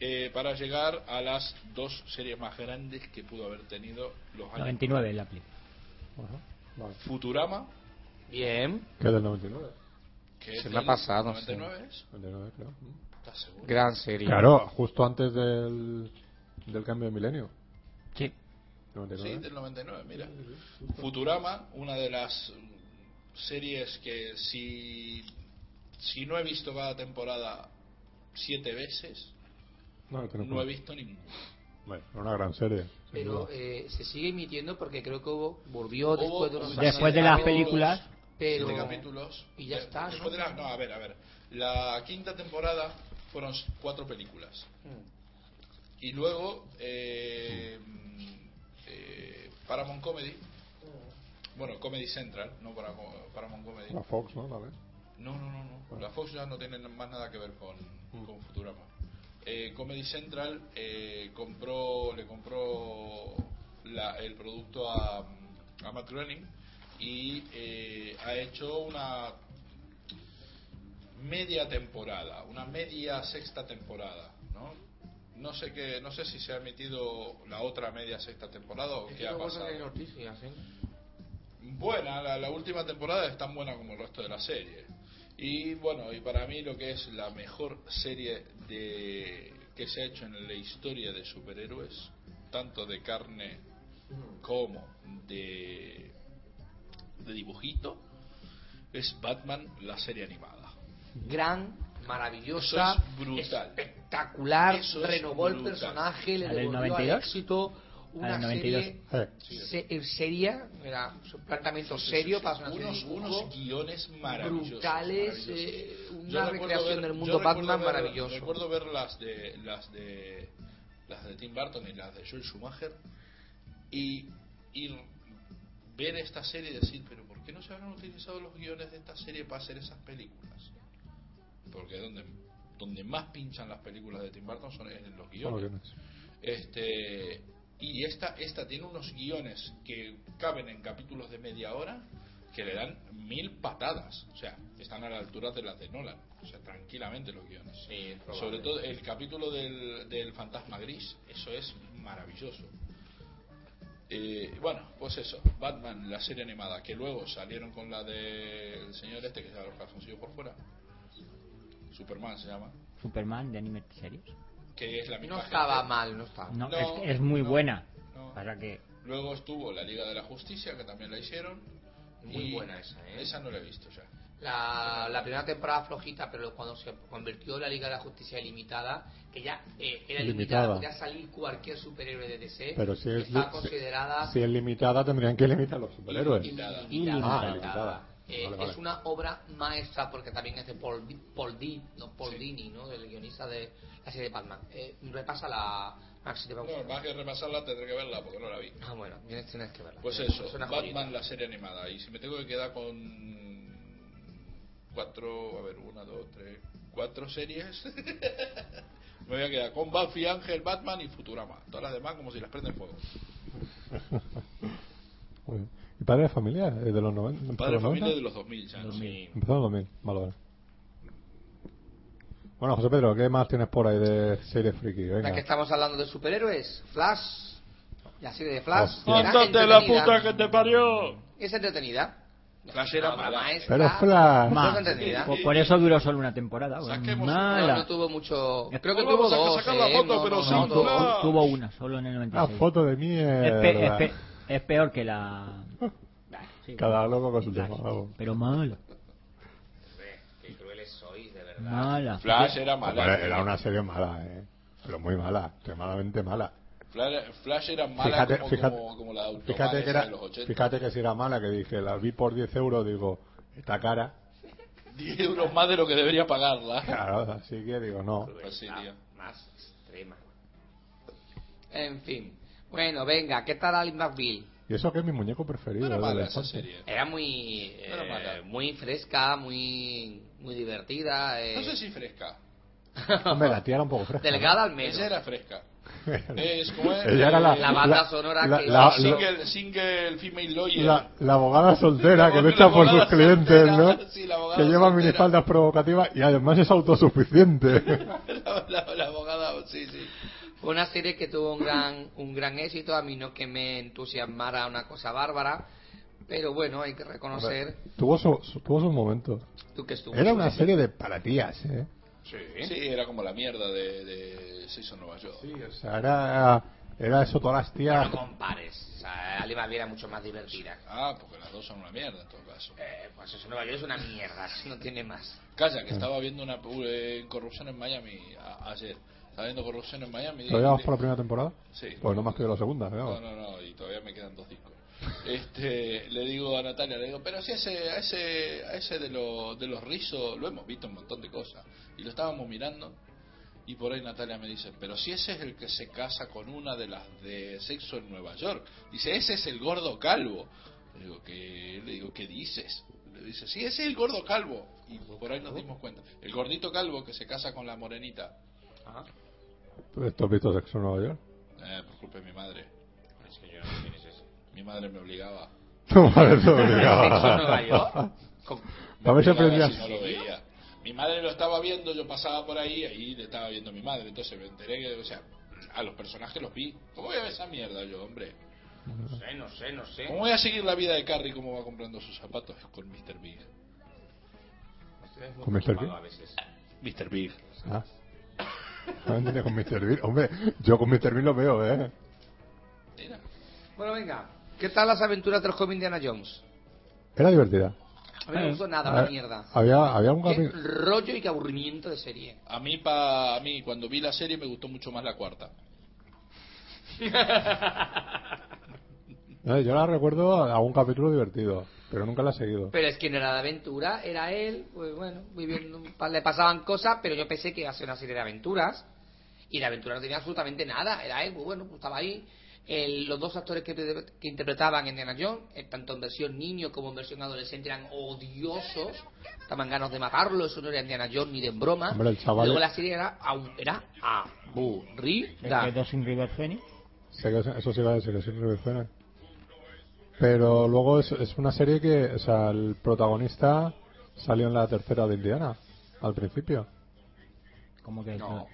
C: Eh, para llegar a las dos series más grandes que pudo haber tenido los años.
D: 99 la película.
A: Ajá. Vale.
C: Futurama,
B: Bien.
A: ¿Qué es del 99?
C: que es
B: Se me ha
C: del
B: pasado,
C: 99, ¿es?
A: 99, creo. Mm.
C: ¿Estás seguro?
B: Gran serie.
A: Claro, justo antes del, del cambio de milenio.
D: Sí.
A: 99.
C: Sí, del 99, mira. Futurama, una de las mm, series que si, si no he visto cada temporada siete veces,
A: No, no tenemos-
C: no he visto ninguna.
A: Bueno, era una gran serie. sin
B: Pero
A: duda.
B: eh, se sigue emitiendo porque creo que hubo- volvió
C: Hubo
B: después de
C: un
B: unos
C: Este siete
D: Después de las
B: años,
D: películas.
B: Pero...
C: siete capítulos.
B: y ya
C: De-
B: está,
C: después
B: ¿no?
C: de la- no, a ver, a ver. La quinta temporada fueron s- cuatro películas.
B: Mm,
C: Y luego, eh, mm, eh, Paramount Comedy, bueno, Comedy Central, no Paramo- Paramount Comedy.
A: La Fox, ¿no? También.
C: No, no, no, no. La Fox ya no tiene más nada que ver con,
B: Mm.
C: con Futurama. Eh, Comedy Central eh, compró, le compró la- el producto a, a Matt Groening y eh, ha hecho una media temporada, una media sexta temporada, ¿no? No sé qué, no sé si se ha emitido la otra media sexta temporada o
B: Es
C: qué
B: que
C: ha
B: luego
C: pasado.
B: salen noticias, ¿eh?
C: Buena, la, la última temporada es tan buena como el resto de la serie. Y bueno, y para mí lo que es la mejor serie de que se ha hecho en la historia de superhéroes, tanto de carne como de, de dibujito, es Batman, la serie animada.
B: Mm. Gran, maravillosa,
C: Eso es brutal.
B: espectacular,
C: Eso es
B: renovó el
C: brutal.
B: personaje, le
D: ¿La del
B: devolvió al
D: 92?
B: éxito
D: La
B: una
D: del
B: serie
D: 92.
A: Eh,
B: se- eh, seria, era un planteamiento serio para hacer una
C: unos,
B: serie de
C: unos
B: dibujo.
C: guiones maravillosos.
B: brutales,
C: maravillosos.
B: eh, una
C: Yo recuerdo
B: recreación del
C: yo
B: mundo
C: recuerdo
B: Batman
C: ver-
B: maravilloso.
C: Recuerdo ver las de las de las de Tim Burton y las de Joel Schumacher y, y ver esta serie y decir, pero ¿por qué no se habrán utilizado los guiones de esta serie para hacer esas películas? Porque donde donde más pinchan las películas de Tim Burton son en los
A: bueno,
C: guiones.
A: que no es.
C: Este y esta esta tiene unos guiones que caben en capítulos de media hora que le dan mil patadas, o sea, están a la altura de las de Nolan, o sea, tranquilamente los guiones. Sobre todo el capítulo del, del fantasma gris, eso es maravilloso. Eh, bueno, pues eso, Batman, la serie animada, que luego salieron con la del señor este que se llama los calzoncillos por fuera, Superman se llama,
D: pues, Superman de anime series.
C: que es la misma.
B: No estaba
C: gente.
B: mal, no estaba.
D: No,
C: No,
D: es, es muy
C: no,
D: buena.
C: no.
D: Para que
C: Luego estuvo la Liga de la Justicia, que también la hicieron.
B: Muy
C: y
B: buena esa, ¿eh?
C: Esa no la he visto ya.
B: La, la primera temporada flojita, pero cuando se convirtió en la Liga de la Justicia Ilimitada, que ya eh, era limitada,
A: Limitada.
B: podía salir cualquier superhéroe de DC,
A: Pero si es,
B: estaba
A: li-
B: considerada
A: si es limitada, tendrían que limitar a los superhéroes.
C: Ilimitada.
A: Ah,
B: Ilimitada.
A: ilimitada.
B: Eh,
A: Vale, vale.
B: Es una obra maestra porque también es de Paul, Di- Paul, Di- no, Paul
C: Sí.
B: Dini, ¿no? el guionista de la serie de Batman. Eh, repasa la... Maxi, te va a
C: No,
B: gustar.
C: más que repasarla tendré que verla porque no la vi.
B: Ah, bueno, tienes, tienes que verla.
C: Pues
B: Eh,
C: eso,
B: es una joyita.
C: Batman, la serie animada. Y si me tengo que quedar con cuatro, a ver, una, dos, tres, cuatro series, me voy a quedar con Buffy, Ángel, Batman y Futurama. Todas las demás como si las prenden fuego.
A: Muy bien. ¿Y Padre de Familia? eh, ¿De los 90? ¿Empezó
C: Padre
A: en los
C: familia
A: 90?
C: de los 2000 ya. ¿no?
A: Empezó en los 2000. Vale, vale. Bueno, José Pedro, ¿qué más tienes por ahí de series friki? Venga.
B: Ya que estamos hablando de superhéroes, Flash, la serie de Flash,
A: Hostia.
B: era
C: ¡Ándate la
B: entretenida.
C: puta que te parió!
B: es entretenida.
C: Flash era
B: Una obra
C: mala.
B: maestra.
A: Pero Flash.
B: No es
D: Ma.
B: entretenida.
D: Por, por eso duró solo una temporada. bueno,
C: ¿eh? Saquemos Ah,
B: No,
D: mala.
B: no tuvo mucho. Creo que
C: No vamos
B: tuvo
C: a
B: dos.
C: sacar la
B: eh,
C: foto,
B: no,
C: pero
B: no,
C: sin
B: no,
D: No,
B: dos.
C: duda.
D: tuvo, tuvo una solo en el
A: Una
D: 96.
A: foto de eh,
D: Es,
A: mierda.
D: pe- es pe- es peor que la. Sí,
A: Cada loco con su
D: Flash.
A: tema. vamos.
D: Pero mala.
B: Qué crueles sois, de verdad.
D: Mala.
C: Flash era
A: Hombre,
C: mala.
A: ¿eh? era una serie mala, ¿eh? Pero muy mala. Extremadamente mala.
C: Fla- Flash era mala
A: Fíjate,
C: como,
A: fíjate,
C: como- como la de Ultraman
A: fíjate que
C: esa
A: era,
C: de los 80.
A: fíjate que si era mala, que dije, la vi por 10 euros, digo, está cara.
C: 10 euros más de lo que debería pagarla.
A: Claro, así que digo, no.
C: Pues sí,
B: Ah,
C: tío.
B: más extrema. En fin. Bueno, venga, ¿qué tal Alice McBeal?
A: Y eso que es mi muñeco preferido. ¿eh?
C: No era
A: de la
C: mala esa
A: infancia.
C: serie.
B: Era muy eh,
C: No era mala.
B: muy fresca, muy muy divertida. eh,
C: No sé si fresca.
A: Hombre, la tía era un poco fresca.
B: Delgada al menos.
C: Ella era fresca. Es como es,
A: Ella era la,
C: eh,
B: La banda sonora
A: la-
B: que-
A: la-
C: single, single Female Lawyer.
A: la- la abogada soltera que
C: La
A: lucha por sus
C: abogada
A: clientes,
C: soltera,
A: ¿no?
C: sí, la abogada
A: que lleva
C: soltera.
A: minifaldas provocativas y además es autosuficiente.
C: La, la- la abogada, sí, sí.
B: Fue una serie que tuvo un gran, un gran éxito, a mí no que me entusiasmara una cosa bárbara, pero bueno, hay que reconocer
A: tuvo su, su- tuvo sus momentos.
B: tú que estuvo.
A: Era una serie de para tías, ¿eh?
C: Sí, era como la mierda de, de Season Nueva York.
A: O sea, era, era eso todas las tías.
B: No compares, o sea, Ali McBeal era mucho más divertida.
C: Ah, porque las dos son una mierda en todo caso.
B: Eh, pues eso Nueva York es una mierda, eso no tiene más.
C: Calla, que
A: Ah.
C: estaba viendo una eh, corrupción en Miami a- ayer. Estaba viendo corrupción en Miami. y-
A: ¿Todavía vamos por la primera temporada?
C: Sí.
A: Pues no más que de la segunda,
C: No,
A: digamos.
C: no, no, y todavía me quedan dos discos. Este, le digo a Natalia, le digo, pero si ese, a ese, a ese de, los de los rizos lo hemos visto un montón de cosas. Y lo estábamos mirando, y por ahí Natalia me dice, pero si ese es el que se casa con una de las de sexo en Nueva York. Dice, ese es el gordo calvo. Le digo, ¿qué, le digo, ¿qué dices? Le dice, sí, ese es el gordo calvo. Y por ahí nos dimos cuenta. El gordito calvo que se casa con la morenita.
A: Pues, ¿Tú has visto Sexo en Nueva York?
C: Eh, por culpa de mi madre. Mi madre me obligaba.
A: No, vale, te
B: Sexo en Nueva
A: obligaba.
B: York. con-
A: A ver si
C: Claro,
A: aprendías.
C: si no lo veía. Mi madre lo estaba viendo, yo pasaba por ahí y le estaba viendo a mi madre, entonces me enteré que, o sea, a los personajes los vi. ¿Cómo voy a ver esa mierda yo, hombre?
B: No sé, no sé, no sé.
C: ¿Cómo voy a seguir la vida de Carrie cómo va comprando sus zapatos con Mr. Big?
A: ¿Con Mr. Big?
B: A veces.
C: Mr. Big.
A: Ah. No entendía con Mr. Bean. Hombre, yo con Mr. Bean lo veo, ¿eh?
C: Mira,
B: Bueno, venga, ¿qué tal las aventuras del joven Indiana Jones?
A: Era divertida.
B: Eh, A mí no me gustó nada,
A: Ah,
B: la mierda.
A: Había, había un
B: Qué
A: capítulo.
B: rollo y qué aburrimiento de serie.
C: a mí, pa, a mí, cuando vi la serie me gustó mucho más la cuarta.
A: No, eh, yo la recuerdo a un capítulo divertido, pero nunca la he seguido.
B: Pero es que no era de aventura, era él, pues bueno, viviendo, un pa- le pasaban cosas, pero yo pensé que iba a ser una serie de aventuras, y la aventura no tenía absolutamente nada, era él, pues bueno, pues estaba ahí. El- los dos actores que, que interpretaban en Indiana Jones, eh, tanto en versión niño como en versión adolescente, eran odiosos, estaban ganas de matarlo, eso no era Indiana Jones ni de en broma.
A: Hombre, el chaval-
B: Luego la serie era, au- era
D: ¿El
B: aburrida.
D: que quedó sin River Phoenix?
A: Sé que eso sí va a decir, que siempre me suena. Pero luego es, es una serie que, o sea, el protagonista salió en la tercera de Indiana, al principio.
D: Como que
B: No.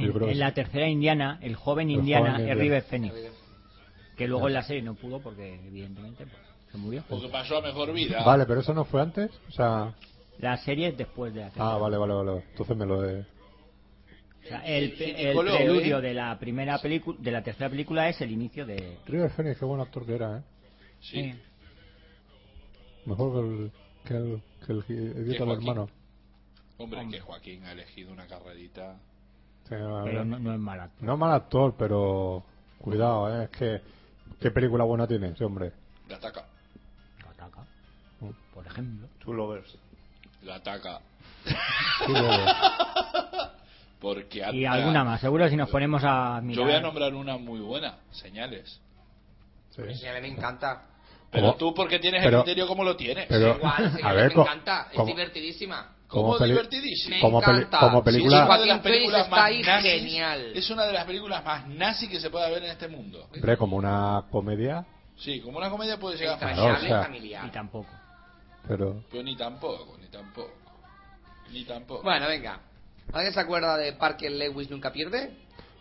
A: Yo creo
D: en,
A: que
D: en
A: sí.
D: la tercera indiana, el joven
A: El
D: indiana
A: joven
D: es
A: Indiana.
D: River Phoenix. Que luego en la serie no pudo porque, evidentemente, pues, se murió.
C: Porque pasó a mejor vida.
A: Vale, pero eso no fue antes, o sea...
D: La serie es después de la tercera.
A: Ah, vale, vale, vale. Entonces me lo he...
D: O sea, el,
C: Sí,
D: el
C: coló,
D: preludio
C: ¿eh?
D: de la primera película, de la tercera película es el inicio de.
A: River Phoenix, qué buen actor que era, ¿eh?
C: Sí.
A: Mejor que el... que el... que el, idiota del
C: Joaquín.
A: hermano.
C: Hombre,
D: Hombre.
C: que Joaquín ha elegido una carrerita.
A: Sí, no,
D: Pero
A: no,
D: no, no es mala.
A: no mal actor, pero... Cuidado, ¿eh? Es que... ¿Qué película buena tiene ese hombre?
C: La ataca.
D: Ataca,
A: Oh.
D: por ejemplo.
E: Two Lovers.
C: La ataca.
A: Sí, luego.
C: Porque
D: Y
C: ata-
D: alguna más, seguro si nos ponemos a mirar.
C: Ah,
B: eh.
C: Yo voy a nombrar una muy buena. Señales.
A: Sí.
B: Sí, a mí me encanta.
C: Pero
A: ¿Cómo?
C: tú, porque tienes
A: Pero-
C: el criterio como lo tienes?
A: Pero-
B: Igual, señores,
A: a ver,
B: me
A: co-
B: encanta, es
A: como-
B: divertidísima.
A: como
C: como
A: peli-
C: divertidísimo.
B: Me
A: Como peli-
B: encanta.
A: como película-
B: Sí,
A: Es
C: una
B: Joaquín Phoenix está ahí
C: nazis,
B: genial.
C: Es una de las películas más nazi que se pueda ver en este mundo.
A: Hombre, como una comedia,
C: Sí, como una comedia puede llegar más.
A: Claro, o
B: Entrañable
A: sea-
D: Y
B: familiar.
D: tampoco.
A: pero...
C: Pero ni tampoco, ni tampoco. Ni tampoco.
B: Bueno, venga. ¿Alguien se acuerda de Parker Lewis Nunca Pierde?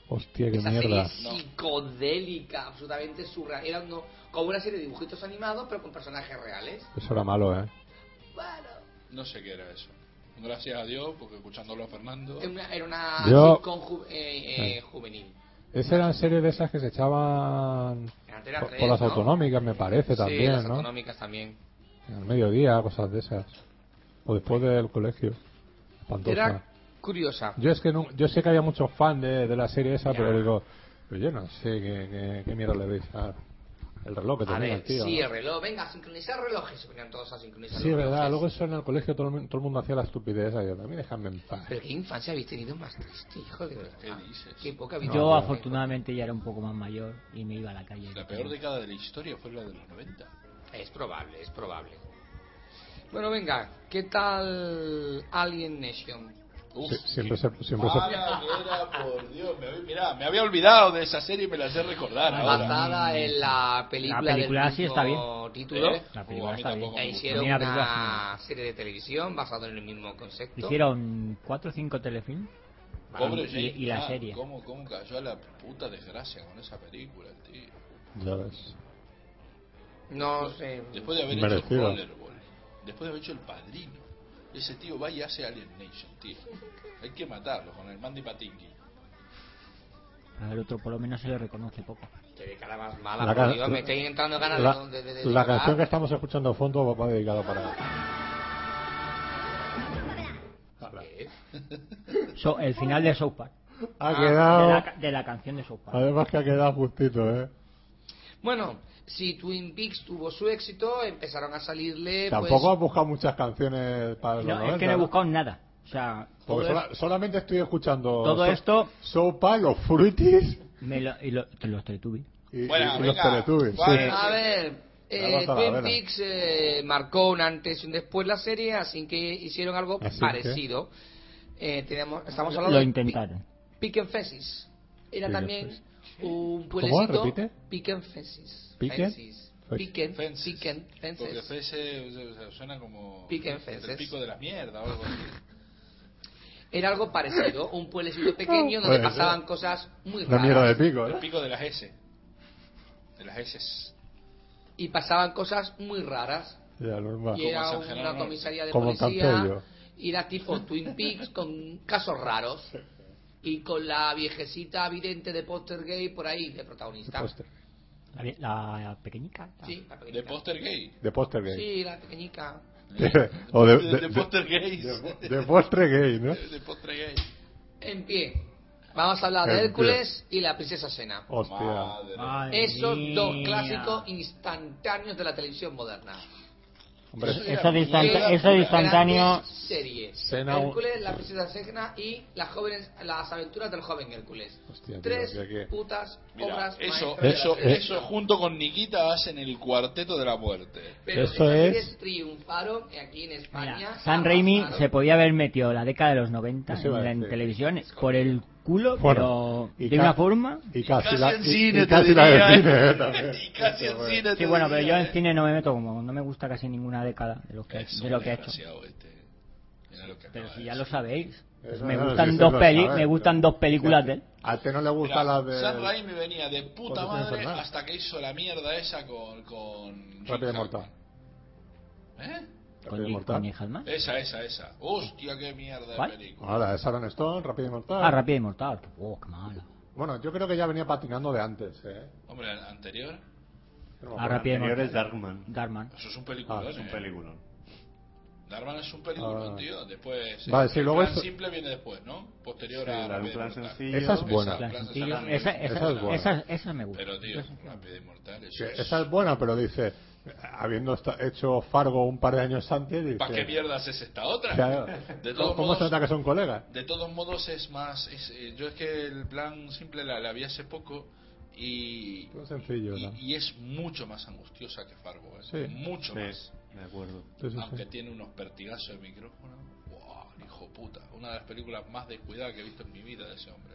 A: Hostia, qué
B: Esa
A: mierda.
B: serie
C: No.
B: psicodélica, absolutamente surreal. Era no- como una serie de dibujitos animados, pero con personajes reales.
A: Eso era malo, ¿eh?
B: Bueno,
C: No sé qué era eso. Gracias a Dios, porque escuchándolo a Fernando.
B: era una, era una
A: Yo-
B: sitcom ju- eh, eh, juvenil.
A: Esas eran series de esas que se echaban
B: En Antena
A: por,
B: 3,
A: por las
B: ¿no?
A: autonómicas, me parece,
B: sí,
A: también,
B: las
A: ¿no?
B: autonómicas también.
A: Al mediodía, cosas de esas. O después del colegio. Espantosa.
B: Era curiosa.
A: Yo es que no, yo sé que había muchos fans de, de la serie esa,
B: Ya.
A: pero digo, pero yo no sé qué, qué- qué mierda le veis. Ah, el reloj que
B: A
A: tenía
B: ver,
A: el tío.
B: sí,
A: ¿no?
B: el reloj. Venga, a sincronizar relojes. Vengan todos a sincronizar
A: Sí, es
B: los
A: verdad.
B: relojes.
A: Luego eso en el colegio todo, el mun- todo el mundo hacía la estupidez esa. Yo también déjame en paz.
B: Pero qué infancia habéis tenido más triste, hijo de verdad.
C: ¿Qué dices?
B: Qué poca vida.
D: Yo afortunadamente ya era un poco más mayor y me iba a la calle.
C: La peor década de la historia fue la de los 90.
B: Es probable, es probable. Bueno, venga, ¿qué tal Alien Nation?
C: Uf,
A: Sí, siempre se, siempre se-
C: mala que era, por Dios. Me había, mirá, me había olvidado de esa serie y me la sé recordar ahora.
B: Basada en la película,
D: Mm. La película
B: del
D: sí
B: mismo
D: está
B: título.
C: ¿Eh?
D: La
C: Uh, a
D: película
C: mí
D: está bien.
C: tampoco.
B: E
C: me
B: hicieron
D: Mira,
B: una
D: la película está
B: serie de televisión basada en el mismo concepto.
D: Hicieron cuatro o cinco telefilms.
C: Pobre
D: Y-
C: Jake
D: y la
C: Chan,
D: serie.
C: ¿cómo, ¿Cómo cayó a la puta desgracia con esa película, el tío?
A: Ya ves.
B: No sé.
C: Después de haber
A: Merecido.
C: hecho Rollerball, después de haber hecho El Padrino, ese tío va y hace Alien Nation, tío. Hay que matarlo con el Mandy Patinkin.
D: Al otro por lo menos se le reconoce poco.
B: Qué cara más mala,
A: La
B: por
A: ca-
B: Dios, me estoy entrando ganas de-
A: La,
B: de, de, de
A: la
B: llorar.
A: canción que estamos escuchando a fondo va- va dedicada para. Ala.
B: ¿Qué es?
D: So- el final de South Park.
B: Ah,
A: Ha
D: De
A: quedado.
D: la, ca- de la canción de South Park.
A: Además que ha quedado justito, ¿eh?
B: Bueno, si Twin Peaks tuvo su éxito, empezaron a salirle.
A: Tampoco
B: pues,
A: has buscado muchas canciones para los
D: No, es
A: 90,
D: que no he
A: ¿no?
D: buscado nada. O sea,
A: Porque
D: todo
A: sola- solamente estoy escuchando.
D: Todo esto-
A: Sopa, los fruitis
D: Me lo, y lo- los Teletubbies.
A: y,
C: Bueno,
A: y- y los
C: venga,
A: teletubbies.
C: Juan.
A: sí.
B: A ver,
A: Eh, La
B: eh,
A: bata la
B: Twin
A: vela.
B: Peaks eh, marcó un antes y un después la serie, así que hicieron algo
A: Así
B: parecido. Eh, tenemos- estamos hablando
D: Lo
B: de
D: intentaron.
B: Pi- Pick and Fences. Era
A: Pick and
B: también un
A: ¿Cómo?
B: pueblecito.
A: ¿Repite?
B: Pick and Fences.
A: Pick and-
B: Fences. Pick and
C: Fences.
B: Pick and
C: Porque
B: Fences.
C: Fences o sea, suena como
B: Pick and Fences.
C: el pico de la mierda o algo así.
B: Era algo parecido, un pueblecito pequeño donde
A: Puede ser.
B: pasaban cosas muy
A: La mierda de
B: raras.
A: pico,
C: El
A: ¿eh?
C: pico de las S. De las S.
B: Y pasaban cosas muy raras.
A: Ya, normal.
B: y era
C: San
B: una
C: Genaro Norte.
B: comisaría de
A: Como
B: policía
A: Campello.
B: y era tipo Twin Peaks con casos raros y con la viejecita vidente de Poster Gay por ahí de protagonista.
A: Póster.
D: La, vie- la pequeñica. la-
B: Sí, la pequeñica.
C: De póster gay.
A: De póster gay.
B: Sí, la pequeñica.
A: o de,
C: De, de póster gay.
A: de- de póster gay, ¿no?
C: De póster gay.
B: En pie. Vamos a hablar
A: En
B: de
A: pie.
B: Hércules y la princesa Sena.
A: Hostia.
C: Madre.
D: Madre
B: Esos dos
D: mía.
B: clásicos instantáneos de la televisión moderna.
A: Hombre,
C: Eso-
D: Eso de,
C: Instantá-
D: instan-
B: Eran
D: eso de
B: grandes
D: instantáneo.
B: Series.
A: Sena-
B: Hércules, la princesa Sena y las jóvenes, las aventuras del joven Hércules.
A: Hostia, tío,
B: Tres
A: que- que-
B: putas
C: Mira,
B: obras maestras
C: eso,
B: de la
C: eso,
A: Eh,
B: televisión.
C: eso junto con Nikita hacen el cuarteto de la muerte.
B: Pero
A: Eso
B: esas
A: es-
B: series triunfaron aquí en España.
D: Mira, San Raimi
B: arrasaron.
D: se podía haber metido la década de los 90
A: Eso iba
D: en,
A: a
D: la- en
A: decir.
D: televisión por el culo,
A: Bueno,
D: pero
A: y
D: de
A: ca-
D: una forma.
A: Y casi la,
C: en
A: y-
C: cine,
A: y
C: te
A: casi la
C: diría,
A: de
C: ¿eh?
A: cine, ¿eh? También.
C: Y casi en cine.
D: Sí,
C: te
D: bueno, pero yo
C: diría,
D: en
C: ¿eh?
D: cine no me meto como no me gusta casi ninguna década de lo que,
C: Es
D: de
C: un
D: lo que he hecho.
C: desgraciado este. Mira lo que
D: Pero
C: acaba
D: si
C: de
D: ya
C: decir.
D: lo sabéis, pues
A: Eso
D: me
A: no,
D: gustan
A: sí,
D: dos
A: sí, lo
D: peli,
A: sabes,
D: me gustan
A: pero-
D: dos películas de él.
A: ¿eh? A ti no le gusta
C: Mira,
A: la de.
C: Sam Raimi venía de puta
A: Posición
C: madre
A: Infernal.
C: hasta que hizo la mierda esa con. con Jim
A: Rápido y
C: Hackman.
A: Mortal.
C: ¿Eh?
D: Con,
A: Rápido y
D: Jake- con
A: Mortal.
D: Jake Halman.
C: Esa, esa, esa. Hostia, qué mierda
D: ¿Cuál?
C: de película.
A: Ahora, es Sharon Stone, Rápido y Mortal.
D: Ah, Rápido y Mortal. Oh, qué mala.
A: Bueno, yo creo que ya venía patinando de antes, ¿eh?
C: Hombre, ¿la anterior.
A: No me
D: Ah,
A: acuerdo.
D: Rápido y
E: anterior
D: Mortal.
E: es Darkman.
D: Darman.
C: Eso es un peliculón.
A: Ah,
E: Es un
C: eh.
E: peliculón.
C: Darman es un peliculón,
A: Ah.
C: tío. Después. eh,
A: Vale,
C: el
A: sí, luego
C: plan
A: eso-
C: simple viene después, ¿no? Posterior
E: Sí,
C: a.
E: la de un
C: Rápido y
E: plan
C: Mortal.
E: sencillo.
A: Esa es buena.
C: Esa,
D: Plan
C: Plan
D: sencillo.
C: Sencillo.
D: Esa,
A: Esa
D: esa-
A: es buena.
D: esa- esa me gusta.
C: Pero, tío,
D: Esa-
C: Rápido y Mortal. Eso
A: Que
C: es-
A: esa es buena, pero dice, eh, habiendo esta- hecho Fargo un par de años antes, dice,
C: ¿Para qué mierdas es esta otra?
A: claro,
C: De
A: ¿cómo,
C: todos
A: cómo se
C: modos,
A: nota que son colegas?
C: De todos modos es más... es, eh, yo es que el plan simple la, la vi hace poco y,
A: Todo sencillo,
C: y,
A: ¿no?
C: y es mucho más angustiosa que Fargo. ¿eh?
A: Sí.
C: Mucho más.
E: Sí, de acuerdo.
A: Sí, sí,
C: Aunque
A: sí.
C: tiene unos pertigazos de micrófono. ¡Wow! Hijo puta. Una de las películas más descuidadas que he visto en mi vida de ese hombre.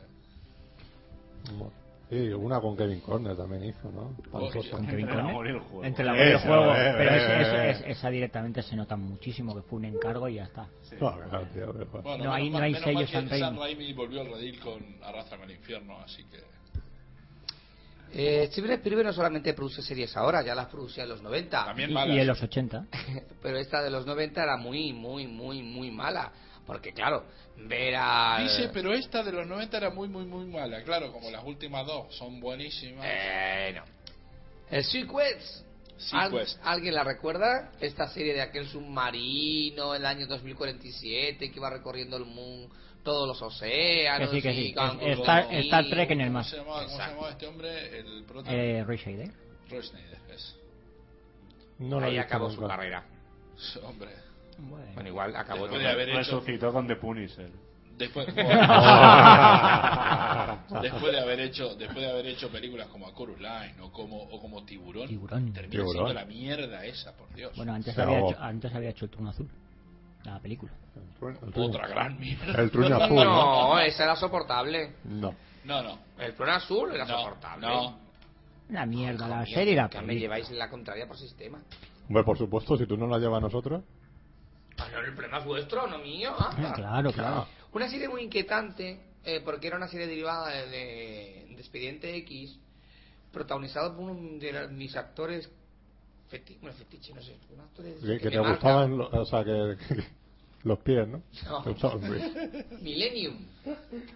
C: ¿eh?
A: Sí, una con Kevin Corner también hizo, ¿no? Pantosa.
C: Con
D: Kevin
E: Entre la
D: Conner.
E: labor y el juego.
D: Entre la labor y el
A: Esa,
D: juego.
A: eh,
D: Pero
A: eh,
D: es-
A: eh,
D: es- esa directamente se nota muchísimo que fue un encargo y ya está.
E: Sí.
A: No, claro, tío, pero bueno.
C: Bueno,
D: No, ahí
C: menos
D: no
C: mal-
D: hay
C: menos
D: sello
C: mal que
D: San Raimi.
C: San Raimi volvió al redil con Arrastrame al infierno, así que...
B: Eh, Steven Spielberg no solamente produce series ahora, ya las producía en los 90.
C: También
D: Y,
C: malas.
D: y en los 80.
B: Pero esta de los 90 era muy, muy, muy, muy mala. Porque, claro, ver a.
C: Dice, pero esta de los 90 era muy, muy, muy mala.
D: Eh,
C: Claro, como las últimas dos son buenísimas.
B: Eh, no. El Secrets.
C: Sí,
B: ¿Al-
C: pues.
B: ¿Alguien la recuerda? Esta serie de aquel submarino, el año 2047, que iba recorriendo el mundo, todos los océanos.
D: Que sí, que sí.
B: y con-
D: Es-
B: con-
D: Star-
B: y-
D: Star Trek en el
C: ¿Cómo
D: mar.
C: se llamaba, cómo se
B: Exacto.
C: llamaba este hombre? El prota.
D: Eh, Roy Scheider.
C: Roy Schneider, es.
A: No lo he
B: Ahí
A: visto
B: acabó su
A: nunca.
B: carrera.
C: Hombre.
B: Bueno, igual acabó.
C: Después
B: todo.
C: de haber hecho.
E: Resucitó con The Punisher.
C: Después, después de haber hecho después de haber hecho películas como A Chorus Line o como o como Tiburón,
D: Tiburón.
C: termina
A: Tiburón.
C: siendo la mierda esa por Dios
D: Bueno, antes,
A: Se
D: había
A: acabó.
D: hecho, antes había hecho el turno azul. La película.
A: El trueno- el trueno-
C: otra gran mierda
A: El truño azul. ¿no?
B: No, esa era soportable.
A: No.
C: no no
B: El plan azul era
C: no,
B: soportable.
C: no
D: La mierda, la
B: Mierda,
D: serie y la
B: que me
D: película.
B: lleváis la contraria por sistema.
A: Hombre, por supuesto, si tú no la llevas a nosotros.
B: Ah, no, el problema es vuestro, no mío.
D: Ah,
B: anda.
D: Claro, claro.
B: Una serie muy inquietante, eh, porque era una serie derivada de, de- de Expediente X, protagonizado por uno de la- mis actores fetiche, bueno, fetiche, no sé, un actor de-
A: Que, que
B: me
A: te
B: marca.
A: gustaban, lo- o sea, que, que- los pies, ¿no?
B: No.
A: Te gustaban los pies.
B: Millennium.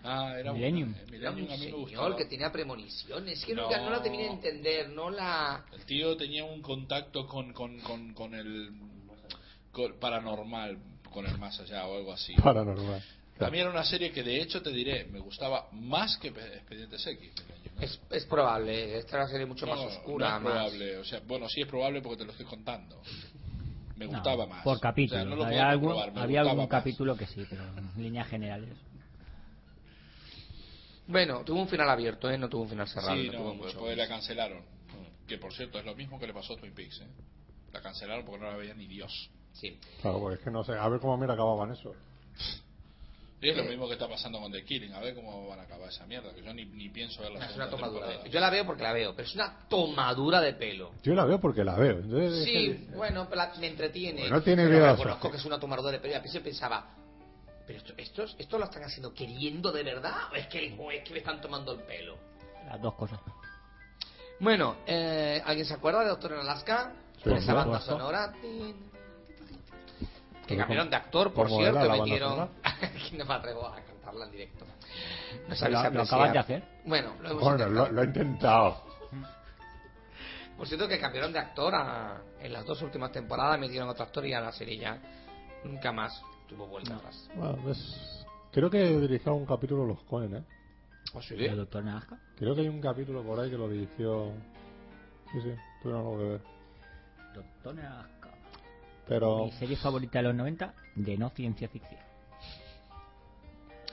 C: ah era
D: Millennium.
C: un,
B: Era un
C: Millennium a mí me
B: señor
C: gustaba.
B: que tenía premoniciones. que
C: No.
B: nunca no la terminé de entender, no la...
C: el tío tenía un contacto con con, con, con el con- paranormal con el más allá o algo así
A: Paranormal.
C: a mí era una serie que de hecho te diré me gustaba más que Pe- Expedientes X Millennium.
B: Es, es probable, esta era una serie mucho
C: No,
B: más
C: no,
B: oscura.
C: no es
B: más-
C: probable. O sea, bueno, sí es probable porque te lo estoy contando. Me
D: No,
C: gustaba más.
D: Por
C: O
D: capítulo.
C: sea, no lo podía
D: había algún,
C: comprobar, me
D: había
C: gustaba
D: algún
C: más.
D: capítulo que sí, pero en líneas generales.
B: Bueno, tuvo un final abierto, ¿eh? no tuvo un final cerrado.
C: Sí,
B: no tuvo
C: no,
B: mucho.
C: después la cancelaron. Que por cierto, es lo mismo que le pasó a Twin Peaks. ¿eh? La cancelaron porque no la veía ni Dios.
B: Sí.
A: Claro, pues es que no sé. A ver cómo mira acababan eso.
C: Y es lo
B: Eh.
C: mismo que está pasando con The Killing. A ver cómo van a acabar esa mierda. Que yo ni, ni pienso ver la
B: Es una
C: segunda
B: tomadura.
C: temporada.
B: Yo la veo porque la veo, pero es una tomadura de pelo.
A: Yo la veo porque la veo. Entonces,
B: Sí, bueno, pero la- me entretiene.
A: Bueno, tiene
B: pero
A: vida
B: reconozco
A: social.
B: que es una tomadura de pelo. Y al principio pensaba, ¿pero esto, estos, esto lo están haciendo queriendo de verdad? ¿O es que, o es que me están tomando el pelo?
D: Las dos cosas.
B: Bueno, eh, ¿alguien se acuerda de Doctor en Alaska?
A: Sí,
B: Con esa
A: por
B: banda
D: supuesto.
B: sonora. Que
A: Pero
B: cambiaron
A: ¿cómo-
B: de actor, por
A: cómo era la
B: cierto,
A: banda
B: metieron. Que no me atrevo a cantarla en directo. No sabéis
D: Lo- lo acabas de hacer.
B: Bueno, lo hemos
A: Bueno,
B: intentado.
A: lo, lo he intentado.
B: Por cierto que cambiaron de actor a- en las dos últimas temporadas, metieron otro actor y a la serie ya nunca más tuvo vuelta atrás.
A: Bueno, es- Creo que dirigió un capítulo los Cohen, ¿eh?
B: ¿O sí?
D: El doctor Nazca.
A: Creo que hay un capítulo por ahí que lo dirigió. Sí, sí, tuvieron algo que ver.
D: Doctor Nazca.
C: Oh.
A: Pero
D: Mi serie favorita de los 90 de no ciencia ficción.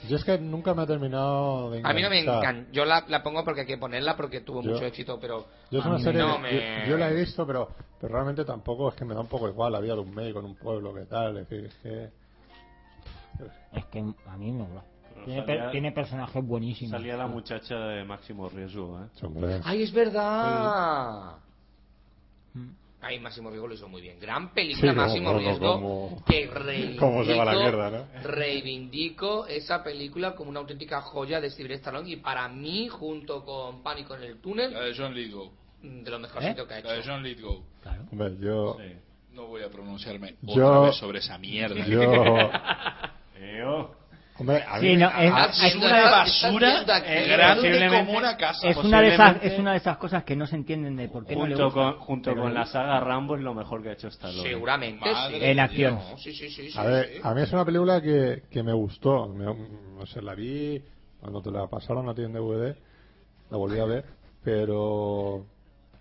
A: yo es que nunca me ha terminado de
B: A mí no me
A: enganchar.
B: encanta. Yo la, la pongo porque hay que ponerla porque tuvo
A: Yo-
B: mucho éxito, pero
A: Yo es
D: A
A: una
D: mí
A: serie.
B: no
A: yo-
B: me-
A: Yo, la he visto, pero, pero realmente tampoco es que me da un poco igual la vida de un médico en un pueblo, que tal. Es decir, es que.
D: Es que a mí me mola.
E: Pero
D: Tiene,
E: salía-
D: per- tiene personajes buenísimos.
E: Salía la muchacha de máximo riesgo, ¿eh?
A: Hombre.
D: Ah.
B: ¡Ay, es verdad!
D: Mm.
B: Ay, Máximo Riesgo lo hizo muy bien. Gran película,
A: Sí, no,
B: Máximo
A: no, no,
B: Riesgo,
A: cómo-
B: que reivindico,
A: cómo se va la mierda, ¿no?
B: reivindico esa película como una auténtica joya de Steven Stallone y para mí, junto con Pánico en el
C: La
B: túnel,
C: de John Lithgow.
B: de lo mejorcito
D: ¿Eh?
B: que ha
C: La de
B: hecho.
C: John Lithgow.
D: Claro.
A: Hombre, yo.
E: Sí.
C: No voy a pronunciarme otra
A: Yo-
C: vez sobre esa mierda.
A: Yo.
E: Eh, oh.
A: Hombre, a mí.
D: Sí, no, es,
C: Ah, sí,
D: es
C: es
D: una de esas-
C: basura
B: Estás viendo aquí,
C: eh, grande
E: posiblemente-
C: como una casa.
D: es una de esas
E: posiblemente-
D: es una de esas cosas que no se entienden de por qué no le
E: Junto
D: gusta. ¿eh?
E: con, junto
D: Pero
E: con
D: le
E: la
D: gusta.
E: saga Rambo es lo mejor que ha hecho Stallone.
B: Seguramente
C: Madre
B: sí.
C: de
D: En acción.
C: Dios.
B: Sí, sí, sí, sí,
A: A ver,
B: sí.
A: a mí es una película que, que me gustó. Me, no sé, la vi cuando te la pasaron a ti en DVD. La volví a ver. Pero.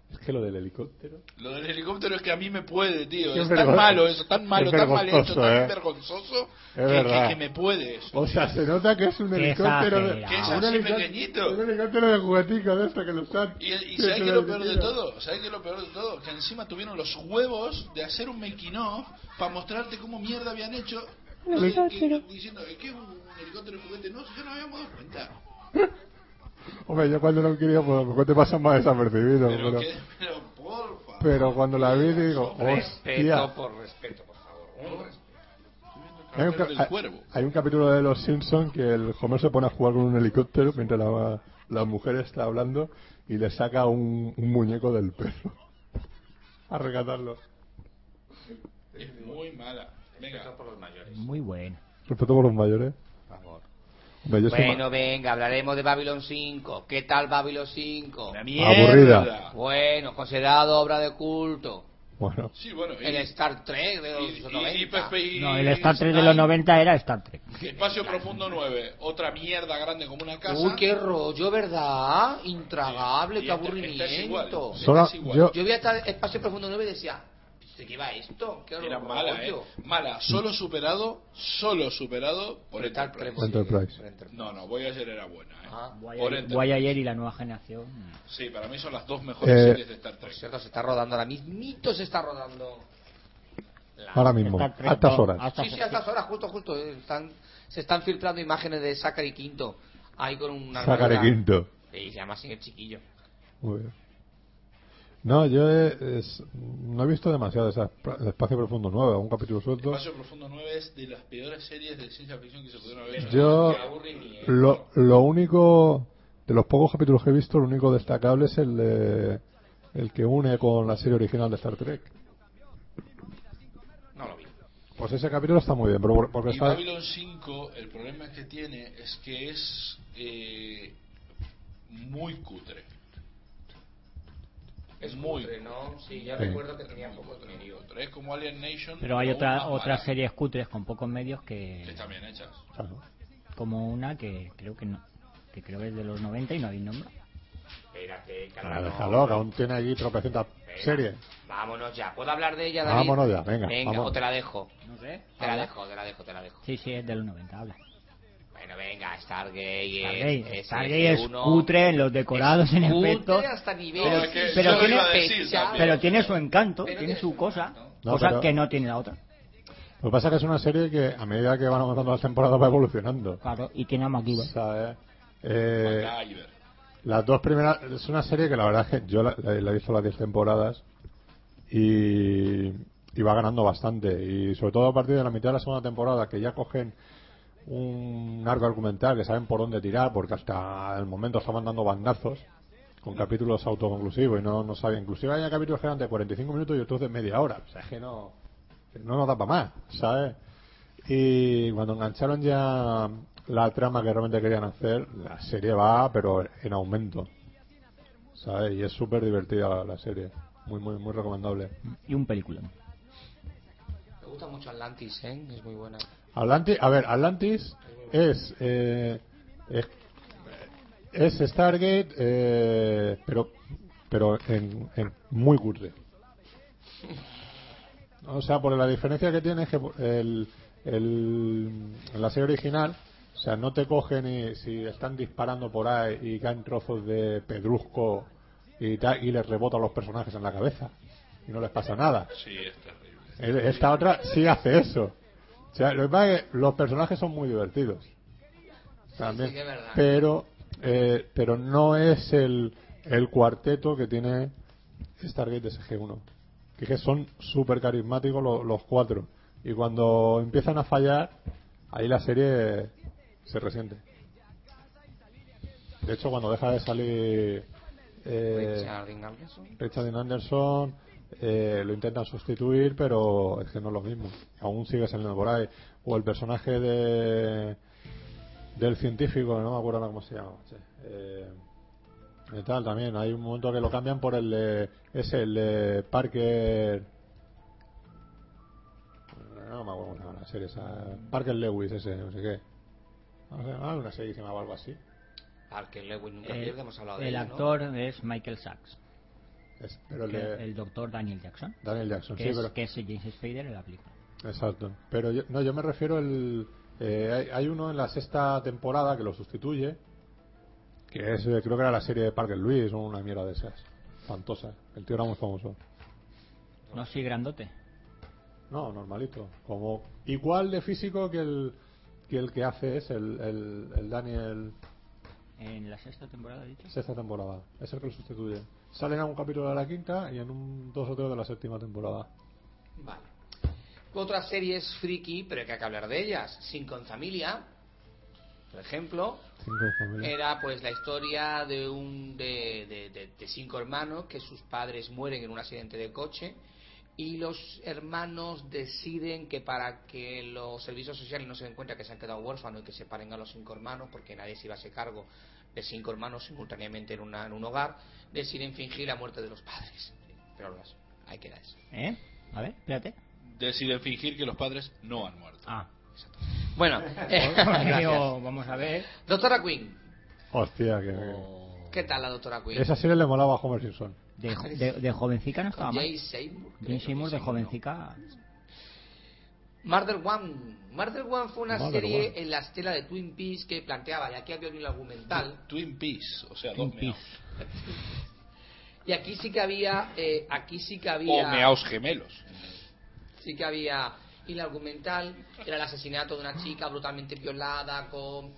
A: Es que lo del helicóptero.
C: Lo del helicóptero es que a mí me puede, tío.
A: Qué
C: Es
A: vergon-
C: tan malo eso, tan malo,
A: es
C: tan mal hecho,
A: vergonzoso,
C: tan
A: eh.
C: vergonzoso
A: Es
C: que,
A: verdad.
C: que- que me puede eso.
A: O sea, se nota que es un
D: Qué
A: helicóptero. de-
D: exagerado. Que es
A: un
C: así
A: helicóptero-
C: pequeñito.
A: Un helicóptero de juguetico de esto que lo están.
C: Y, y
A: que
C: ¿sabes
A: se
C: qué es lo peor de
A: tira.
C: todo? ¿Sabes qué es lo peor de todo? Que encima tuvieron los huevos de hacer un making off para mostrarte cómo mierda habían hecho.
A: Un helicóptero.
C: Diciendo, es que es un helicóptero de juguete. No, ya no habíamos dado cuenta.
A: Hombre, yo cuando lo quería, pues a lo mejor te pasan más desapercibido.
C: Pero,
A: Pero,
C: que, pero porfa.
A: pero cuando la vi, digo, hostia.
B: Respeto por respeto, por favor. Un respeto.
A: Hay un,
C: Cartel
A: ca-
C: del cuervo.
A: hay un capítulo de Los Simpsons que el Homer se pone a jugar con un helicóptero mientras la, la mujer está hablando y le saca un, un muñeco del perro. a rescatarlo.
C: Es muy mala. Venga.
B: Respeto por los mayores.
D: Muy buena.
A: Respeto por los mayores.
B: Por favor.
A: Ve, yo soy
B: Bueno,
A: ma-
B: venga, hablaremos de Babylon 5. ¿Qué tal Babylon 5?
E: Una
A: Aburrida.
B: Bueno, considerado obra de culto.
A: Bueno,
C: Sí, bueno. y-
B: El Star Trek de los
C: y- y- y
B: 90.
C: Pepe y-
D: No, el Star Trek de los
C: Ay,
D: 90 era Star Trek.
C: Espacio Profundo 9, otra mierda grande como una casa.
B: Uy, qué rollo, ¿verdad? Intragable,
C: Y
B: qué
C: este- este es igual.
B: aburrimiento.
C: Este
A: Solo-
C: es igual.
A: yo-
B: Yo vi hasta Espacio Profundo 9 y decía, ¿de qué va esto? Qué
C: Era
B: rollo.
C: mala, eh. Mala, solo superado, solo superado por
B: Por Star
C: Enterprise.
B: Trek.
A: Enterprise.
B: por Enterprise.
C: No, no, Voyager era buena, eh.
B: Ah,
C: Por
D: Voyager,
C: Enterprise.
D: Voyager y la nueva generación.
C: Sí, para mí son las dos mejores
A: Eh,
C: series de Star
B: Por
C: Trek.
B: cierto, Pues se está rodando ahora mismito, se está rodando.
A: ahora mismo,
D: Star Trek
A: a estas
D: no,
A: horas.
D: hasta-
B: Sí, sí, a estas horas, justo, justo. eh, Están, se están filtrando imágenes de Zachary Quinto. Ahí con un
A: Sacaré quinto.
B: Sí, se llama así el chiquillo.
A: Muy bien. No, yo he- es- no he visto demasiado esa de Espacio Profundo 9, un capítulo suelto.
C: Espacio Profundo 9 es de las peores series de ciencia ficción que se pudieron haber hecho.
A: Yo,
C: Qué
B: ¿eh?
C: aburrimiento.
A: lo, lo único, de los pocos capítulos que he visto, lo único destacable es el, de- el que une con la serie original de Star Trek.
B: No lo vi.
A: Pues ese capítulo está muy bien, pero por- porque
C: y
A: está...
C: Babylon 5, el problema que tiene es que es eh, muy cutre.
B: Es
C: muy
B: cutre, ¿no? Sí, ya
A: Sí.
B: recuerdo que tenía
C: muy
B: poco
C: cutre, muy
B: contenido.
C: cutre. Es como Alien Nation.
D: Pero hay
C: aún más
D: otra,
C: mala,
D: otras series cutres con pocos medios
C: que
D: que.
C: están bien hechas.
A: Claro.
D: Como una que creo que no. Que creo que es de los 90 y no habéis nombre.
B: Espérate,
A: Ah,
B: no.
A: déjalo, que aún tiene allí tropecientas
B: Venga,
A: series.
B: Vámonos ya. ¿Puedo hablar de ella, David?
A: Vámonos ya, venga, vámonos.
B: o te la dejo.
D: No sé.
B: Te la dejo, te la dejo, te la dejo.
D: Sí, sí, es de los 90, habla.
B: Bueno, venga, Stargate.
D: Stargate,
B: eh,
D: Stargate es
B: SG-1.
D: cutre en los decorados, en
B: Es cutre
D: efectos.
B: hasta nivel.
C: No, es que
D: pero
C: yo lo
D: tiene
C: iba a decir
B: fecha.
C: también.
D: Pero tiene su encanto,
B: Pero
D: tiene
B: tiene
D: su
B: su
D: cosa.
B: encanto.
A: No,
D: cosa
A: pero-
D: que no tiene la otra.
A: Lo que pasa es que es una serie que a medida que van avanzando las temporadas va evolucionando.
C: Ah,
D: Claro, y tiene a MacGyver.
A: ¿sabes? Eh,
C: MacGyver.
A: Las dos primeras. Es una serie que la verdad es que yo la, la- la he visto las 10 temporadas y, y va ganando bastante. Y sobre todo a partir de la mitad de la segunda temporada, que ya cogen un arco argumental que saben por dónde tirar, porque hasta el momento estaban dando bandazos con capítulos autoconclusivos y no, no sabía. Inclusive había capítulos que eran de 45 minutos y otros de media hora. O sea, es que no, no nos da para más, ¿sabes? Y cuando engancharon ya la trama que realmente querían hacer, la serie va, pero en aumento. ¿Sabes? Y es súper divertida la, la serie. Muy, muy, muy recomendable.
D: Y un peliculón.
B: Me gusta mucho Atlantis, ¿eh? Es muy buena.
A: Atlantis, a ver, Atlantis es. eh, es, es Stargate, eh, pero pero en, en muy curte. O sea, por la diferencia que tiene es que el, el, en la serie original, o sea, no te cogen y si están disparando por ahí y caen trozos de pedrusco y, tal, y les rebota a los personajes en la cabeza y no les pasa nada.
C: Sí, es terrible.
A: El- Esta otra sí hace eso. O sea, lo que pasa es que los personajes son muy divertidos. También.
B: Sí, sí, es verdad.
A: Pero, eh, pero no es el, el cuarteto que tiene Stargate SG-1. Que es que son súper carismáticos lo- los cuatro. Y cuando empiezan a fallar, ahí la serie se resiente. De hecho, cuando deja de salir. eh,
B: Richard Dean Anderson.
A: Richard Dean Anderson eh, lo intentan sustituir, pero es que no es lo mismo. Aún sigue saliendo por ahí. O el personaje de del científico, no me acuerdo ahora cómo se llama. che. Eh, y tal, también hay un momento que lo cambian por el de, ese, el de Parker. No me acuerdo cómo se llama la serie esa. Parker Lewis, ese, no sé qué. No sé, no, hay una serie que se llama algo así.
B: Parker Lewis nunca
D: Eh,
B: pierde, hemos hablado de
D: el
B: él, ¿no?
D: actor es Michael Sachs,
A: Es- pero el
D: que
A: de
D: es el doctor Daniel Jackson,
A: Daniel Jackson,
D: que,
A: sí,
D: es,
A: pero.
D: que es James Spader en la película.
A: Exacto. Pero yo, no, yo me refiero al. eh, hay, hay uno en la sexta temporada que lo sustituye, que es, eh, creo que era la serie de Parker Lewis o una mierda de esas. Fantosa. El tío era muy famoso.
D: No soy grandote.
A: No, normalito. Como igual de físico que el que, el que hace es el, el, el Daniel
D: En la sexta temporada, he dicho.
A: sexta temporada. Es el que lo sustituye. Salen a un capítulo de la quinta y en un dos o tres de la séptima temporada.
B: Vale. Otras series friki, pero que hay que hablar de ellas. Sin con familia, por ejemplo,
A: Cinco de familia.
B: era pues la historia de un de, de- de- de cinco hermanos que sus padres mueren en un accidente de coche y los hermanos deciden que para que los servicios sociales no se den cuenta que se han quedado huérfanos y que separen a los cinco hermanos, porque nadie se iba a hacer cargo de cinco hermanos simultáneamente en, una- en un hogar, deciden fingir la muerte de los padres. Pero no, ahí queda eso.
D: ¿Eh? A ver, espérate.
C: Deciden fingir que los padres no han muerto.
D: Ah.
B: Bueno, eh, gracias.
D: Digo, vamos a ver.
B: Doctora Quinn,
A: Hostia, que.
B: ¿qué tal la doctora Quinn?
A: Esa serie le molaba a Homer Simpson.
D: De, de, de jovencica no estaba
B: Con Jay
D: mal.
B: Seymour. creo
D: Jane
B: que
D: Seymour de
B: no.
D: jovencica.
B: Murder One. Murder One fue una
A: Murder
B: serie
A: One.
B: en la estela de Twin Peaks que planteaba, de aquí había un hilo argumental,
C: Twin Peaks, o sea,
D: Twin
C: dos
D: Peaks.
C: meaos.
B: y aquí sí que había, eh, aquí sí que
A: Oh,
C: O
B: había,
C: meaos gemelos.
B: sí que había hilo argumental, era el asesinato de una chica brutalmente violada con...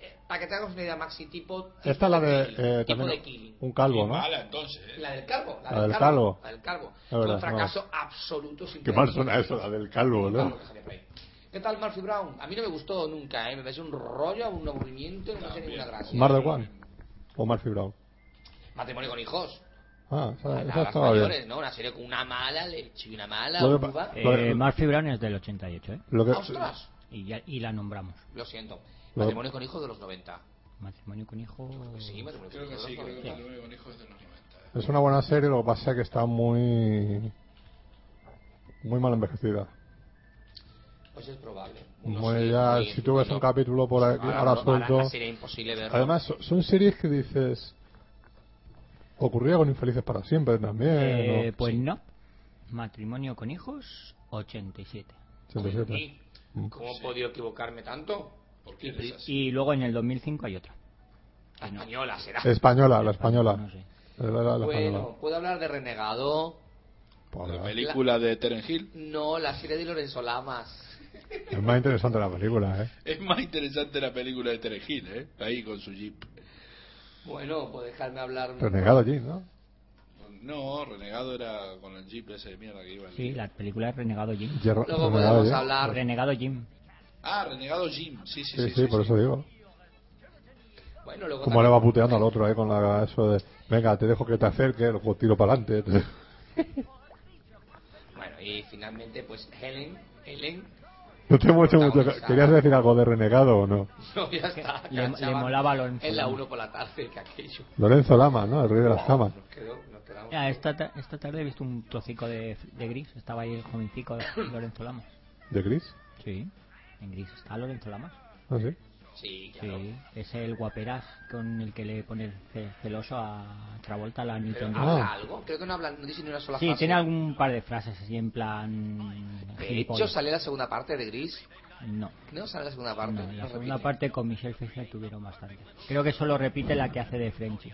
B: eh, para que te hagas una idea, Maxi, tipo...
A: Esta es la de.
B: killing,
A: eh,
B: tipo
A: también
B: de killing.
A: un calvo,
C: Y
A: ¿no?
C: mala, entonces. ¿eh?
B: La del calvo, la,
A: La
B: del,
A: del
B: calvo,
A: calvo.
B: La del calvo.
A: La verdad,
B: un fracaso absoluto. sin
A: Qué mal suena eso, la del calvo, ¿no?
B: Vamos, déjame por ahí. ¿Qué tal Murphy Brown? A mí no me gustó nunca, ¿eh? me parece un rollo, un aburrimiento, no me hace ninguna gracia.
A: Mar de Juan. O Murphy Brown.
B: Matrimonio con hijos.
A: Ah, esa, esa
B: Las
A: estaba
B: mayores,
A: bien.
B: ¿no? Una serie con una mala leche y una mala
A: Lo que pa-
B: uva.
A: Lo de-
D: Eh, Murphy Brown es del 88, ¿eh?
A: Lo que,
B: ¡Ostras!
D: Y, ya, y la nombramos.
B: Lo siento.
A: Lo-
B: Matrimonio con hijos de los 90.
D: Matrimonio con hijo.
A: Mm.
B: Pues Sí, matrimonio con
C: Creo que
B: hijos de
C: sí,
B: los
C: creo que
B: 90.
C: Matrimonio con hijos es de los 90. ¿eh?
A: es una buena serie, lo que pasa es que está muy. Muy mal envejecida.
B: Pues es probable. Uno
A: Muy
B: sí,
A: pues ya,
B: muy
A: si tú ves
B: estupendo.
A: un capítulo por aquí,
B: Ahora,
A: ahora suelto.
B: sería imposible verlo.
A: Además, so- son series que dices. Ocurría con Infelices para siempre también.
D: Eh,
A: ¿no?
D: pues no. Matrimonio con hijos, 87.
A: 87.
B: Sí.
A: Mm.
B: ¿Cómo he podido equivocarme tanto?
C: ¿Por qué eres así?
D: Y luego en el 2005 hay otra.
B: La española será.
A: Española, la española.
D: No sé.
A: La, la- la española.
B: Bueno, ¿puedo hablar de Renegado?
A: Pobre,
C: La película de Terence Hill
B: No, la serie de Lorenzo Lamas.
A: Es más interesante la película, ¿eh?
C: es más interesante la película de Terence Hill, ¿eh? ahí con su jeep.
B: Bueno, pues dejarme hablar.
A: Renegado allí, ¿no?
C: No, Renegado era con el jeep ese de mierda que iba. el-
D: Sí, la película es Renegado Jim.
A: Yerro-
B: Luego
A: Renegado
B: podemos
A: allí.
B: hablar.
D: Renegado Jim.
C: Ah, Renegado Jim, sí, sí,
A: Sí,
C: sí.
A: sí, por eso digo.
B: Bueno, luego
A: Como le
B: también-
A: va puteando al otro, ¿eh? Con la, eso de, venga, te dejo que te acerques, luego tiro para adelante.
B: Bueno, y finalmente, pues Helen, Helen,
A: No te muestro mucho. ¿Querías decir algo de renegado o no?
B: no, ya está.
D: Le- le
B: canchaban
D: molaba Lorenzo
B: En la
D: Lamas.
B: 1 por la tarde, que aquello.
A: Lorenzo Lama, ¿no? El rey de las camas.
B: Nos quedó, nos quedamos.
D: Ah, esta, ta- esta tarde he visto un trocico de, de gris. Estaba ahí el jovencico de Lorenzo Lamas.
A: ¿De Gris?
D: Sí. En gris está Lorenzo Lamas.
A: ¿Ah, sí?
B: Sí, claro.
D: Sí. Es el guaperaz con el que le pone el ce- celoso a Travolta la
B: Pero
D: Newton.
A: Ah.
B: habla algo. Creo que no habla, no dice ni una sola
D: Sí,
B: frase.
D: tiene algún par de frases así en plan.
B: De hecho,
D: gilipollas.
B: sale la segunda parte de Gris.
D: No.
B: No sale la segunda parte.
D: No, en la
B: no
D: segunda
B: repite.
D: parte con Michelle Fisher tuvieron bastante. Creo que solo repite la que hace de Frenchy.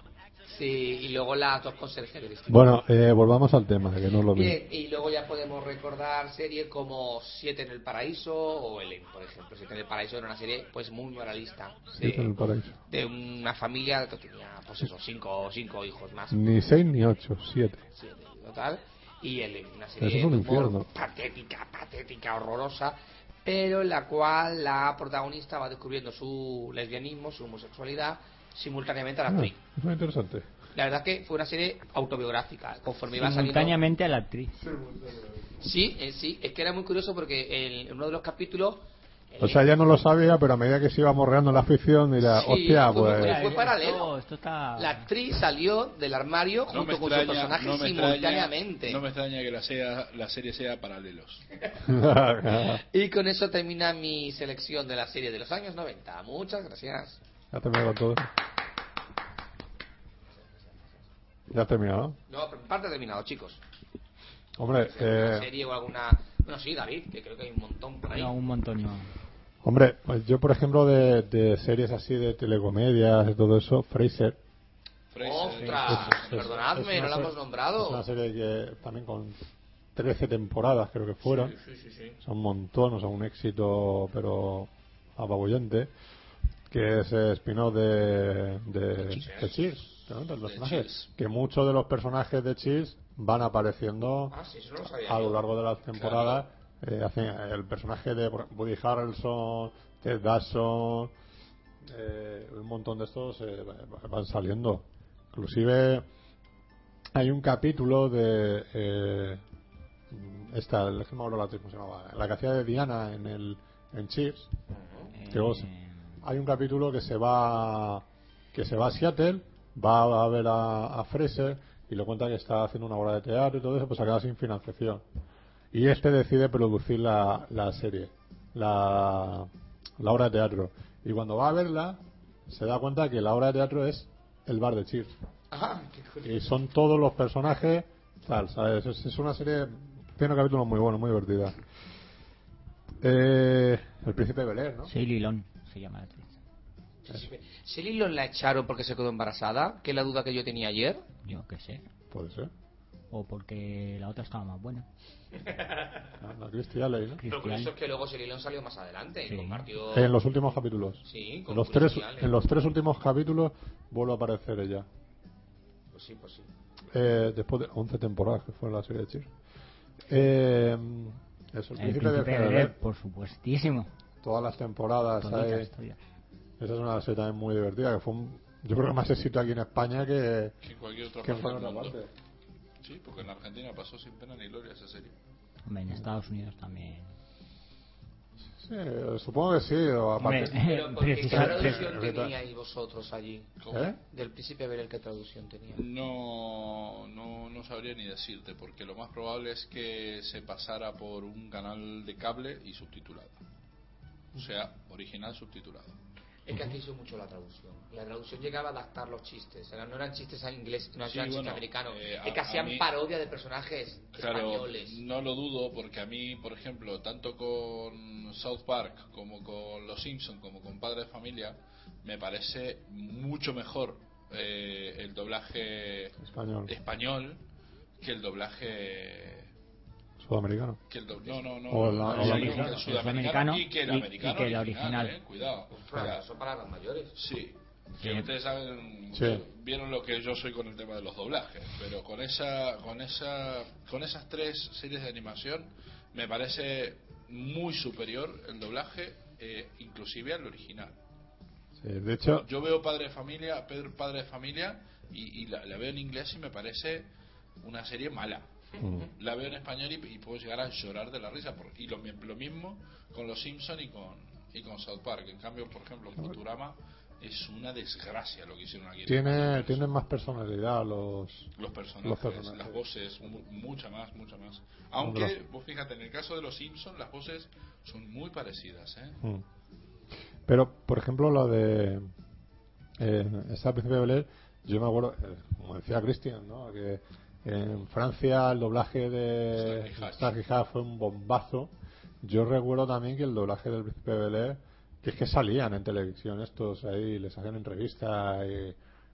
B: Sí, y luego las dos conserjes de Gris.
A: Bueno, eh, volvamos al tema, que no lo vi.
B: Bien, Eh, y luego ya podemos recordar series como Siete en el Paraíso o Ellen, por ejemplo. Siete en el Paraíso era una serie pues muy moralista
A: Sí, en el
B: de,
A: paraíso.
B: de una familia que tenía pues eso, cinco, cinco hijos más
A: Ni seis ni ocho, siete.
B: siete en total. Y Ellen, una serie
A: Eso es un
B: de humor
A: infierno.
B: patética, patética, horrorosa, pero en la cual la protagonista va descubriendo su lesbianismo, su homosexualidad, simultáneamente a la
A: Ah,
B: actriz.
A: eso es interesante.
B: La verdad es que fue una serie autobiográfica, conforme iba saliendo
D: Simultáneamente a la actriz.
B: Sí, eh, sí, es que era muy curioso porque el- en uno de los capítulos.
A: O sea, ya no lo sabía, pero a medida que se iba morreando en la afición, dirá,
B: Sí,
A: hostia,
B: fue muy
A: pues.
B: curioso.
D: Eh,
B: paralelo.
D: esto- esto está-
B: la actriz salió del armario
C: No me
B: junto con
C: extraña,
B: su personaje
C: no me extraña-
B: simultáneamente.
C: no me extraña que la, sea, la serie sea paralelos.
A: ya
B: Y con eso termina mi selección de la serie de los años 90. Muchas gracias.
A: has terminado con todo. eso? Ya has terminado.
B: No, por mi parte ha terminado, chicos.
A: Hombre,
B: ¿Alguna
A: eh,
B: serie o alguna. Bueno, sí, David, que creo que hay un montón por ahí.
D: No, un montón no.
A: hombre, pues yo por ejemplo de, de series así de telecomedias y todo eso, Fraser.
C: Fraser,
B: ¡Ostras!
A: es- es-
B: Perdonadme,
A: es
B: no
A: una serie-
B: la hemos
A: Es una
B: nombrado.
A: serie que también con 13 temporadas creo que fueron.
B: Sí, sí, sí.
A: son un montón, o sea, un éxito, pero apabullante, que es eh, spin-off de, de, de Cheers, ¿no? Del personaje.
C: Cheers.
A: que muchos de los personajes de Cheers van apareciendo
B: Ah, sí, eso no lo sabía.
A: a
B: yo.
A: lo largo de las temporadas. Eh, hacen el personaje de por ejemplo, Woody Harrelson, Ted Dawson, eh, un montón de estos eh, va- van saliendo. Inclusive hay un capítulo de eh, mm, esta, el que me acuerdo la actriz, ¿cómo se llamaba? La que hacía de Diana en, el, en Cheers. Qué gozo.
D: Eh,
A: Hay un capítulo que se va que se va a Seattle, va a ver a, a Fraser y le cuenta que está haciendo una obra de teatro y todo eso, pues acaba sin financiación. Y este decide producir la, la serie, la, la obra de teatro. Y cuando va a verla, se da cuenta que la obra de teatro es el bar de Cheers.
B: Ah, qué curioso.
A: Y son todos los personajes tal, ¿sabes? Es, es una serie, tiene capítulos muy buenos, muy divertida. Eh, el príncipe de Belén, ¿no?
D: Sí, Lilón se llama la actriz.
B: Si Lilon la echaron porque se quedó embarazada, que es la duda que yo tenía ayer.
D: Yo qué sé.
A: Puede ser.
D: O porque la otra estaba más buena.
A: Ah, la Christie Alley, ¿no?
B: Lo
D: Christian.
B: curioso es que luego Sililon salió más adelante
D: Sí.
B: y compartió.
A: En los últimos capítulos.
B: Sí, con
A: en los, tres,
B: Christie Alley.
A: en los tres últimos capítulos vuelve a aparecer ella.
B: Pues sí, pues sí.
A: Eh, después de 11 temporadas que fue la serie de Cheers. Eh, eso, el, príncipe
D: El
A: de
D: príncipe de
A: Belén.
D: Bel-Air, por supuestísimo.
A: Todas las temporadas.
D: Toditas,
A: ¿sabes?
D: toditas.
A: Esa es una serie también muy divertida. Que fue un- yo creo que más éxito aquí en España que,
C: Que en cualquier otra
A: que en
C: parte del
A: otra
C: mundo.
A: parte.
C: Sí, porque en la Argentina pasó sin pena ni gloria esa serie.
D: Hombre, en Estados Unidos también.
A: Sí, supongo que sí. o aparte-
D: Hombre,
C: Eh,
B: Pero, ¿por qué? ¿qué
D: precisa-
B: traducción
A: pre-
B: teníais vosotros allí?
A: ¿Eh?
B: Del príncipe Belén, ¿qué traducción tenía?
C: No, no, no sabría ni decirte, porque lo más probable es que se pasara por un canal de cable y subtitulado. O sea, original subtitulado.
B: Es que aquí hizo mucho la traducción. La traducción llegaba a adaptar los chistes. Eran- no eran chistes a inglés, no eran
C: Sí,
B: chistes
C: bueno,
B: americanos.
C: eh,
B: es que
C: a- a
B: hacían
C: mí-
B: parodia de personajes
C: Claro,
B: españoles.
C: no lo dudo porque a mí, por ejemplo, tanto con South Park como con Los Simpson como con Padre de Familia, me parece mucho mejor eh, el doblaje
A: Español.
C: español que el doblaje
A: Sudamericano.
C: que el do- no no no
A: O la-
C: no,
A: o
C: el
A: la
C: americano,
A: americana.
C: el sudamericano
D: El
C: y que el
D: americano
C: americano
D: y- y que el original.
C: eh, cuidado
B: Ostras,
C: O sea,
B: Pues, son palabras mayores.
C: sí
D: Sí.
C: que ustedes saben
A: Sí.
C: vieron lo que yo soy con el tema de los doblajes pero con esa con esa con esas tres series de animación me parece muy superior el doblaje eh, inclusive al original
A: Sí, de hecho,
C: yo veo Padre de Familia, Pedro Padre de Familia, y, y la, la veo en inglés y me parece una serie mala.
A: mm,
C: La veo en español y, y puedo llegar a llorar de la risa. por- y lo, mi- lo mismo con Los Simpson y con, y con South Park. En cambio, por ejemplo, Futurama es una desgracia lo que hicieron aquí. en
A: tiene,
C: España.
A: tienen más personalidad los,
C: los personajes,
A: los personajes.
C: las voces, mu- mucha más, mucha más. Aunque, vos fíjate, en el caso de Los Simpson las voces son muy parecidas, ¿eh?
A: Mm. Pero, por ejemplo, lo de eh, esa príncipe de Belén, yo me acuerdo, eh, como decía Cristian, ¿no? que en Francia el doblaje de
C: Starkey Hutch.
A: Starkey Hutch fue un bombazo. Yo recuerdo también que el doblaje del príncipe de Belén, que es que salían en televisión estos ahí, les hacían entrevistas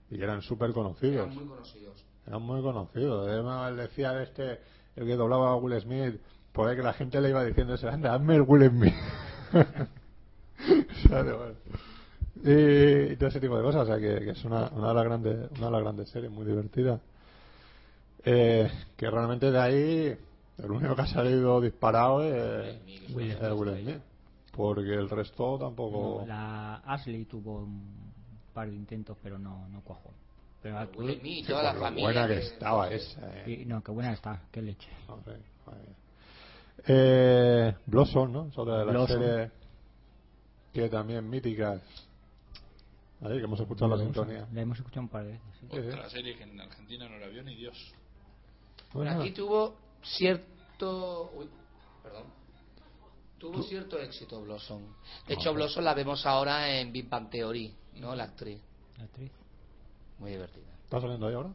A: y, y eran súper conocidos.
B: Eran muy conocidos.
A: Eran muy conocidos. Además, decía este, el que doblaba a Will Smith, por ahí que la gente le iba diciendo, ese, anda, hazme el Will Smith. Claro, bueno. y, y todo ese tipo de cosas. O sea, que, que es una, una, de las grandes, una de las grandes series, muy divertida. Eh, que realmente de ahí, el único que ha salido disparado es es
D: Will
A: Will
D: Smith.
A: Smith. Porque el resto tampoco.
D: No, la Ashley tuvo un par de intentos, pero no, no cuajó. Pero
B: Pero
D: aquí-
B: Will Smith,
A: Ah, Qué
B: toda la
A: lo
B: familia.
A: buena que
B: que-
A: estaba esa. eh.
D: y- no, qué buena está, qué leche.
A: No sé, joder. Eh, Blossom, ¿no? Es otra de las
D: Blossom.
A: series que también míticas. Ahí, que hemos escuchado la
D: Lo hemos-
A: sintonía.
D: La hemos escuchado un par de veces. sí.
A: Sí, sí.
C: Otra serie que en Argentina no la vio ni Dios.
B: Pero
A: Bueno,
B: aquí tuvo cierto. Uy, perdón. Tuvo cierto éxito Blossom. De hecho, Blossom la vemos ahora en Big Bang Theory, ¿no? La actriz.
D: La actriz.
B: Muy divertida.
A: ¿Está saliendo ahí ahora?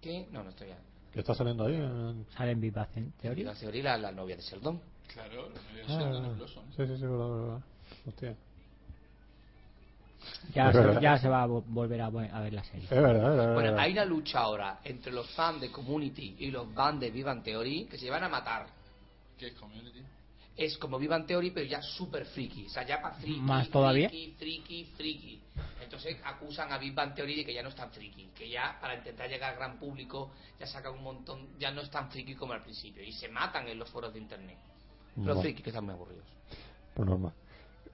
B: ¿Qué? No, no estoy ya.
A: ¿Que está saliendo ahí? En...
D: Sale en Vivacen,
B: Big
D: teoría.
B: Bang Theory, la, la novia de Sheldon.
C: Claro, no había
A: Ah,
C: sido en el Blossom.
A: sí, sí, sí, verdad, verdad. Hostia.
D: Ya,
A: Es
D: se,
A: verdad.
D: ya se va a vo- volver a, vo- a ver la serie.
A: Es verdad, es
D: Ah.
A: verdad. es
B: Bueno,
A: verdad.
B: hay una lucha ahora entre los fans de Community y los fans de Big Bang Theory que se van a matar.
C: ¿Qué es Community?
B: Es como Big Bang Theory, pero ya súper friki. O sea, ya para friki.
D: ¿Más todavía?
B: Friki, friki, friki. Entonces acusan a Big Bang Theory de que ya no es tan friki. Que ya, para intentar llegar al gran público, ya sacan un montón. Ya no es tan friki como al principio. Y se matan en los foros de internet. Los
A: Bueno.
B: frikis que están muy aburridos.
A: Pues normal.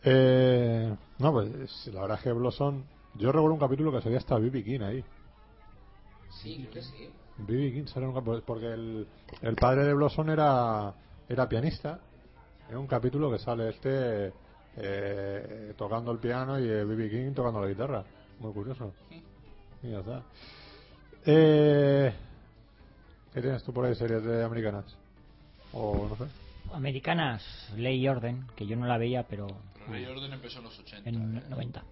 A: Eh, no, pues si la verdad es que Blossom. Yo recuerdo un capítulo que salía hasta BB King ahí.
B: Sí, creo que sí.
A: B.B. King sale en un capítulo, porque el, el padre de Blossom era, era pianista. Es un capítulo que sale este eh, tocando el piano y eh, B.B. King tocando la guitarra. Muy curioso. Y ya está. Eh, ¿Qué tienes tú por ahí, series de americanas? O no sé.
D: Americanas, Ley y Orden, que yo no la veía, pero
C: Rey Orden empezó en los 80.
D: en
C: ¿eh?
D: 90.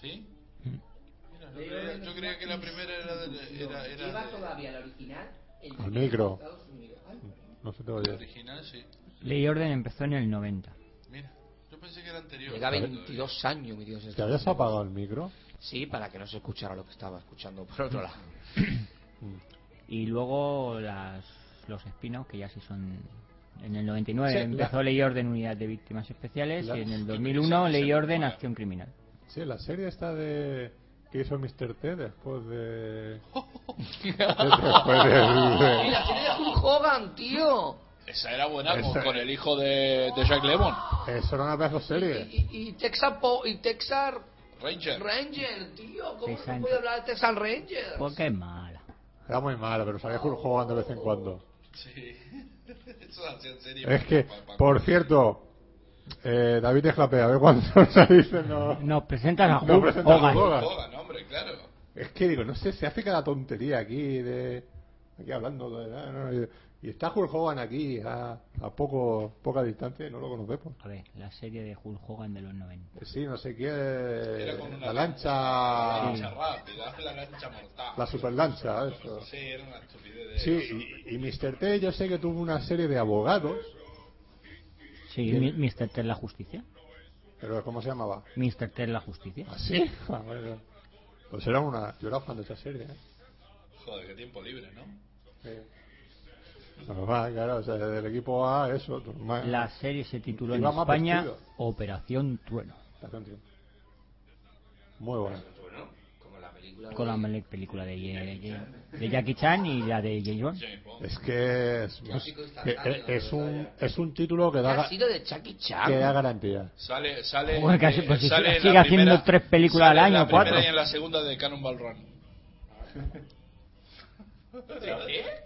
C: ¿Sí?
D: Mm.
C: Mira, yo, creía, yo creía que la primera era de, era, era
B: Lleva
C: de-
B: todavía la original el
A: Al micro.
B: Estados Unidos. Ay,
A: No se te
C: la
A: oye.
C: original, sí.
D: Ley y Orden empezó en el 90.
C: Mira, yo pensé que era anterior.
B: Llega a 22 años, mi Dios. este
A: ¿Te habías apagado el micro?
B: Sí, para que no se escuchara lo que estaba escuchando por otro lado.
D: Y luego las, los spin-offs, que ya sí son... En el 99
A: Sí,
D: empezó
A: la-
D: Ley y Orden, Unidad de Víctimas Especiales,
A: La-
D: y en el
C: Esa-
D: 2001
C: esa
D: Ley y
C: no
D: Orden,
C: mola.
D: Acción Criminal.
A: Sí, la serie esta de que hizo Mr. T después de... después de...
B: Mira, tiene a Hulk Hogan, tío.
C: Esa era buena con,
A: Esa-
C: con el hijo de, de Jack Lemon.
A: Eso era una pedazo de
B: Y,
A: serie.
B: y- y Texas Po- y Texas
C: Ranger.
B: Ranger, tío. ¿Cómo
D: Texas-
B: no puede hablar de Texas Ranger?
D: Porque es Pues mala.
A: Era muy mala, pero salía jugando de vez en cuando.
C: Sí. Eso hacían serie.
A: Es que,
C: Pa- pa-
A: por cierto, eh, David Esclapea, a ver cuándo se dice no.
D: Nos presentas a
A: No
D: Hulk
A: presentas a
D: Hogan.
A: Hulk.
C: Hogan, hombre, claro.
A: Es que digo, no sé, se hace cada tontería aquí de... Aquí hablando de... ah, no, y- y está Hulk Hogan aquí a, a poco poca distancia y no lo conocemos. Eh,
D: A ver, la serie de Hulk Hogan de los 90.
A: Sí, no sé
C: Era
A: qué...
C: con una
A: Eh, La lancha...
C: La lancha rápida, la lancha mortal.
A: La superlancha, eso.
C: Sí, era una estupidez. de-
A: Sí, y, y Mr. T yo sé que tuvo una serie de abogados,
D: Sí,
A: Bien.
D: mi- Mr. T la justicia.
A: pero ¿cómo se llamaba?
D: Mr. T la justicia.
A: ¿Así? Ah, bueno. Pues era una... Yo era fan de esa serie, ¿eh?
C: Joder, qué tiempo libre, ¿no?
A: Eh, normal, claro, o sea, del equipo A, eso, normal.
D: La serie se tituló en
A: Iba Ah. más
D: España
A: vestido.
D: Operación Trueno,
A: La canción. Muy buena.
B: Bueno, como la película.
D: con la mele- película de, Ye- Ye- de Jackie Chan y la de James Bond.
C: James Bond.
A: Es que es,
B: Ya sí que está
A: que-
B: tarde,
A: eh,
B: no,
A: es
B: pero
A: un,
B: está
A: es un título que da,
B: Ha
A: ga-
B: sido de Chucky Chan.
A: que da garantía.
C: Sale, sale.
D: Joder, casi, pues si
C: en la
D: sigue haciendo
C: primera-
D: tres películas
C: sale
D: al
C: en
D: año,
C: la primera
D: cuatro.
C: y en la segunda de Cannonball Run.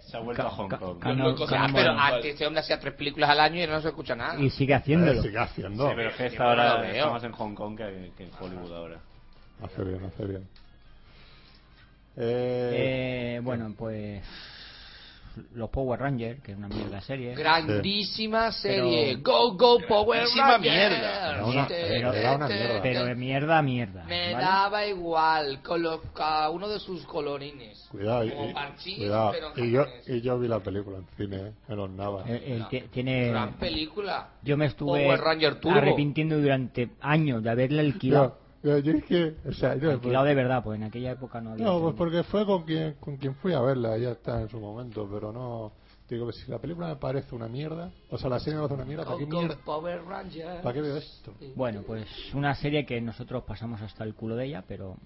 E: Se ha vuelto a Hong
D: Ca-
E: Kong.
D: ca-
E: ¿no?
D: no,
C: Loco,
D: ca-
B: Ya, pero
C: Cannonball.
B: antes este hombre hacía tres películas al año y no se escucha nada.
D: Y sigue
A: Eh,
D: haciéndolo.
A: sigue haciendo.
E: Sí, pero es que
B: Sí,
E: esta
B: pero lo
E: ahora
B: veo.
E: está más en Hong Kong que, que en Hollywood ahora.
A: Hace bien, hace bien. Eh,
D: Eh, bueno, pues los Power Rangers, que es una mierda serie.
B: Grandísima serie.
D: Pero-
B: Go, go, Power
C: Grandísima
B: Rangers. Este,
C: mierda.
A: Era una-
B: Te-
A: era- era Eh, una
B: te-
A: mierda.
D: Pero de mierda, mierda.
B: Me
D: ¿vale?
B: daba igual con los, cada uno de sus colorines.
A: cuidado, y,
B: Como
A: y-
B: parchís,
A: cuidado.
B: pero
A: Y yo,
B: japonés.
A: y yo vi la película en cine, eh, en los Navas.
D: Eh, eh, ti- tiene,
B: Gran película.
D: yo me estuve
B: Power Ranger Turbo.
D: arrepintiendo durante años de haberle
A: yo,
D: alquilado.
A: yo- yo es que, o sea, yo-
D: Alquilado de verdad, pues en aquella época no había.
A: No, pues
D: internet.
A: porque fue con quien, con quien fui a verla, ya está en su momento, pero no. Digo, si la película me parece una mierda, o sea, la serie me parece una mierda, ¿para
B: Go,
A: qué
B: go,
A: mierda?
B: Power Ranger.
A: ¿Para qué veo esto?
D: Bueno, pues una serie que nosotros pasamos hasta el culo de ella, pero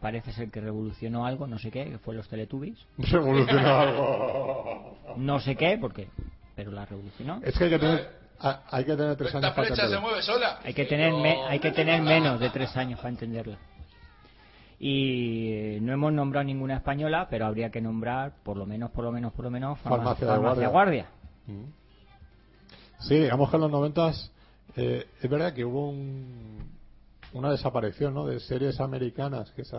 D: parece ser que revolucionó algo, no sé qué, que fue los Teletubbies.
A: Revolucionó algo.
D: No sé qué, porque, pero la revolucionó.
A: Es que hay que tener, a- hay que tener tres
C: Esta
A: años para
C: flecha se
A: entenderlo.
C: mueve sola.
D: Hay que tener, me- hay que tener menos de tres años para entenderla. Y eh, no hemos nombrado ninguna española, pero habría que nombrar, por lo menos, por lo menos, por lo menos, Farma-
A: Farmacia de Guardia. Mm. Sí, digamos que en los noventas eh, es verdad que hubo un, una desaparición ¿no? de series americanas que se,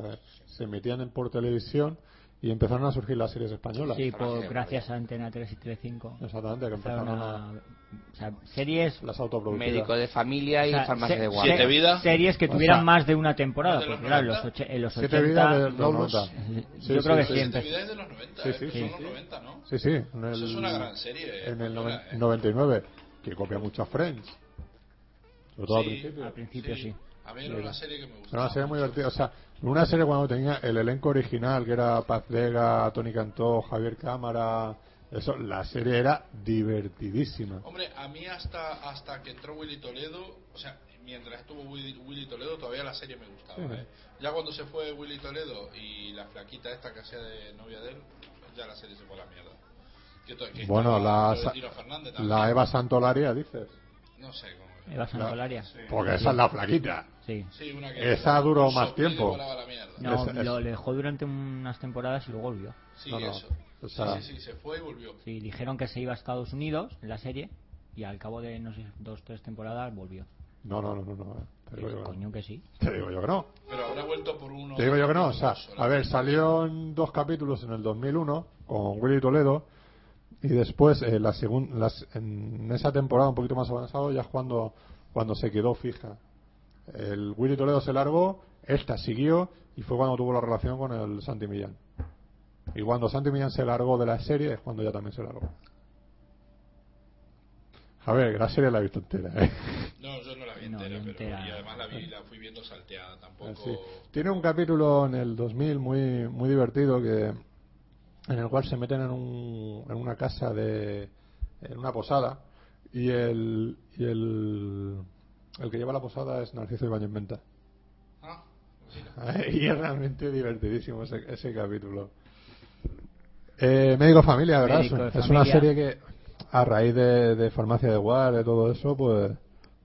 A: se emitían en- por televisión y empezaron a surgir las series españolas.
D: Sí,
B: Farmacia de
D: por, gracias a Antena 3 y 35.
A: Exactamente, que empezaron a,
D: o sea, series
A: las autoproducidas.
B: Médico de familia y
D: O sea,
B: farmacia
D: se-
B: de
D: se-
B: guardia.
C: Siete vidas.
D: Series que
A: O
D: tuvieran
A: sea,
D: más de una
C: más
D: temporada.
C: de los
D: Porque claro, en los
C: 90.
D: och- en los
A: Siete vidas
D: 80.
A: de los
D: los-
A: 90. Sí,
D: yo creo
A: sí,
D: que
A: sí.
C: Esta
D: siempre.
C: vida es de los 90,
A: Sí,
C: eh,
A: sí,
C: que
A: sí.
C: son los 90, ¿no?
A: Sí, sí. En el,
C: Eso es una gran serie. eh,
A: En el
C: española,
A: noven-
C: eh.
A: 99, que copia mucho a Friends. Sobre todo al
C: Sí,
A: principio.
D: Al principio sí.
C: A mí era una serie que me
A: Era
C: gustaba.
A: una serie muy
C: mucho.
A: divertida. O sea, una serie cuando tenía el elenco original, que era Paz Vega, Tony Cantó, Javier Cámara. Eso, la serie era divertidísima.
C: Hombre, a mí hasta, hasta que entró Willy Toledo, o sea, mientras estuvo Willy, Willy Toledo, todavía la serie me gustaba.
A: Sí.
C: ¿eh? Ya cuando se fue Willy Toledo y la flaquita esta que hacía de novia de él, ya la serie se fue a la mierda. Que to- que
A: Bueno,
C: estaba
A: la,
C: Florentino Fernández también.
A: la Eva Santolaria, dices.
C: No sé cómo.
D: Eva Santolaria.
A: Porque esa es la flaquita.
D: Sí.
C: Sí, una que
A: Esa duró más
C: soplido
A: tiempo.
C: volaba la mierda.
D: No,
A: Esa es.
D: lo le dejó durante unas temporadas y luego volvió.
C: Sí,
A: No, no.
C: eso.
A: O sea-
C: sí, sí, sí, se fue y volvió.
D: Sí, dijeron que se iba a Estados Unidos en la serie y al cabo de, no sé, dos, tres temporadas volvió.
A: No, no, no, no. no. Te digo yo que no.
D: Coño que sí.
A: Te digo yo que no.
C: Pero habrá vuelto por uno.
A: Te digo yo que no, o sea,
C: solo.
A: a ver, salió en dos capítulos en el 2001 con Willy Toledo y después eh, la segun- las- en esa temporada un poquito más avanzado ya es cuando, cuando se quedó fija. El Willy Toledo se largó, esta siguió y fue cuando tuvo la relación con el Santi Millán. Y cuando Santi Millán se largó de la serie es cuando ella también se largó. A ver, la serie la he visto entera, ¿eh?
C: No, yo no la vi
D: No,
C: entera,
D: yo
C: pero,
D: entera.
C: y además la vi, la fui viendo salteada tampoco.
A: Así. Tiene un capítulo en el 2000 muy muy divertido que en el cual se meten en, un- en una casa de en una posada y el y el el que lleva la posada es Narciso Ibáñez Menta
C: Ah, mira.
A: y es realmente divertidísimo ese, ese capítulo. Eh, Médico Familia, ¿verdad?
D: Médico de
A: es una
D: Familia.
A: serie que a raíz de, de Farmacia de War, de todo eso, pues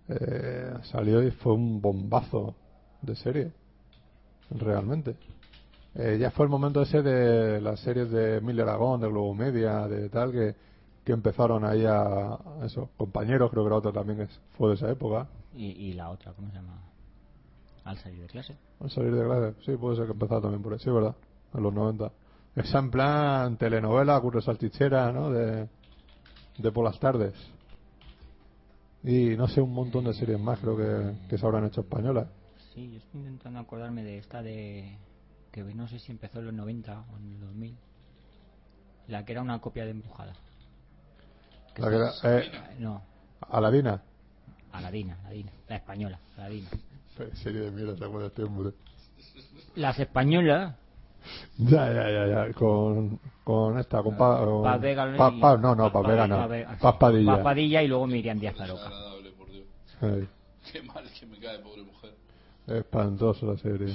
A: eh, salió y fue un bombazo de serie, realmente. Eh, ya fue el momento ese de las series de Miller Aragón, de Globo Media, de tal, que, que empezaron ahí a, a eso. Compañeros, creo que era otro también que fue de esa época.
D: Y, y la otra, ¿cómo se llama? Al salir de clase.
A: Al salir de clase, sí, puede ser que empezara también por ahí, sí, ¿verdad? En los 90. Esa en plan telenovela, curro salchichera, ¿no? De, de por las tardes. Y no sé, un montón de series más creo que, que se habrán hecho españolas.
D: Sí, yo estoy intentando acordarme de esta de... que no sé si empezó en los 90 o en el 2000. La que era una copia de Empujada.
A: La que era- eh,
D: No,
A: Aladina.
D: Aladina, Aladina. La española, Aladina.
A: Serie de mierda, ¿se acuerda este hombre?
D: Las españolas...
A: Ya, ya, ya, ya. Con, con esta, con Pa- con-
D: Paz Vega
A: Pa-
D: y-
A: Pa- no, no,
D: Paz
A: Paz Vega
D: Padilla,
A: no.
D: Paz Vega.
A: Paz Padilla.
D: Paz Padilla y luego Miriam Díaz Caroca.
C: Desagradable, por Dios.
A: Ay,
C: Qué mal que me cae, pobre mujer.
A: espantoso la serie.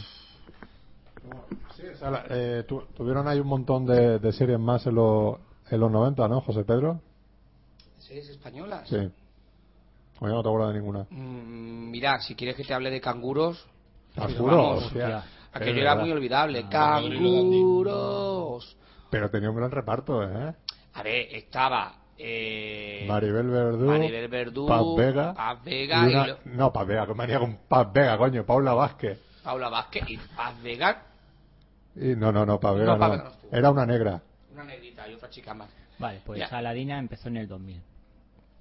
A: Sí, o sea, la- eh, tu- tuvieron ahí un montón de, de series más en, lo- en los 90, ¿no, José Pedro?
B: ¿Series españolas?
A: Sí. Oye, no te acuerdas de ninguna.
B: Mm, mira, si quieres que te hable de canguros,
A: Arturo,
B: vamos,
A: hostia. Es
B: aquello era
A: verdad.
B: muy olvidable.
C: Ah,
B: ¡Canguros!
A: Pero tenía un gran reparto, ¿eh?
B: A ver, estaba. Eh,
A: Maribel Verdú.
B: Maribel Verdú,
A: Paz Vega.
B: Paz Vega
A: y una-
B: y lo-
A: No, Paz Vega, que manía con Paz Vega, coño. Paula Vázquez.
B: Paula Vázquez y Paz Vega,
A: Y no, no, no, Paz Vega no.
B: Paz Vega no estuvo.
A: Era una negra.
B: una negrita y otra chica más.
D: Vale, pues
B: Ya.
D: Aladina empezó en el 2000.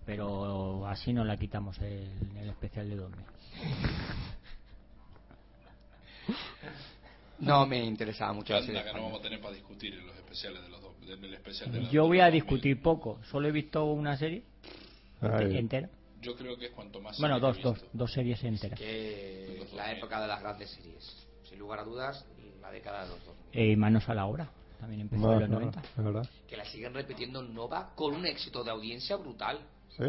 D: Pero así no la quitamos el, el especial de 2000.
B: No me interesaba mucho la serie
C: Anda, que no
B: española.
C: vamos a tener para discutir en los especiales de los dos. en el especial de las
D: Yo
C: dos
D: voy a
C: dos mil.
D: discutir poco. Solo he visto una serie
A: Ay.
D: entera.
C: Yo creo que es cuanto más.
D: Bueno,
C: series
D: dos,
C: he
D: dos,
C: visto.
D: dos series enteras.
B: Que es la época de las grandes series. Sin lugar a dudas, la década de los dos.
D: Eh, manos a la obra. También empezó
A: No,
D: en los
A: no,
D: 90.
A: es verdad.
B: Que la siguen repitiendo en Nova con un éxito de audiencia brutal.
A: Sí.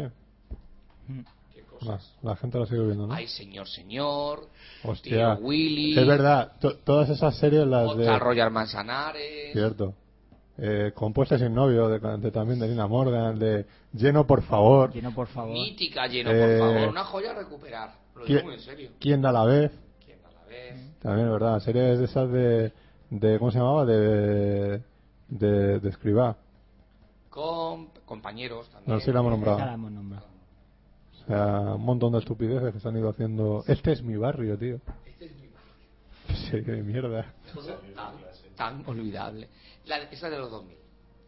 D: Mm.
B: Qué
A: La,
B: cosas.
A: la gente la sigue viendo, ¿no?
B: Ay, señor, señor.
A: Hostia.
B: Tío Willy.
A: Es verdad, to- todas esas series las
B: Otra
A: de...
B: Royal Manzanares.
A: Cierto. Eh, compuesta sin novio, de, de- también de Nina Morgan, de Lleno por favor,
D: Lleno, por favor.
B: Mítica lleno,
A: Eh,
B: por favor. Una joya a recuperar. Lo digo
A: ¿Quién- Mm.
B: muy en serio.
A: ¿Quién da la vez?
B: ¿Quién a la vez?
A: También es verdad, series de esas de, de ¿cómo se llamaba? De, de, de Escribá.
B: Con compañeros también.
A: No sé si la hemos
D: Esa la
A: nombrado.
D: hemos nombrado.
A: O sea, un montón de estupideces que se han ido haciendo. Este es mi barrio, tío.
B: Este
A: Serie de mierda.
B: tan, tan olvidable. La, esa de los 2000.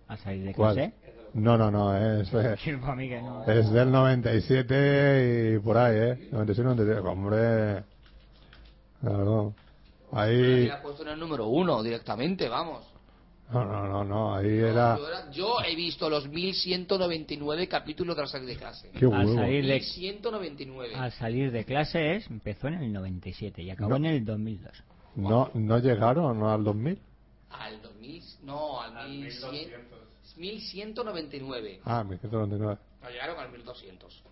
D: Al salir de
A: ¿Cuál? Eh.
D: clase.
A: No, no, no, es, es,
D: Que para mí que no.
A: del 97 y por ahí, ¿eh? 97, 97. Hombre. Claro. Ahí.
B: La he puesto en el número uno directamente, vamos.
A: No, no, no, no, ahí era.
B: Yo, era- yo he visto los 1199 capítulos de la serie de clase.
A: Qué
D: Al
A: huevo.
D: salir de,
B: 1199.
A: Ah,
D: al salir de clase es, empezó en el 97 y acabó
A: No.
D: en el 2002.
A: No, no llegaron al 2000.
B: Al 2000. No, al 1100. 1199.
A: Ah, 1199.
B: No llegaron al 1200.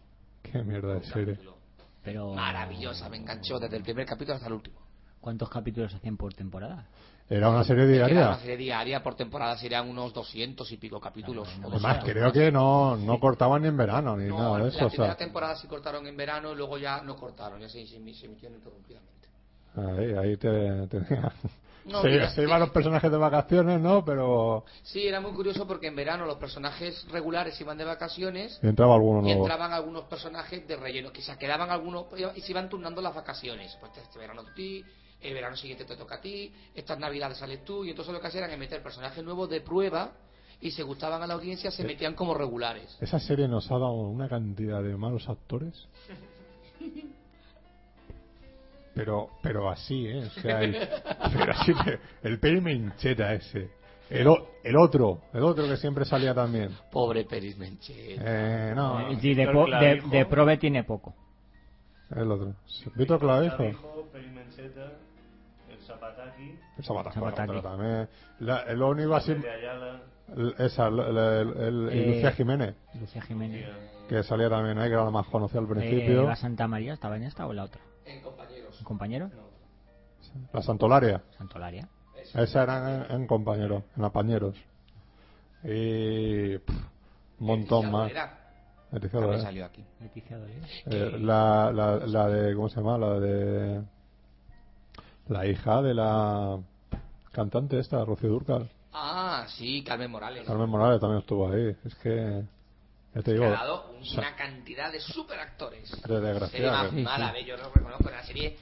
A: Qué mierda de serie.
B: Capítulo.
D: Pero...
B: Oh. Maravillosa, me enganchó desde el primer capítulo hasta el último.
D: ¿Cuántos capítulos hacían por temporada?
A: Era una serie
B: Era una
A: diaria.
B: serie diaria por temporada serían unos 200 y pico capítulos.
D: No, no,
B: o
A: Además,
B: sea,
A: creo que no, no cortaban ni en verano ni
B: no,
A: nada de
B: la
A: eso. O
B: primera
A: sea,
B: temporada sí cortaron en verano y luego ya no cortaron, ya se, se se emitieron interrumpidamente.
A: ahí, ahí te, tenía.
B: No,
A: se,
B: mira,
A: se iban
B: sí.
A: los personajes de vacaciones, ¿no? Pero
B: Sí, era muy curioso porque en verano los personajes regulares iban de vacaciones
A: entraba alguno
B: y
A: nuevo.
B: entraban algunos personajes de relleno, que se quedaban algunos y se iban turnando las vacaciones. Pues este verano a ti, el verano siguiente te toca a ti, estas navidades sales tú, y entonces lo que hacían era meter personajes nuevos de prueba y se gustaban a la audiencia, se metían como regulares.
A: Esa serie nos ha dado una cantidad de malos actores. Pero, pero así, ¿eh? O sea, el, pero así, te- el Peri Mencheta ese. El, o- el otro, el otro que siempre salía también.
B: Pobre Peris Menchel.
A: Eh, no,
D: Eh,
A: el
D: sí, de,
E: Víctor
D: po- de,
E: Clavijo.
D: de Probe tiene poco.
A: otro. Víctor Clavijo.
E: Clavijo, Peri Mencheta, el Zapataki,
A: Zapata,
D: Zapataki.
A: Zapata también. La, el único así.
E: Pepe Ayala,
A: l- Esa, l- l- el- el- y
D: Eh,
A: Lucía Jiménez,
D: Lucía Jiménez.
A: que salía también ahí, que era la más conocida al
D: Eh,
A: principio.
D: ¿Eva Santa María estaba en esta o en la otra?
B: En compañeros.
D: ¿Un compañero?
A: La Santolaria.
D: Santolaria.
A: Esa eran en, en compañeros, en apañeros. Y. pff, un montón más. ¿eh?
B: Era,
A: Leticia
B: también
A: Dolera.
B: salió aquí.
D: Leticia Dolores.
A: Eh, la, la, la de. ¿Cómo se llama? La de. La hija de la cantante esta, Rocío Durcal.
B: Ah, sí, Carmen Morales.
A: Carmen Morales también estuvo ahí. Es que. Ya te
B: Que
A: digo.
B: ha dado
A: o sea,
B: una cantidad de superactores.
A: De desgraciado.
B: Serie más
A: Sí,
D: sí.
B: mala, ¿eh? yo lo reconozco, una serie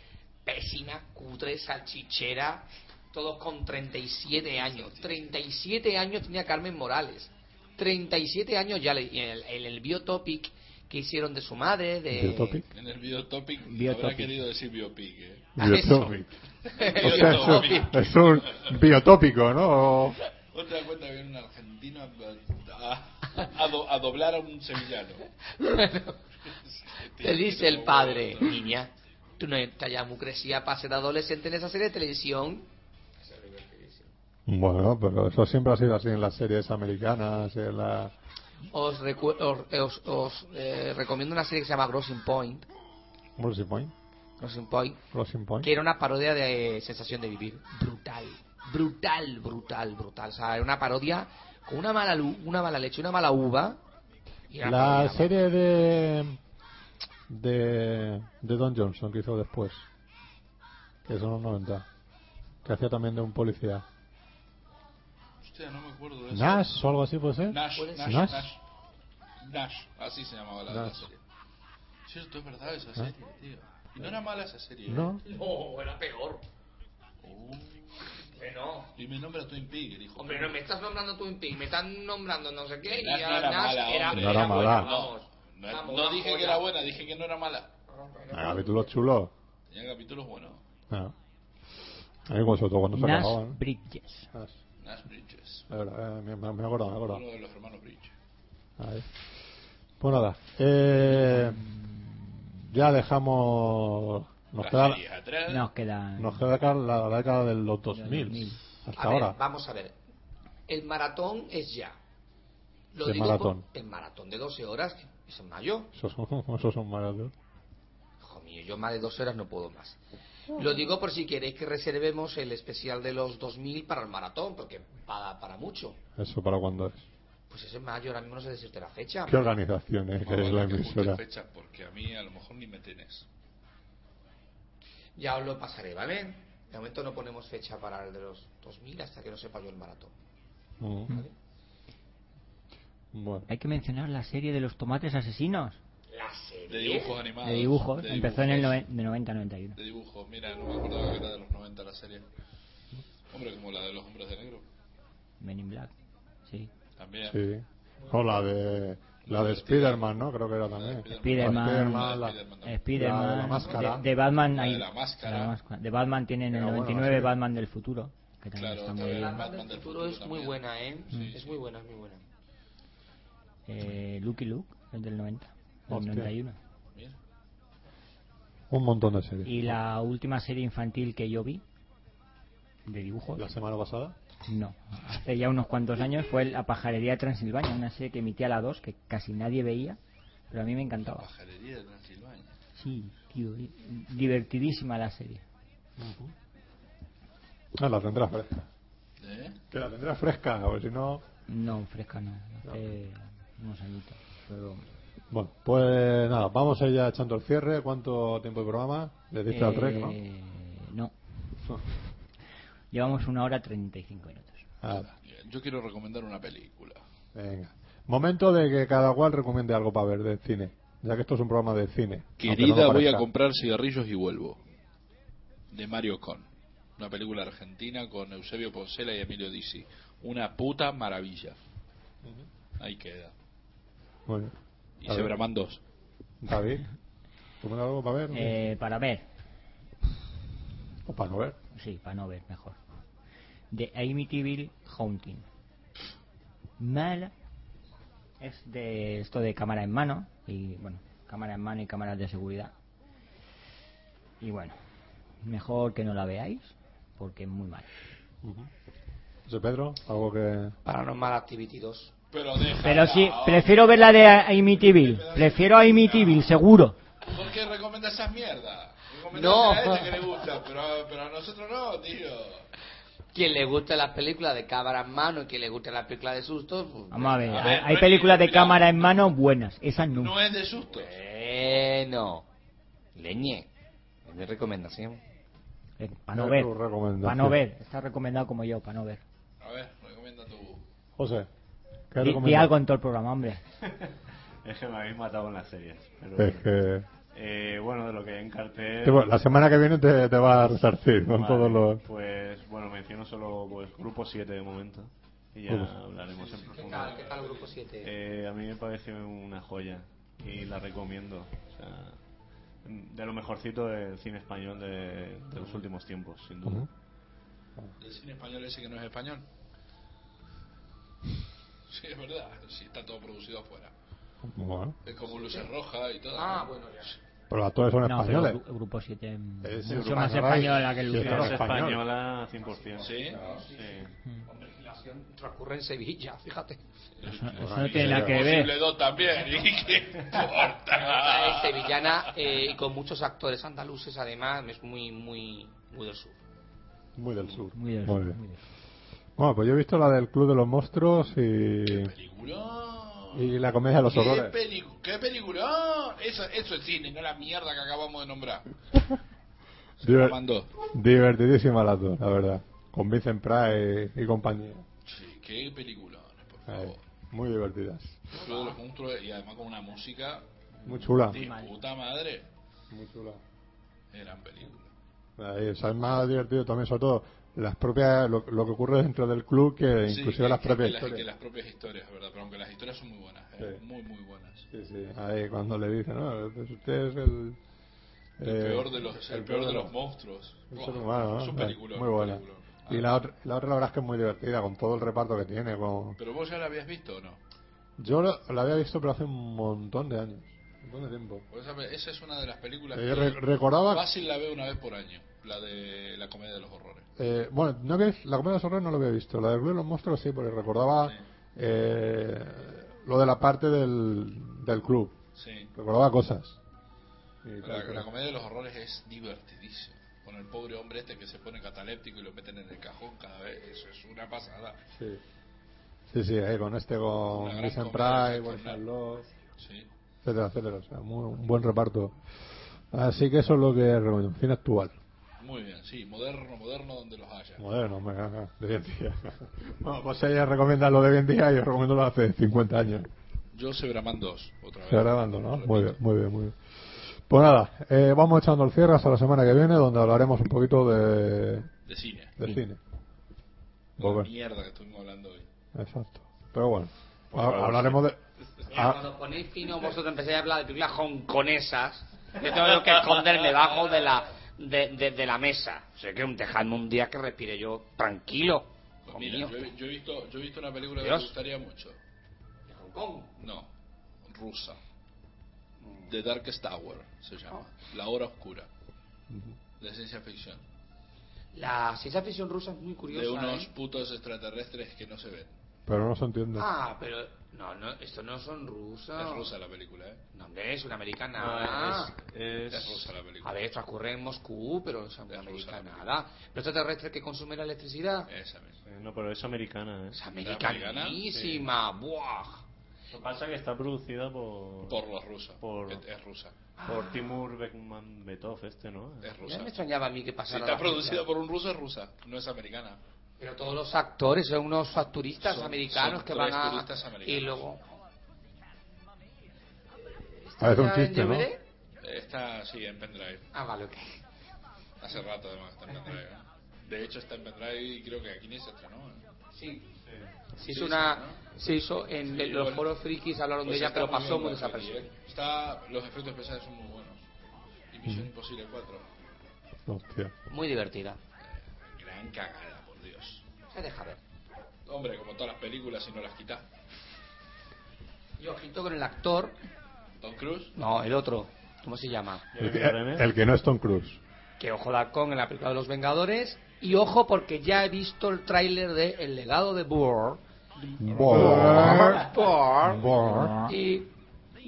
B: pésima, cutre, salchichera, todos con 37 años. 37 años tenía Carmen Morales. 37 años ya le- y en el, en el biotopic que hicieron de su madre, de...
A: Biotopic.
C: En el biotopic, habrá
D: Biotopic.
C: querido decir biopic, ¿eh?
A: Biotopic. O sea, es
C: Biotopic.
A: un, es un biotópico, ¿no? O-
C: Otra cuenta que viene un argentino a, a- a do- a doblar a un sevillano.
B: Te dice el padre, niña, tú no estás ya muy crecida para ser adolescente en esa serie de televisión.
A: Bueno, pero eso siempre ha sido así en las series americanas, en la...
B: Os, recu- os- os- os, eh, recomiendo una serie que se llama Grossing Point.
A: Crossing Point.
B: Crossing Point,
A: Crossing Point.
B: que era una parodia de Sensación de Vivir. Brutal, brutal, brutal, brutal. O sea, era una parodia con una mala, lu- una mala leche, una mala uva. y era
A: La
B: parodia,
A: serie de, de de Don Johnson que hizo después, que son los 90, que hacía también de un policía.
C: Hostia, no me acuerdo de eso.
A: Nash o algo así puede ser.
C: Nash,
B: Puede
C: Nash,
A: ser. Nash.
C: Nash, Nash, así se llamaba la, la
A: Nash. ¿Ah?
C: serie. Cierto, es verdad esa serie, tío. Y no era mala esa serie.
A: No.
C: ¿eh?
B: No, era peor.
C: Oh,
B: Hombre, no.
C: y me nombra Twin Peaks, dijo.
B: Hombre, no me estás nombrando Twin Peaks, me están nombrando no sé qué. Y
C: Nash no
B: ahora
C: era
B: Nash
C: mala,
B: era,
C: hombre.
A: No era
B: buena,
A: mala.
B: vamos.
C: No,
B: Vamos,
C: no
B: una
C: dije que
B: joya.
C: era buena, dije que no era mala.
A: Ah, Capítulos chulos.
C: Tenía capítulos buenos.
A: Ah. Ahí con sobre todo cuando se acababan.
D: Nash Bridges.
A: Nash.
C: Nash Bridges.
A: A ver, eh, me, me- me acuerdo, me acuerdo.
C: Uno de los hermanos Bridges.
A: Ahí. Pues nada, eh, ya dejamos... Nos
C: Las
A: queda,
C: series atrás.
D: Nos quedan.
A: nos queda acá la, la década de los 2000
D: 2000.
A: hasta
B: A ver,
A: ahora.
B: vamos a ver. El maratón es ya.
A: El
B: por-
A: maratón.
B: el maratón de 12 horas es en mayo.
A: Esos son, esos son malos.
B: Hijo mío, yo más de 12 horas no puedo más. Lo digo por si queréis que reservemos el especial de los 2000 para el maratón, porque para, para mucho.
A: Eso para cuando es.
B: Pues eso es mayo, ahora mismo no sé decirte la fecha.
A: ¿Qué organización es, que
C: Vamos
A: es
C: a
A: la
C: ver que junte
A: emisora?
C: fechas, porque a mí a lo mejor ni me tenés.
B: Ya os lo pasaré, ¿vale? De momento no ponemos fecha para el de los 2000 hasta que no sepa yo el maratón.
A: Mm. Bueno,
D: Hay que mencionar la serie de los tomates asesinos.
B: La
C: De
B: serie.
C: dibujos animados.
D: De dibujos.
C: de
D: Empezó en el
C: dibujos.
D: noven- de 90 a 91.
C: De dibujos, mira, no me acordaba que era de los 90 la serie. Hombre, como la de los hombres de negro.
D: Men in Black. Sí.
C: También.
A: sí. O la de, la de Spider-Man, ¿no? Creo que era también.
D: Spiderman.
A: Spiderman, la-
C: Spiderman también.
D: Eh, Spider-Man.
A: La de la máscara.
D: De, de Batman.
C: La de
D: hay-
C: la máscara.
D: la máscara. De Batman tiene en el
A: Era buena la
D: 99
A: serie.
D: Batman del futuro. Que también
C: Claro,
D: está muy
C: también.
D: bien.
B: Batman del futuro es muy buena, ¿eh?
C: Sí.
B: Es muy buena, es muy buena.
D: Eh, Lucky Luke, el del 90. El
A: Hostia.
D: 91.
C: Mira.
A: Un montón de series.
D: Y la última serie infantil que yo vi. De dibujos.
A: ¿La semana pasada?
D: No, hace ya unos cuantos años fue La pajarería de Transilvania, una serie que emitía la 2 que casi nadie veía, pero a mí me
C: La
D: encantaba.
C: pajarería de Transilvania.
D: Sí, tío, divertidísima la serie.
A: No, Ah, la tendrás fresca.
C: ¿Eh?
A: Que la tendrás fresca, porque si no...
D: No, fresca no. Hace unos añitos. Pero,
A: Bueno, pues nada, vamos allá echando el cierre. ¿Cuánto tiempo de programa? Le diste al rec, ¿no?
D: eh, no. Llevamos una hora 35 minutos.
A: Nada.
C: Bien, Yo quiero recomendar una película.
A: Venga. Momento de que cada cual recomiende algo para ver de cine, ya que esto es un programa de cine. aunque no
C: Querida,
A: lo
C: voy a
A: parezca.
C: comprar cigarrillos y vuelvo. De Mario Con. Una película argentina con Eusebio Poncela y Emilio Dizzi. Una puta maravilla. Ahí queda.
A: Bueno.
C: Y
A: A
C: se
A: ver.
C: braman dos.
A: David, ¿recomienda algo para ver?
D: Eh, para ver,
A: ¿O para no ver?
D: Pues sí, para no ver, mejor. De Amityville Haunting. Mala. Es de esto de cámara en mano. Y bueno, cámara en mano y cámaras de seguridad. Y bueno, mejor que no la veáis porque es muy mal.
A: José Pedro, algo que...
B: Paranormal Activity 2.
C: Pero ah, deja.
D: Pero sí, prefiero ver la de Amityville. Prefiero a Amityville, seguro.
C: ¿Por qué recomiendas esas mierdas?
B: No.
C: No. A este que le gusta, pero, pero a nosotros no, tío.
B: Quien le gusta las películas de cámara en mano y quien le gusta las películas de sustos. pues,
D: Vamos a ver,
C: A ver,
D: hay
C: no
D: películas
C: es-
D: de
C: cuidado.
D: cámara en mano buenas, esas no.
C: No es de susto.
B: Bueno, leñe. Es mi recomendación.
D: Para Eh, no
A: Es
D: ver,
A: tu recomendación.
D: para no ver, está recomendado como yo, para no ver.
C: A ver, recomienda tu.
A: José, ¿qué
D: Di, di
A: recomienda?
D: algo en todo el programa, hombre.
E: Es que me habéis matado con las series. Pero,
A: Es que...
E: eh, bueno, de lo que hay en cartel.
A: Sí, bueno, la semana que viene te, te va a resarcir con
E: Vale,
A: todos los...
E: Pues bueno, menciono solo pues, Grupo 7 de momento. Y ya
A: Grupo.
E: hablaremos en
B: ¿Qué
E: profundidad.
B: tal, qué tal Grupo 7?
E: Eh, a mí me pareció una joya y la recomiendo. O sea, de lo mejorcito del cine español de, de los últimos tiempos, sin duda.
A: Ujú.
C: El cine español ese que no es español. Sí, es verdad. Sí, está todo producido afuera.
A: Bueno,
C: Es como luces rojas y todo.
B: Ah, bueno, ya.
A: pero los actores son
D: No, pero
A: españoles.
D: Gru- Grupo 7 mm,
A: Eh, sí,
D: mucho
A: Grupo
D: más
A: Anorray.
D: española que el
A: Sí,
E: Sí,
D: Grupo
A: claro.
E: es
A: español.
E: española 100%.
C: Sí.
E: Sí.
B: Hombre, la acción transcurre en Sevilla, fíjate.
D: Eso no tiene nada que
C: Posible
D: ver.
C: dos también. ¿Y qué importa?
B: Es sevillana eh, y con muchos actores andaluces, además, es muy, muy, muy del sur.
A: Muy del sur.
D: Muy del-
A: Muy bien.
D: muy del-
A: Bueno, pues yo he visto la del Club de los Monstruos y,
C: Peliculón.
A: y la comedia de los
C: ¿Qué,
A: horrores.
C: pelicu- qué peliculón! Eso, eso es cine, no la mierda que acabamos de nombrar. Se
A: Diver-
C: la mandó.
A: Divertidísima las dos, la verdad. Con Vincent Price y compañía.
C: Sí, qué peliculones, por
A: Eh,
C: favor.
A: muy divertidas.
C: El Club de los monstruos y además con una música
A: Muy chula.
C: de puta madre.
A: Muy chula.
C: Eran películas.
A: Ahí, o sea, es más divertido también, sobre todo, las propias, lo, lo que ocurre dentro del club que
C: Sí,
A: inclusive
C: que-
A: las
C: que-
A: propias
C: que las-
A: historias.
C: que las propias historias, ¿verdad? Pero aunque las historias son muy buenas, eh,
A: Sí.
C: muy, muy buenas.
A: Sí, sí. Ahí cuando le dicen, no, pues usted es el...
C: El
A: eh,
C: peor de los, el peor de los monstruos.
A: Un
C: Buah,
A: ser humano, ¿no?
C: Es un
A: Eh,
C: peliculón,
A: Muy
C: un
A: buena.
C: peliculón.
A: Y la otra, la otra, la verdad es que es muy divertida, con todo el reparto que tiene. Con...
C: Pero vos ya la habías visto o no?
A: Yo lo- la había visto, pero hace un montón de años. Un montón de tiempo.
C: Pues esa, esa es una de las películas
A: Eh,
C: que
A: re- recordaba
C: fácil la veo una vez por año, la de la comedia de los horrores.
A: Eh, bueno, no había- la comedia de los horrores no lo había visto. La del Club de los Monstruos sí, porque recordaba
C: Sí.
A: eh, lo de la parte del, del club.
C: Sí.
A: Recordaba cosas. Y
C: La,
A: tal,
C: la
A: pero-
C: comedia de los horrores es divertidísima. Con el pobre hombre este que se pone cataléptico y lo meten en el cajón cada vez. Eso es una pasada.
A: sí. sí, sí, ahí con este, con
C: Una gran
A: Vincent
C: comedia,
A: Price,
C: sí,
A: Boris
C: claro.
A: Karloff,
C: Sí.
A: etcétera, etcétera. O sea, muy- un buen reparto. Así que eso es lo que recomiendo. Cine actual.
C: Muy bien, sí. Moderno, moderno donde los haya.
A: Moderno, hombre, ajá, de hoy en día. bueno, pues ella recomienda lo de hoy en día, yo recomiendo lo de hace 50 años.
C: Yo Sebraman 2, otra vez.
A: Se grabando, ¿no?
C: Repito.
A: Muy bien, muy bien, muy bien. Pues nada, eh, vamos echando el cierre hasta la semana que viene, donde hablaremos un poquito de,
C: De cine.
A: de
D: Sí.
A: cine.
C: La
A: Volver.
C: mierda que estuvimos hablando hoy.
A: Exacto. Pero bueno, ha- hablaremos de. Ah,
B: Cuando ponéis fino, vosotros empezáis a hablar de películas hongkonesas. Yo tengo que esconder debajo de la, de, de- de la mesa. O sea, que un dejadme un día que respire yo tranquilo.
C: Pues
B: hijo
C: mira,
B: mío.
C: yo, he- yo he visto, yo he visto una película que
B: Dios.
C: me gustaría mucho.
B: De Hong Kong.
C: No, rusa.
B: Mm.
C: The Darkest Hour se llama.
B: Ah.
C: La Hora Oscura. De ciencia ficción.
B: La ciencia ficción rusa es muy curiosa.
C: De unos
B: ¿eh?
C: putos extraterrestres que no se ven.
A: pero no se entiende.
B: Ah, pero. No, no, esto no son rusos.
C: Es rusa la película, ¿eh?
B: No, hombre, es una americana. Ah.
E: Ah,
C: es, es- es rusa la película.
B: A ver, transcurre en Moscú, pero no es una
C: Es rusa la
B: americanada. Pero extraterrestre que consume la electricidad.
C: Esa misma.
E: Eh, no, pero es americana, ¿eh?
B: Es
C: americana,
B: americanísima. Buah.
E: Lo que pasa es que está producida por...
C: Por los rusos.
E: Por-
C: Es, es rusa.
E: por Timur Bekmambetov este, ¿no?
C: Es rusa.
B: Ya me extrañaba a mí que
C: Si
B: pasara.
C: está
B: la película.
C: producida por un ruso, es rusa. No es americana.
B: Pero todos los actores son unos facturistas
C: Son-
B: americanos
C: son
B: que van
C: tres
B: a.
C: turistas americanos.
B: Y luego.
A: Ah, es un
B: ¿Está en
A: chiste, ¿no?
B: DVD?
C: Está, sí, en pendrive.
B: Ah, vale, ok.
C: Hace rato, además, está en pendrive. ¿eh? De hecho, está en pendrive y creo que aquí ni se estrenó. ¿eh?
B: Sí. Se
C: Sí,
B: hizo
C: sí,
B: una.
C: ¿no?
B: Se hizo en
C: Sí,
B: los
C: bueno.
B: foros frikis, hablaron
C: Pues
B: de ella,
C: está
B: pero pasó
C: bien
B: muy
C: la serie,
B: desapercibida.
C: ¿eh? Está, los efectos especiales son muy buenos. Y Misión Imposible 4.
A: Hostia.
B: Muy divertida.
C: Gran cagada, por Dios.
B: Se deja ver.
C: Hombre, como todas las películas, si no las quitas.
B: Y ojito con el actor.
C: Tom Cruise,
B: No, el otro. ¿Cómo se llama?
A: El que,
E: Jeremy Renner.
A: el que no es Tom Cruise.
B: Que ojo de halcón en la película de los Vengadores. Y ojo porque ya he visto el tráiler de El legado de Burr.
A: Boar.
B: Burr.
A: Boar.
B: Y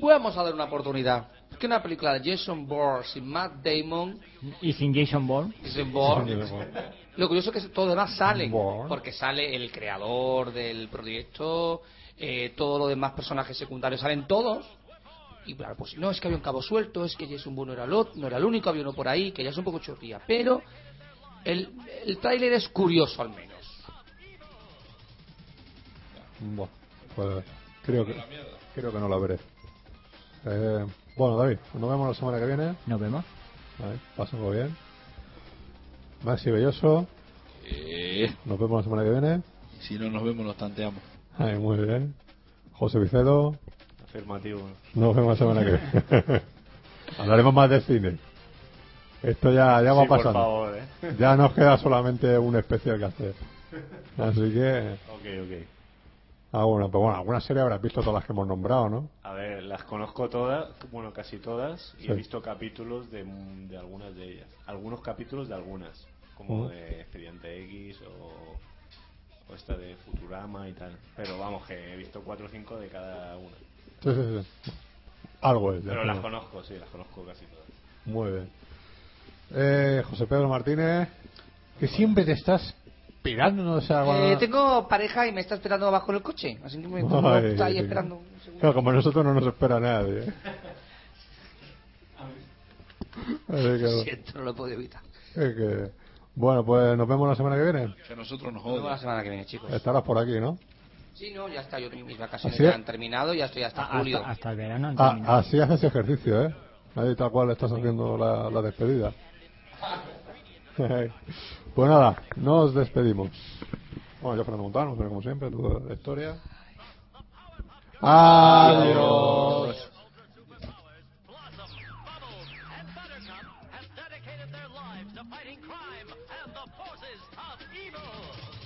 B: vamos a dar una oportunidad. Es que una película de Jason Bourne sin Matt Damon,
D: Y sin Jason Bourne.
B: Jason Bourne, Lo curioso es que todo lo demás sale,
A: Bourne.
B: porque sale el creador del proyecto, eh, todos los demás personajes secundarios salen todos. Y claro, pues no, es que había un cabo suelto, es que Jason Bourne no era, el ot- no era el único, había uno por ahí, que ya es un poco chorría. Pero el, el tráiler es curioso al menos.
A: Buah, pues creo que, creo que no la veré. Eh, bueno, David, nos vemos la semana que viene.
D: Nos vemos.
A: Vale, pásenlo bien. Maxi Belloso, nos vemos la semana que viene.
C: Eh. si no nos vemos, nos tanteamos.
A: Ay, muy bien. José Vicedo,
E: Afirmativo.
A: nos vemos la semana que viene. Hablaremos más de cine. Esto ya, ya va
E: Sí,
A: pasando.
E: por favor, ¿eh?
A: Ya nos queda solamente un especial que hacer. Así que.
E: ok, ok.
A: Ah, bueno, pero bueno, alguna serie habrás visto todas las que hemos nombrado, ¿no?
E: A ver, las conozco todas, bueno, casi todas, y
A: Sí.
E: he visto capítulos de, de algunas de ellas. Algunos capítulos de algunas, como
A: Ujú.
E: de Expediente X o, o esta de Futurama y tal. Pero vamos, que he visto cuatro o cinco de cada una.
A: Sí, sí, sí. Algo es. de
E: Pero las
A: acuerdo.
E: conozco, sí, las conozco casi todas.
A: Muy bien. Eh, José Pedro Martínez, que siempre te estás pirando, no sé,
B: Eh,
A: alguna-
B: tengo pareja y me está esperando abajo en el coche, así que me pongo-
A: Ay,
B: está ahí
A: venga.
B: esperando. un segundo.
A: Claro, como a nosotros no nos espera nadie. ¿eh?
B: Lo
A: Así que-
B: siento, no lo puedo evitar.
A: es que- bueno, pues nos vemos la semana que viene.
C: Que a nosotros nos
B: Nos vemos la
C: odian.
B: semana que viene, chicos.
A: Estarás por aquí, ¿no?
B: Sí, no, ya está. Yo mis vacaciones
A: ¿Así es?
B: ya han terminado, ya estoy hasta
D: Ah,
B: julio.
D: Hasta, hasta el verano. han
A: Ah,
D: terminado.
A: así haces ejercicio, ¿eh? Ahí tal cual estás haciendo la, la despedida. pues nada, nos despedimos. Bueno, yo Fernando Montano, pero como siempre, tu historia. Adiós.
F: and Buttercup have dedicated their lives to fighting crime and the forces of evil.